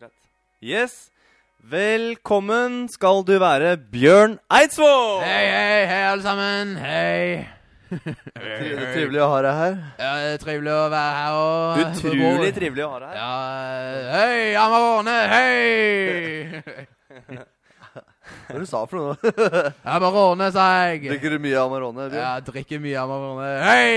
Greit. Yes. Velkommen skal du være, Bjørn Eidsvåg! Hei, hei, hei, alle sammen. Hei. Tri- Trivelig å ha deg her. Ja, det er trivelig å være her. Og Utrolig trivelig å ha deg her. Ja, eh, hei, Amarone, hei! Hva var det du sa <laughs> for noe? Amarone, sa jeg. Drikker du mye Amarone? Bjørn? Ja, drikker mye Amarone. Hei,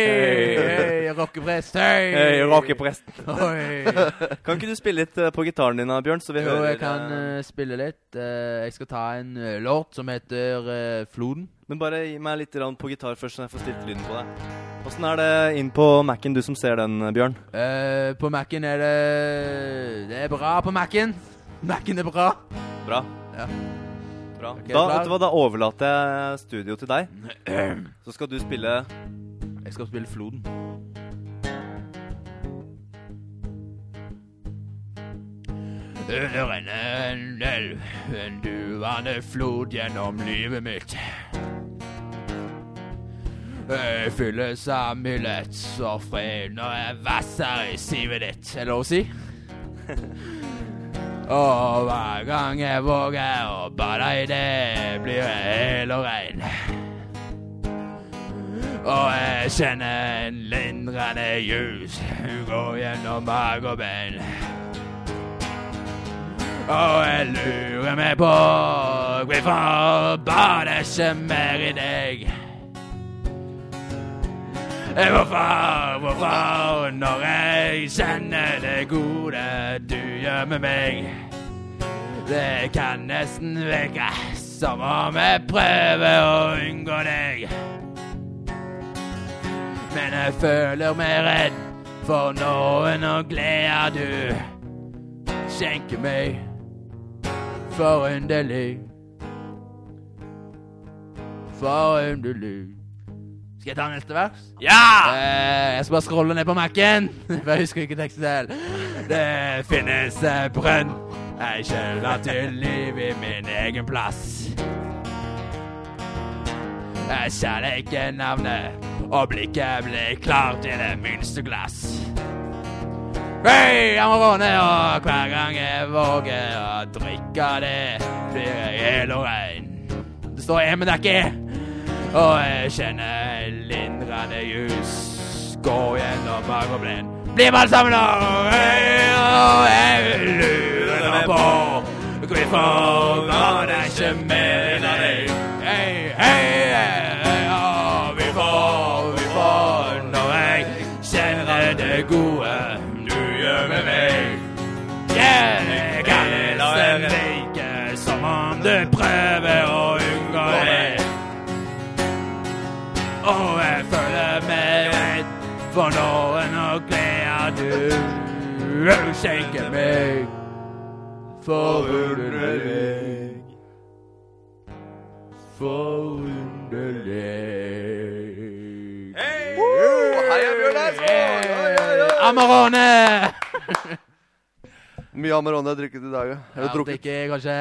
hei, rockeprest, hei! Hei, Rakepresten. Oi. <laughs> Kan ikke du spille litt eh, på gitaren din, da, Bjørn? Så vi Jo, hører jeg kan eh, eh, spille litt. Eh, jeg skal ta en eh, låt som heter eh, Floden. Men bare gi meg litt grann på gitar først, så jeg får stilt lyden på deg. Åssen er det inn på Mac-en, du som ser den, eh, Bjørn? Eh, på Mac-en er det Det er bra på Mac-en. Mac-en er bra. Bra. Ja. Bra. Ok, Da, bra. vet du hva, da overlater jeg studio til deg. Så skal du spille Jeg skal spille Floden. Under en elv, en duvende flod gjennom livet mitt. Jeg Eh, fylles av mildhet og fred når jeg vasser i sivet ditt. Er det lov å si? Og hver gang jeg våger å bade i det, blir jeg hel og rein. Og jeg kjenner en lindrende jus går gjennom mage og bein. Og jeg lurer meg på hvorfor bader ikke mer i deg. Eh, Hvorfor, hvorfor, når jeg kjenner det gode du gjør med meg? Det kan nesten virke som om jeg prøver å unngå deg. Men jeg føler meg redd for noen og gleder du skjenker meg forunderlig. Forunderlig. Skal jeg ta neste vers? Ja! Eh, jeg skal bare scrolle ned på Mac-en, for jeg husker ikke teksten selv. Det finnes en brønn jeg skjelver til liv i min egen plass. Jeg kjenner ikke navnet, og blikket blir klart i det minste glass. Hei, jeg må våne, og hver gang jeg våger å drikke det, blir jeg hel og rein. Det står E, men det er ikke E. Og jeg kjenner lindrende jus gå gjennom magoblen. Blir man sammen og og jeg lurer nå på hvorfor går det ikke mer enn deg? Hei, hei, hei, ja, oh, vi får, vi får når jeg kjenner det gode du gjør med meg. Yeah, det kan nesten virke som om du prøver å unngå det. Og jeg føler meg redd for noen og gleder du skjenker meg forunderlig. Forunderlig. Heia Bjørn Eidsvåg! Oi, oi, oi! Amarone! Mye Amarone jeg har drukket i dag, ja. Jeg Jeg har drukket drikker kanskje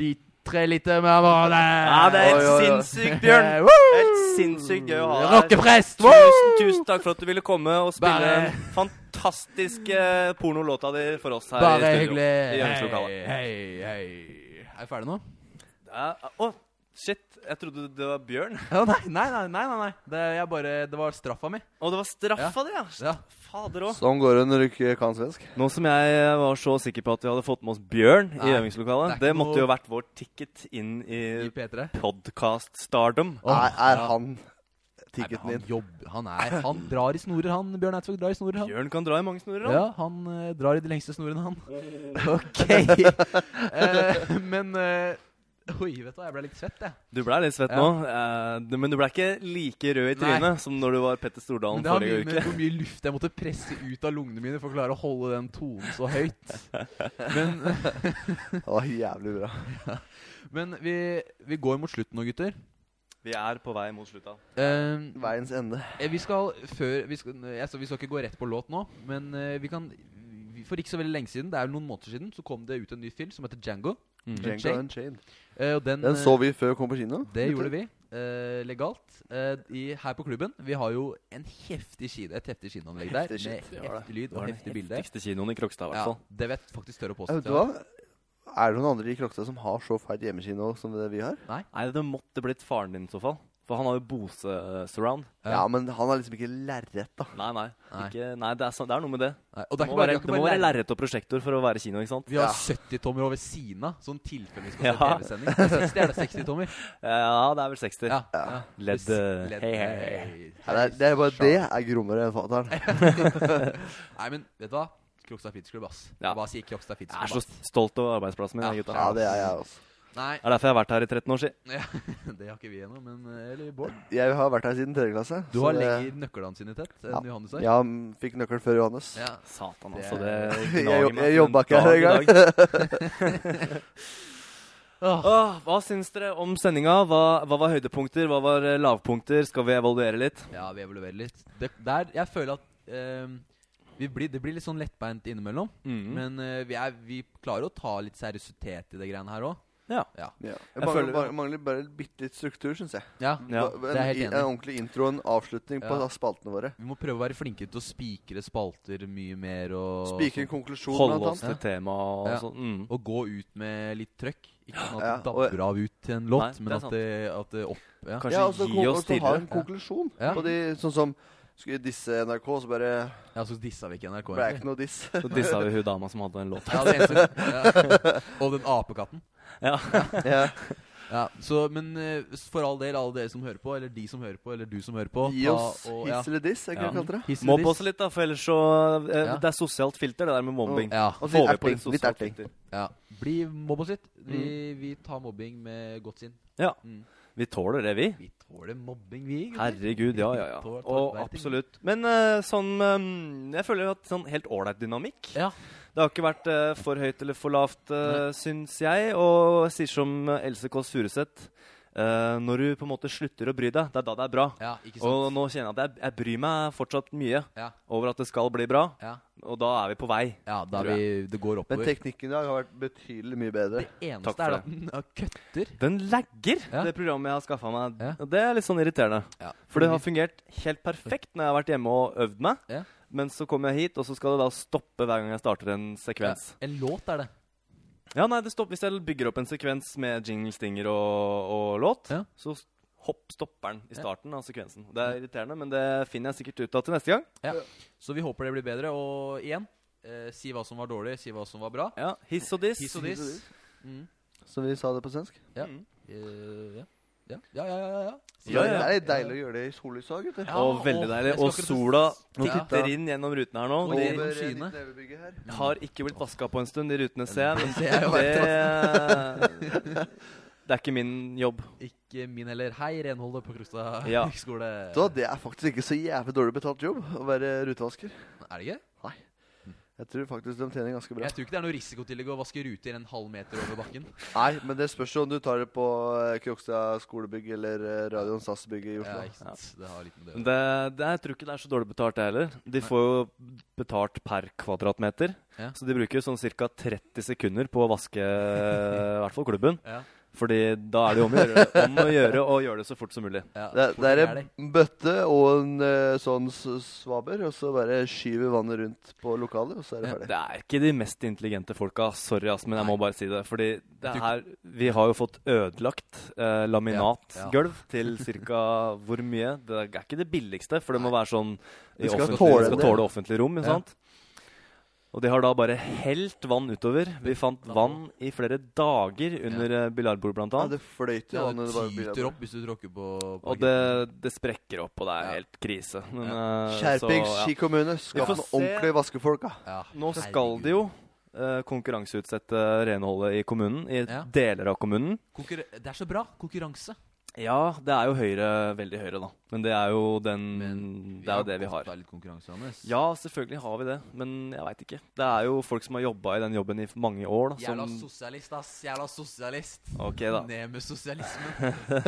lit, tre liter med Amarone. Ja, det er helt Oi, oi, oi. sinnssykt, <laughs> Bjørn. Woo! Helt sinnssykt gøy å ha deg her. Rockeprest! Tusen, tusen takk for at du ville komme og spille eh, Bare- den fantastiske pornolåta di for oss her Bare i studio. hyggelig. I Hei, øvingslokalet. hei, hei. Er vi ferdige nå? Ja, Å, shit. Jeg trodde det var Bjørn. Ja, nei, nei, nei, nei, nei, nei. Det, jeg bare, det var straffa mi. Å, det var straffa di, ja. Ja. Fader òg. Sånn går det når du ikke kan svensk. Nå som jeg var så sikker på at vi hadde fått med oss Bjørn Nei, i øvingslokalet, det er ikke det måtte jo noe- vært vår ticket inn i I P3. podcast-stardom. Er, er ja. han Nei, men ticketen han din? jobber Han er Han drar i snorer, han. Bjørn Eidsvåg drar i snorer, han. Bjørn kan dra i mange snorer, han. Ja, han eh, drar i de lengste <laughs> snorene, han. OK. Eh, men eh, Oi, vet du hva, jeg ble litt svett, jeg. Du blei litt svett Ja. nå, eh, du- men du blei ikke like rød i Nei. trynet som når du var Petter Stordalen Men det har mye forrige med uke. hvor mye luft jeg måtte presse ut av lungene mine for å klare å holde den tonen så høyt. Det var jævlig bra. Men vi, vi går mot slutten nå, gutter. Vi er på vei mot slutta. Eh, Veiens ende. Eh, Vi skal før vi skal, eh, altså, vi skal ikke gå rett på låt nå, men eh, vi kan vi- For ikke så veldig lenge siden, det er jo noen måneder siden, så kom det ut en ny film som heter Django. Django Unchained. Unchained. Eh, og den, Den eh, så vi før vi kom på kino. Det gjorde vi. eh, legalt eh, i, her på klubben. Vi har jo en heftig kino, et heftig kinoanlegg der Heftig med shit, det var det. heftig lyd og heftig bilde. Viktigste kinoen i Krokstad, i Ja, hvert fall. det vet faktisk tørre å påstå. Vet du hva? Er det noen andre i Krokstad som har så feit hjemmekino som det vi har? Nei, det måtte blitt faren din i så fall. For han har jo Bose-surround. Ja. Ja, men han har liksom ikke lerret, da. Nei, nei. Nei. Ikke, nei det, er, så- det er noe med det. Nei, Det og det er må være, ikke bare, det er det ikke må bare være lærere. lerret og prosjektor for å være kino, ikke sant? Vi har Ja. 70-tommer over siden av, sånn tilfelle vi skal se Ja. TV-sending. Det er 60 er det 60-tommer. Eh, Ja, det er vel 60. Ja. Ledd, eh, hei, hei, Ja, det, er, det er bare det er grommere enn <laughs> fatter'n. Nei, men vet du hva? Krokstad Fitsklubb, ass. Ja. Hva sier Krokstad Jeg er så Fitsklubb, ass? stolt over arbeidsplassen min, Ja. gutta. Ja, det er jeg også. Nei, <laughs> Det er derfor jeg har vært her i 13 år siden. ja, det har ikke vi ennå, men eh, Eller Bård? Jeg har vært her siden tredje klasse. Du så har det- lenger nøkkelansiennitet enn Ja. Johannes har. Ja, mm, fikk nøkkel før Johannes. Ja. Satan, Det altså. Det er- <laughs> Jeg, gnager jo- meg til jeg en jobba ikke her dag i dag. engang. <laughs> Åh, <laughs> Åh, hva syns dere om sendinga? Hva, hva var høydepunkter? Hva var eh, lavpunkter? Skal vi evaluere litt? ja, vi evaluerer litt. Det, der, jeg føler at eh, vi blir, det blir litt sånn lettbeint innimellom. Mhm. Men eh, vi, er, vi klarer å ta litt seriøsitet i det greiene her òg. Ja. Ja. Jeg Jeg føler- mangler, bare- mangler bare bitte litt struktur, syns jeg. Ja. Ja, en, det er helt i- enig. en ordentlig intro og en avslutning Ja. på spaltene våre. Vi må prøve å være flinkere til å spikre spalter mye mer. Og, Spikre en konklusjon, Holde blant oss til annet. temaet og Ja. sånn. Mm. og gå ut med litt trøkk. Ikke sånn at Ja, det og- dabber av ut til en låt, Nei, det er men at sant. det, at det opp... Ja. Kanskje Ja, og så gi oss ha tidligere. en konklusjon Ja. på de Sånn som skulle disse NRK, så bare ja, så dissa vi ikke NRK. ble jeg egentlig. ikke noe diss. Så dissa vi hun dama som hadde en <laughs> låt. Ja, det <laughs> eneste, ja. Og den apekatten. Ja. Ja. Ja, så, men eh, for all del, alle dere som hører på, eller de som hører på, eller du som hører på Gi ta oss og- ja. hiss eller diss, er ikke det Ja. jeg kalte det? Hiss eller Mobb diss. oss litt, da, for ellers så eh, Ja. Det er sosialt filter, det der med mobbing. Ja, Og Får litt vi på erting. litt Litt sosialt erting. filter. ja. Bli mobb oss litt. Vi, Mm. vi tar mobbing med godt sinn. Ja. Mm. Vi tåler det, vi. Vi tåler mobbing, vi. gutter. Herregud, ja, ja, ja. Tål- tål- Og vet ikke. absolutt. Men eh, sånn eh, Jeg føler jo at sånn helt ålreit dynamikk. Ja. Det har ikke vært eh, for høyt eller for lavt, eh, syns jeg. Og jeg sier som eh, Else Kåss Furuseth eh, Når du på en måte slutter å bry deg, det er da det er bra. ja, ikke sant. Og nå kjenner jeg at jeg, jeg bryr meg fortsatt mye Ja. over at det skal bli bra, Ja, og da er vi på vei. ja da er Tror vi, det går Men oppover. teknikken i dag har vært betydelig mye bedre. Takk Det eneste for er det. at den ja, kutter. Den lagger, Ja. det programmet jeg har skaffa meg. Ja. Og Det er litt sånn irriterende. Ja. For det har fungert helt perfekt når jeg har vært hjemme og øvd meg. Ja. Men så kommer jeg hit, og så skal det da stoppe hver gang jeg starter en sekvens. Ja, En låt er det. Ja, nei, det stopper Hvis jeg bygger opp en sekvens med jingles, dinger og, og låt, Ja. så s- hopp, stopper den i starten av sekvensen. Det er irriterende, men det finner jeg sikkert ut av til neste gang. Så vi håper det blir bedre. Og igjen, eh, si hva som var dårlig, si hva som var bra. Ja, Hiss og diss. Hiss og diss. Mm. Som vi sa det på svensk. Eh, ja. Ja. Ja, ja, ja, ja. Så Ja, det- ja. Det er litt deilig å gjøre det i sollyset òg, gutter. Ja, Og veldig deilig. jeg skal Og akkurat- sola Ja. titter inn gjennom ruten her nå. Og De det- Over skyene. eh, nytt nevebygge her. har ikke blitt vaska på en stund, de rutene ser jeg. Men Det er jo det, <laughs> det er ikke min jobb. Ikke min heller. Hei, renholdet på Krokstad Ja. høgskole. Så det er faktisk ikke så jævlig dårlig betalt jobb å være rutevasker. Er det ikke? Jeg tror faktisk de tjener ganske bra. Jeg tror ikke det er noe risikotillegg å vaske ruter en halv meter over <laughs> bakken. Nei, men det spørs jo om du tar det på eh, Krokstad skolebygg eller eh, Radion SAS-bygget i Ja, Oslo. ikke sant? Det har litt med det å Men gjøre. Det, det, jeg tror ikke det er så dårlig betalt, det heller. De får jo betalt per kvadratmeter. Ja. Så de bruker jo sånn ca. 30 sekunder på å <laughs> vaske i hvert fall klubben. Ja. Fordi da er det jo om å gjøre, om å gjøre og gjøre det så fort som mulig. Ja, Det, fort det er det. en bøtte og en eh, sånn s- svaber, og så bare skyver vannet rundt på lokalet, og så er det Ja, ferdig. Det er ikke de mest intelligente folka. Sorry, ass, men jeg må bare si det. Fordi det tror her Vi har jo fått ødelagt eh, Ja, ja. laminatgulv til ca. hvor mye? Det er ikke det billigste, for det må være sånn i Vi skal offentlig- tåle vi skal det. tåle offentlig rom. Ikke Ja. sant? Og de har da bare helt vann utover. Vi fant vann i flere dager under ja. biljardbordet, blant Ja, annet. det fløyter jo Ja, vann det under bare bilen. tyter opp hvis du tråkker på, på Og det, det sprekker opp, og det er Ja. helt krise. Men, eh, Skjerpings, så, ja. Ski kommune. Skaff får noen se. ordentlige vaskefolk, da. Ja, Nå skal herregud. de jo eh, konkurranseutsette renholdet i kommunen, i Ja. deler av kommunen. Konkurre Det er så bra. Konkurranse. Ja, det er jo høyre, veldig høyre, da. Men det er jo den Men Mm, Det er jo det vi har. litt konkurranse, Anders. Ja, selvfølgelig har vi det, men jeg veit ikke. Det er jo folk som har jobba i den jobben i mange år, da, Jævla som sosialist, ass. Jævla sosialist. Ok, da. Ned <laughs> med sosialismen. Jeg er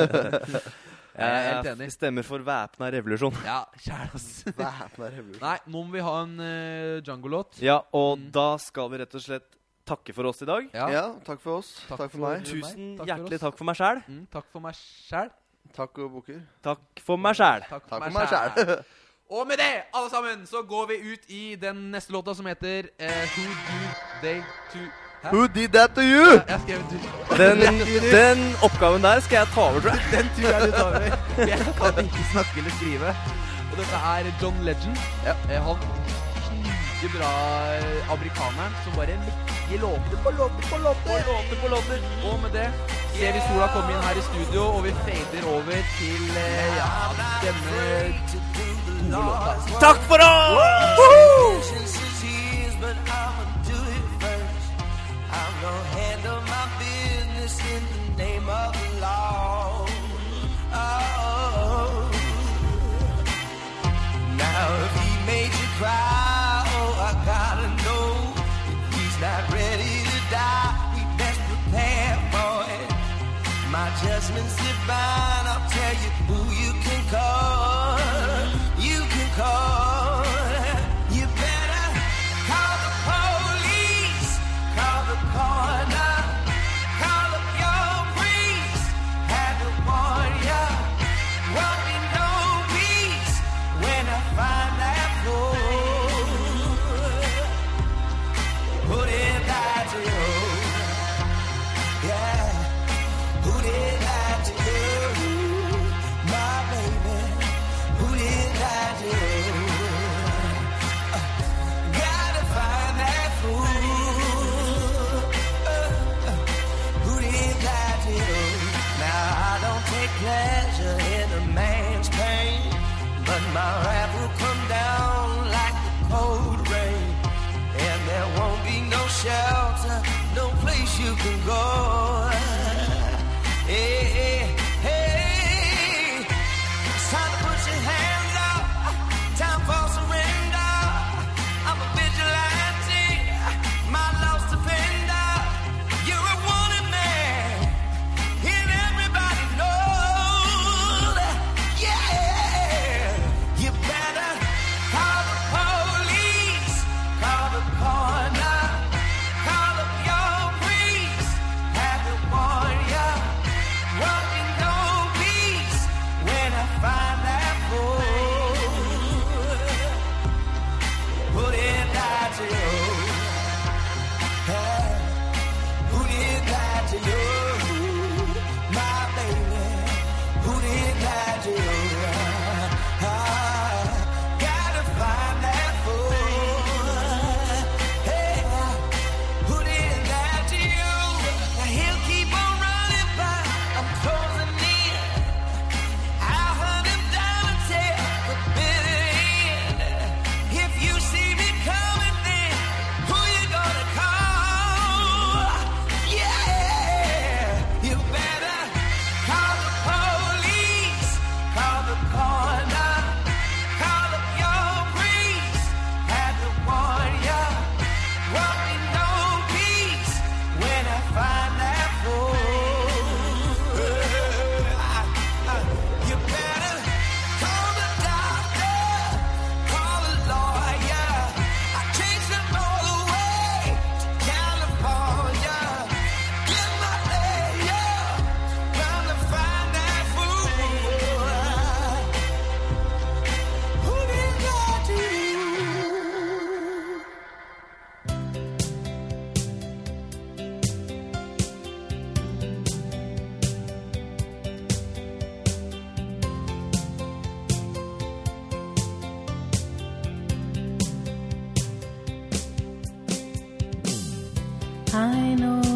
Jeg, helt enig. jeg stemmer for væpna revolusjon. <laughs> Ja, kjære, ass. Væpna revolusjon. Nei, nå må vi ha en uh, Django-låt. Ja, og Mm. da skal vi rett og slett takke for oss i dag. Ja, takk for oss. Takk, for meg. meg. Tusen Takk for hjertelig oss. takk for meg sjæl. Mm, takk for meg sjæl. Takk og bukker. Takk for meg sjæl. Takk Takk for for meg sjæl. Og med det, alle sammen, så går vi ut i den neste låta som heter eh, Who Do They To Hæ? <laughs> Who did that to you? Jeg har skrevet du. Den, den oppgaven der skal jeg ta over, tror jeg. Den tror jeg du tar over. <laughs> Jeg kan ikke snakke eller skrive. Og dette er John Legend. Eh, Han like bra eh, amerikaneren som bare legger låter på låter på låter. På låter på låter. Og med det ser vi sola komme inn her i studio, og vi fader over til eh, ja, denne gode låta. Takk for oss! Judgment's divine, I'll tell you who you can call. You can call. You better call the police, call the coroner, call up your priest, had to warn ya. Won't be no peace when I find that fool. Put it back to you. Yeah. Who did I do? My baby, who did I do? Uh, gotta find that fool. Uh, uh, who did I do? Now I don't take pleasure in a man's pain, but my rap will come down like the cold rain, and there won't be no shelter, no place you can go. Hey, hey, hey. It's time to put your hands up. Time for surrender. I'm a vigilante, my love's defender. You're a wanted man, and everybody knows. Yeah, you better call the police, call the coroner, call up your priest, have it warn ya. Won't be no peace when I find that fool. Who did that to you? Hey, who did that to you? My baby, who did that to you? Ah, gotta find that fool. Hey, who did that to you? Now he'll keep on running by. I'm closing in. I'll hunt him down until the bitter end. If you see me coming, then who you gonna call? Yeah, you better call the police, call the coroner, call up your priest, have to warn ya. Won't be no peace when I find that fool. You better call the doctor, call a lawyer. I chased them all the way to California. Get my layer, trying to find that fool. Who did that to you? I know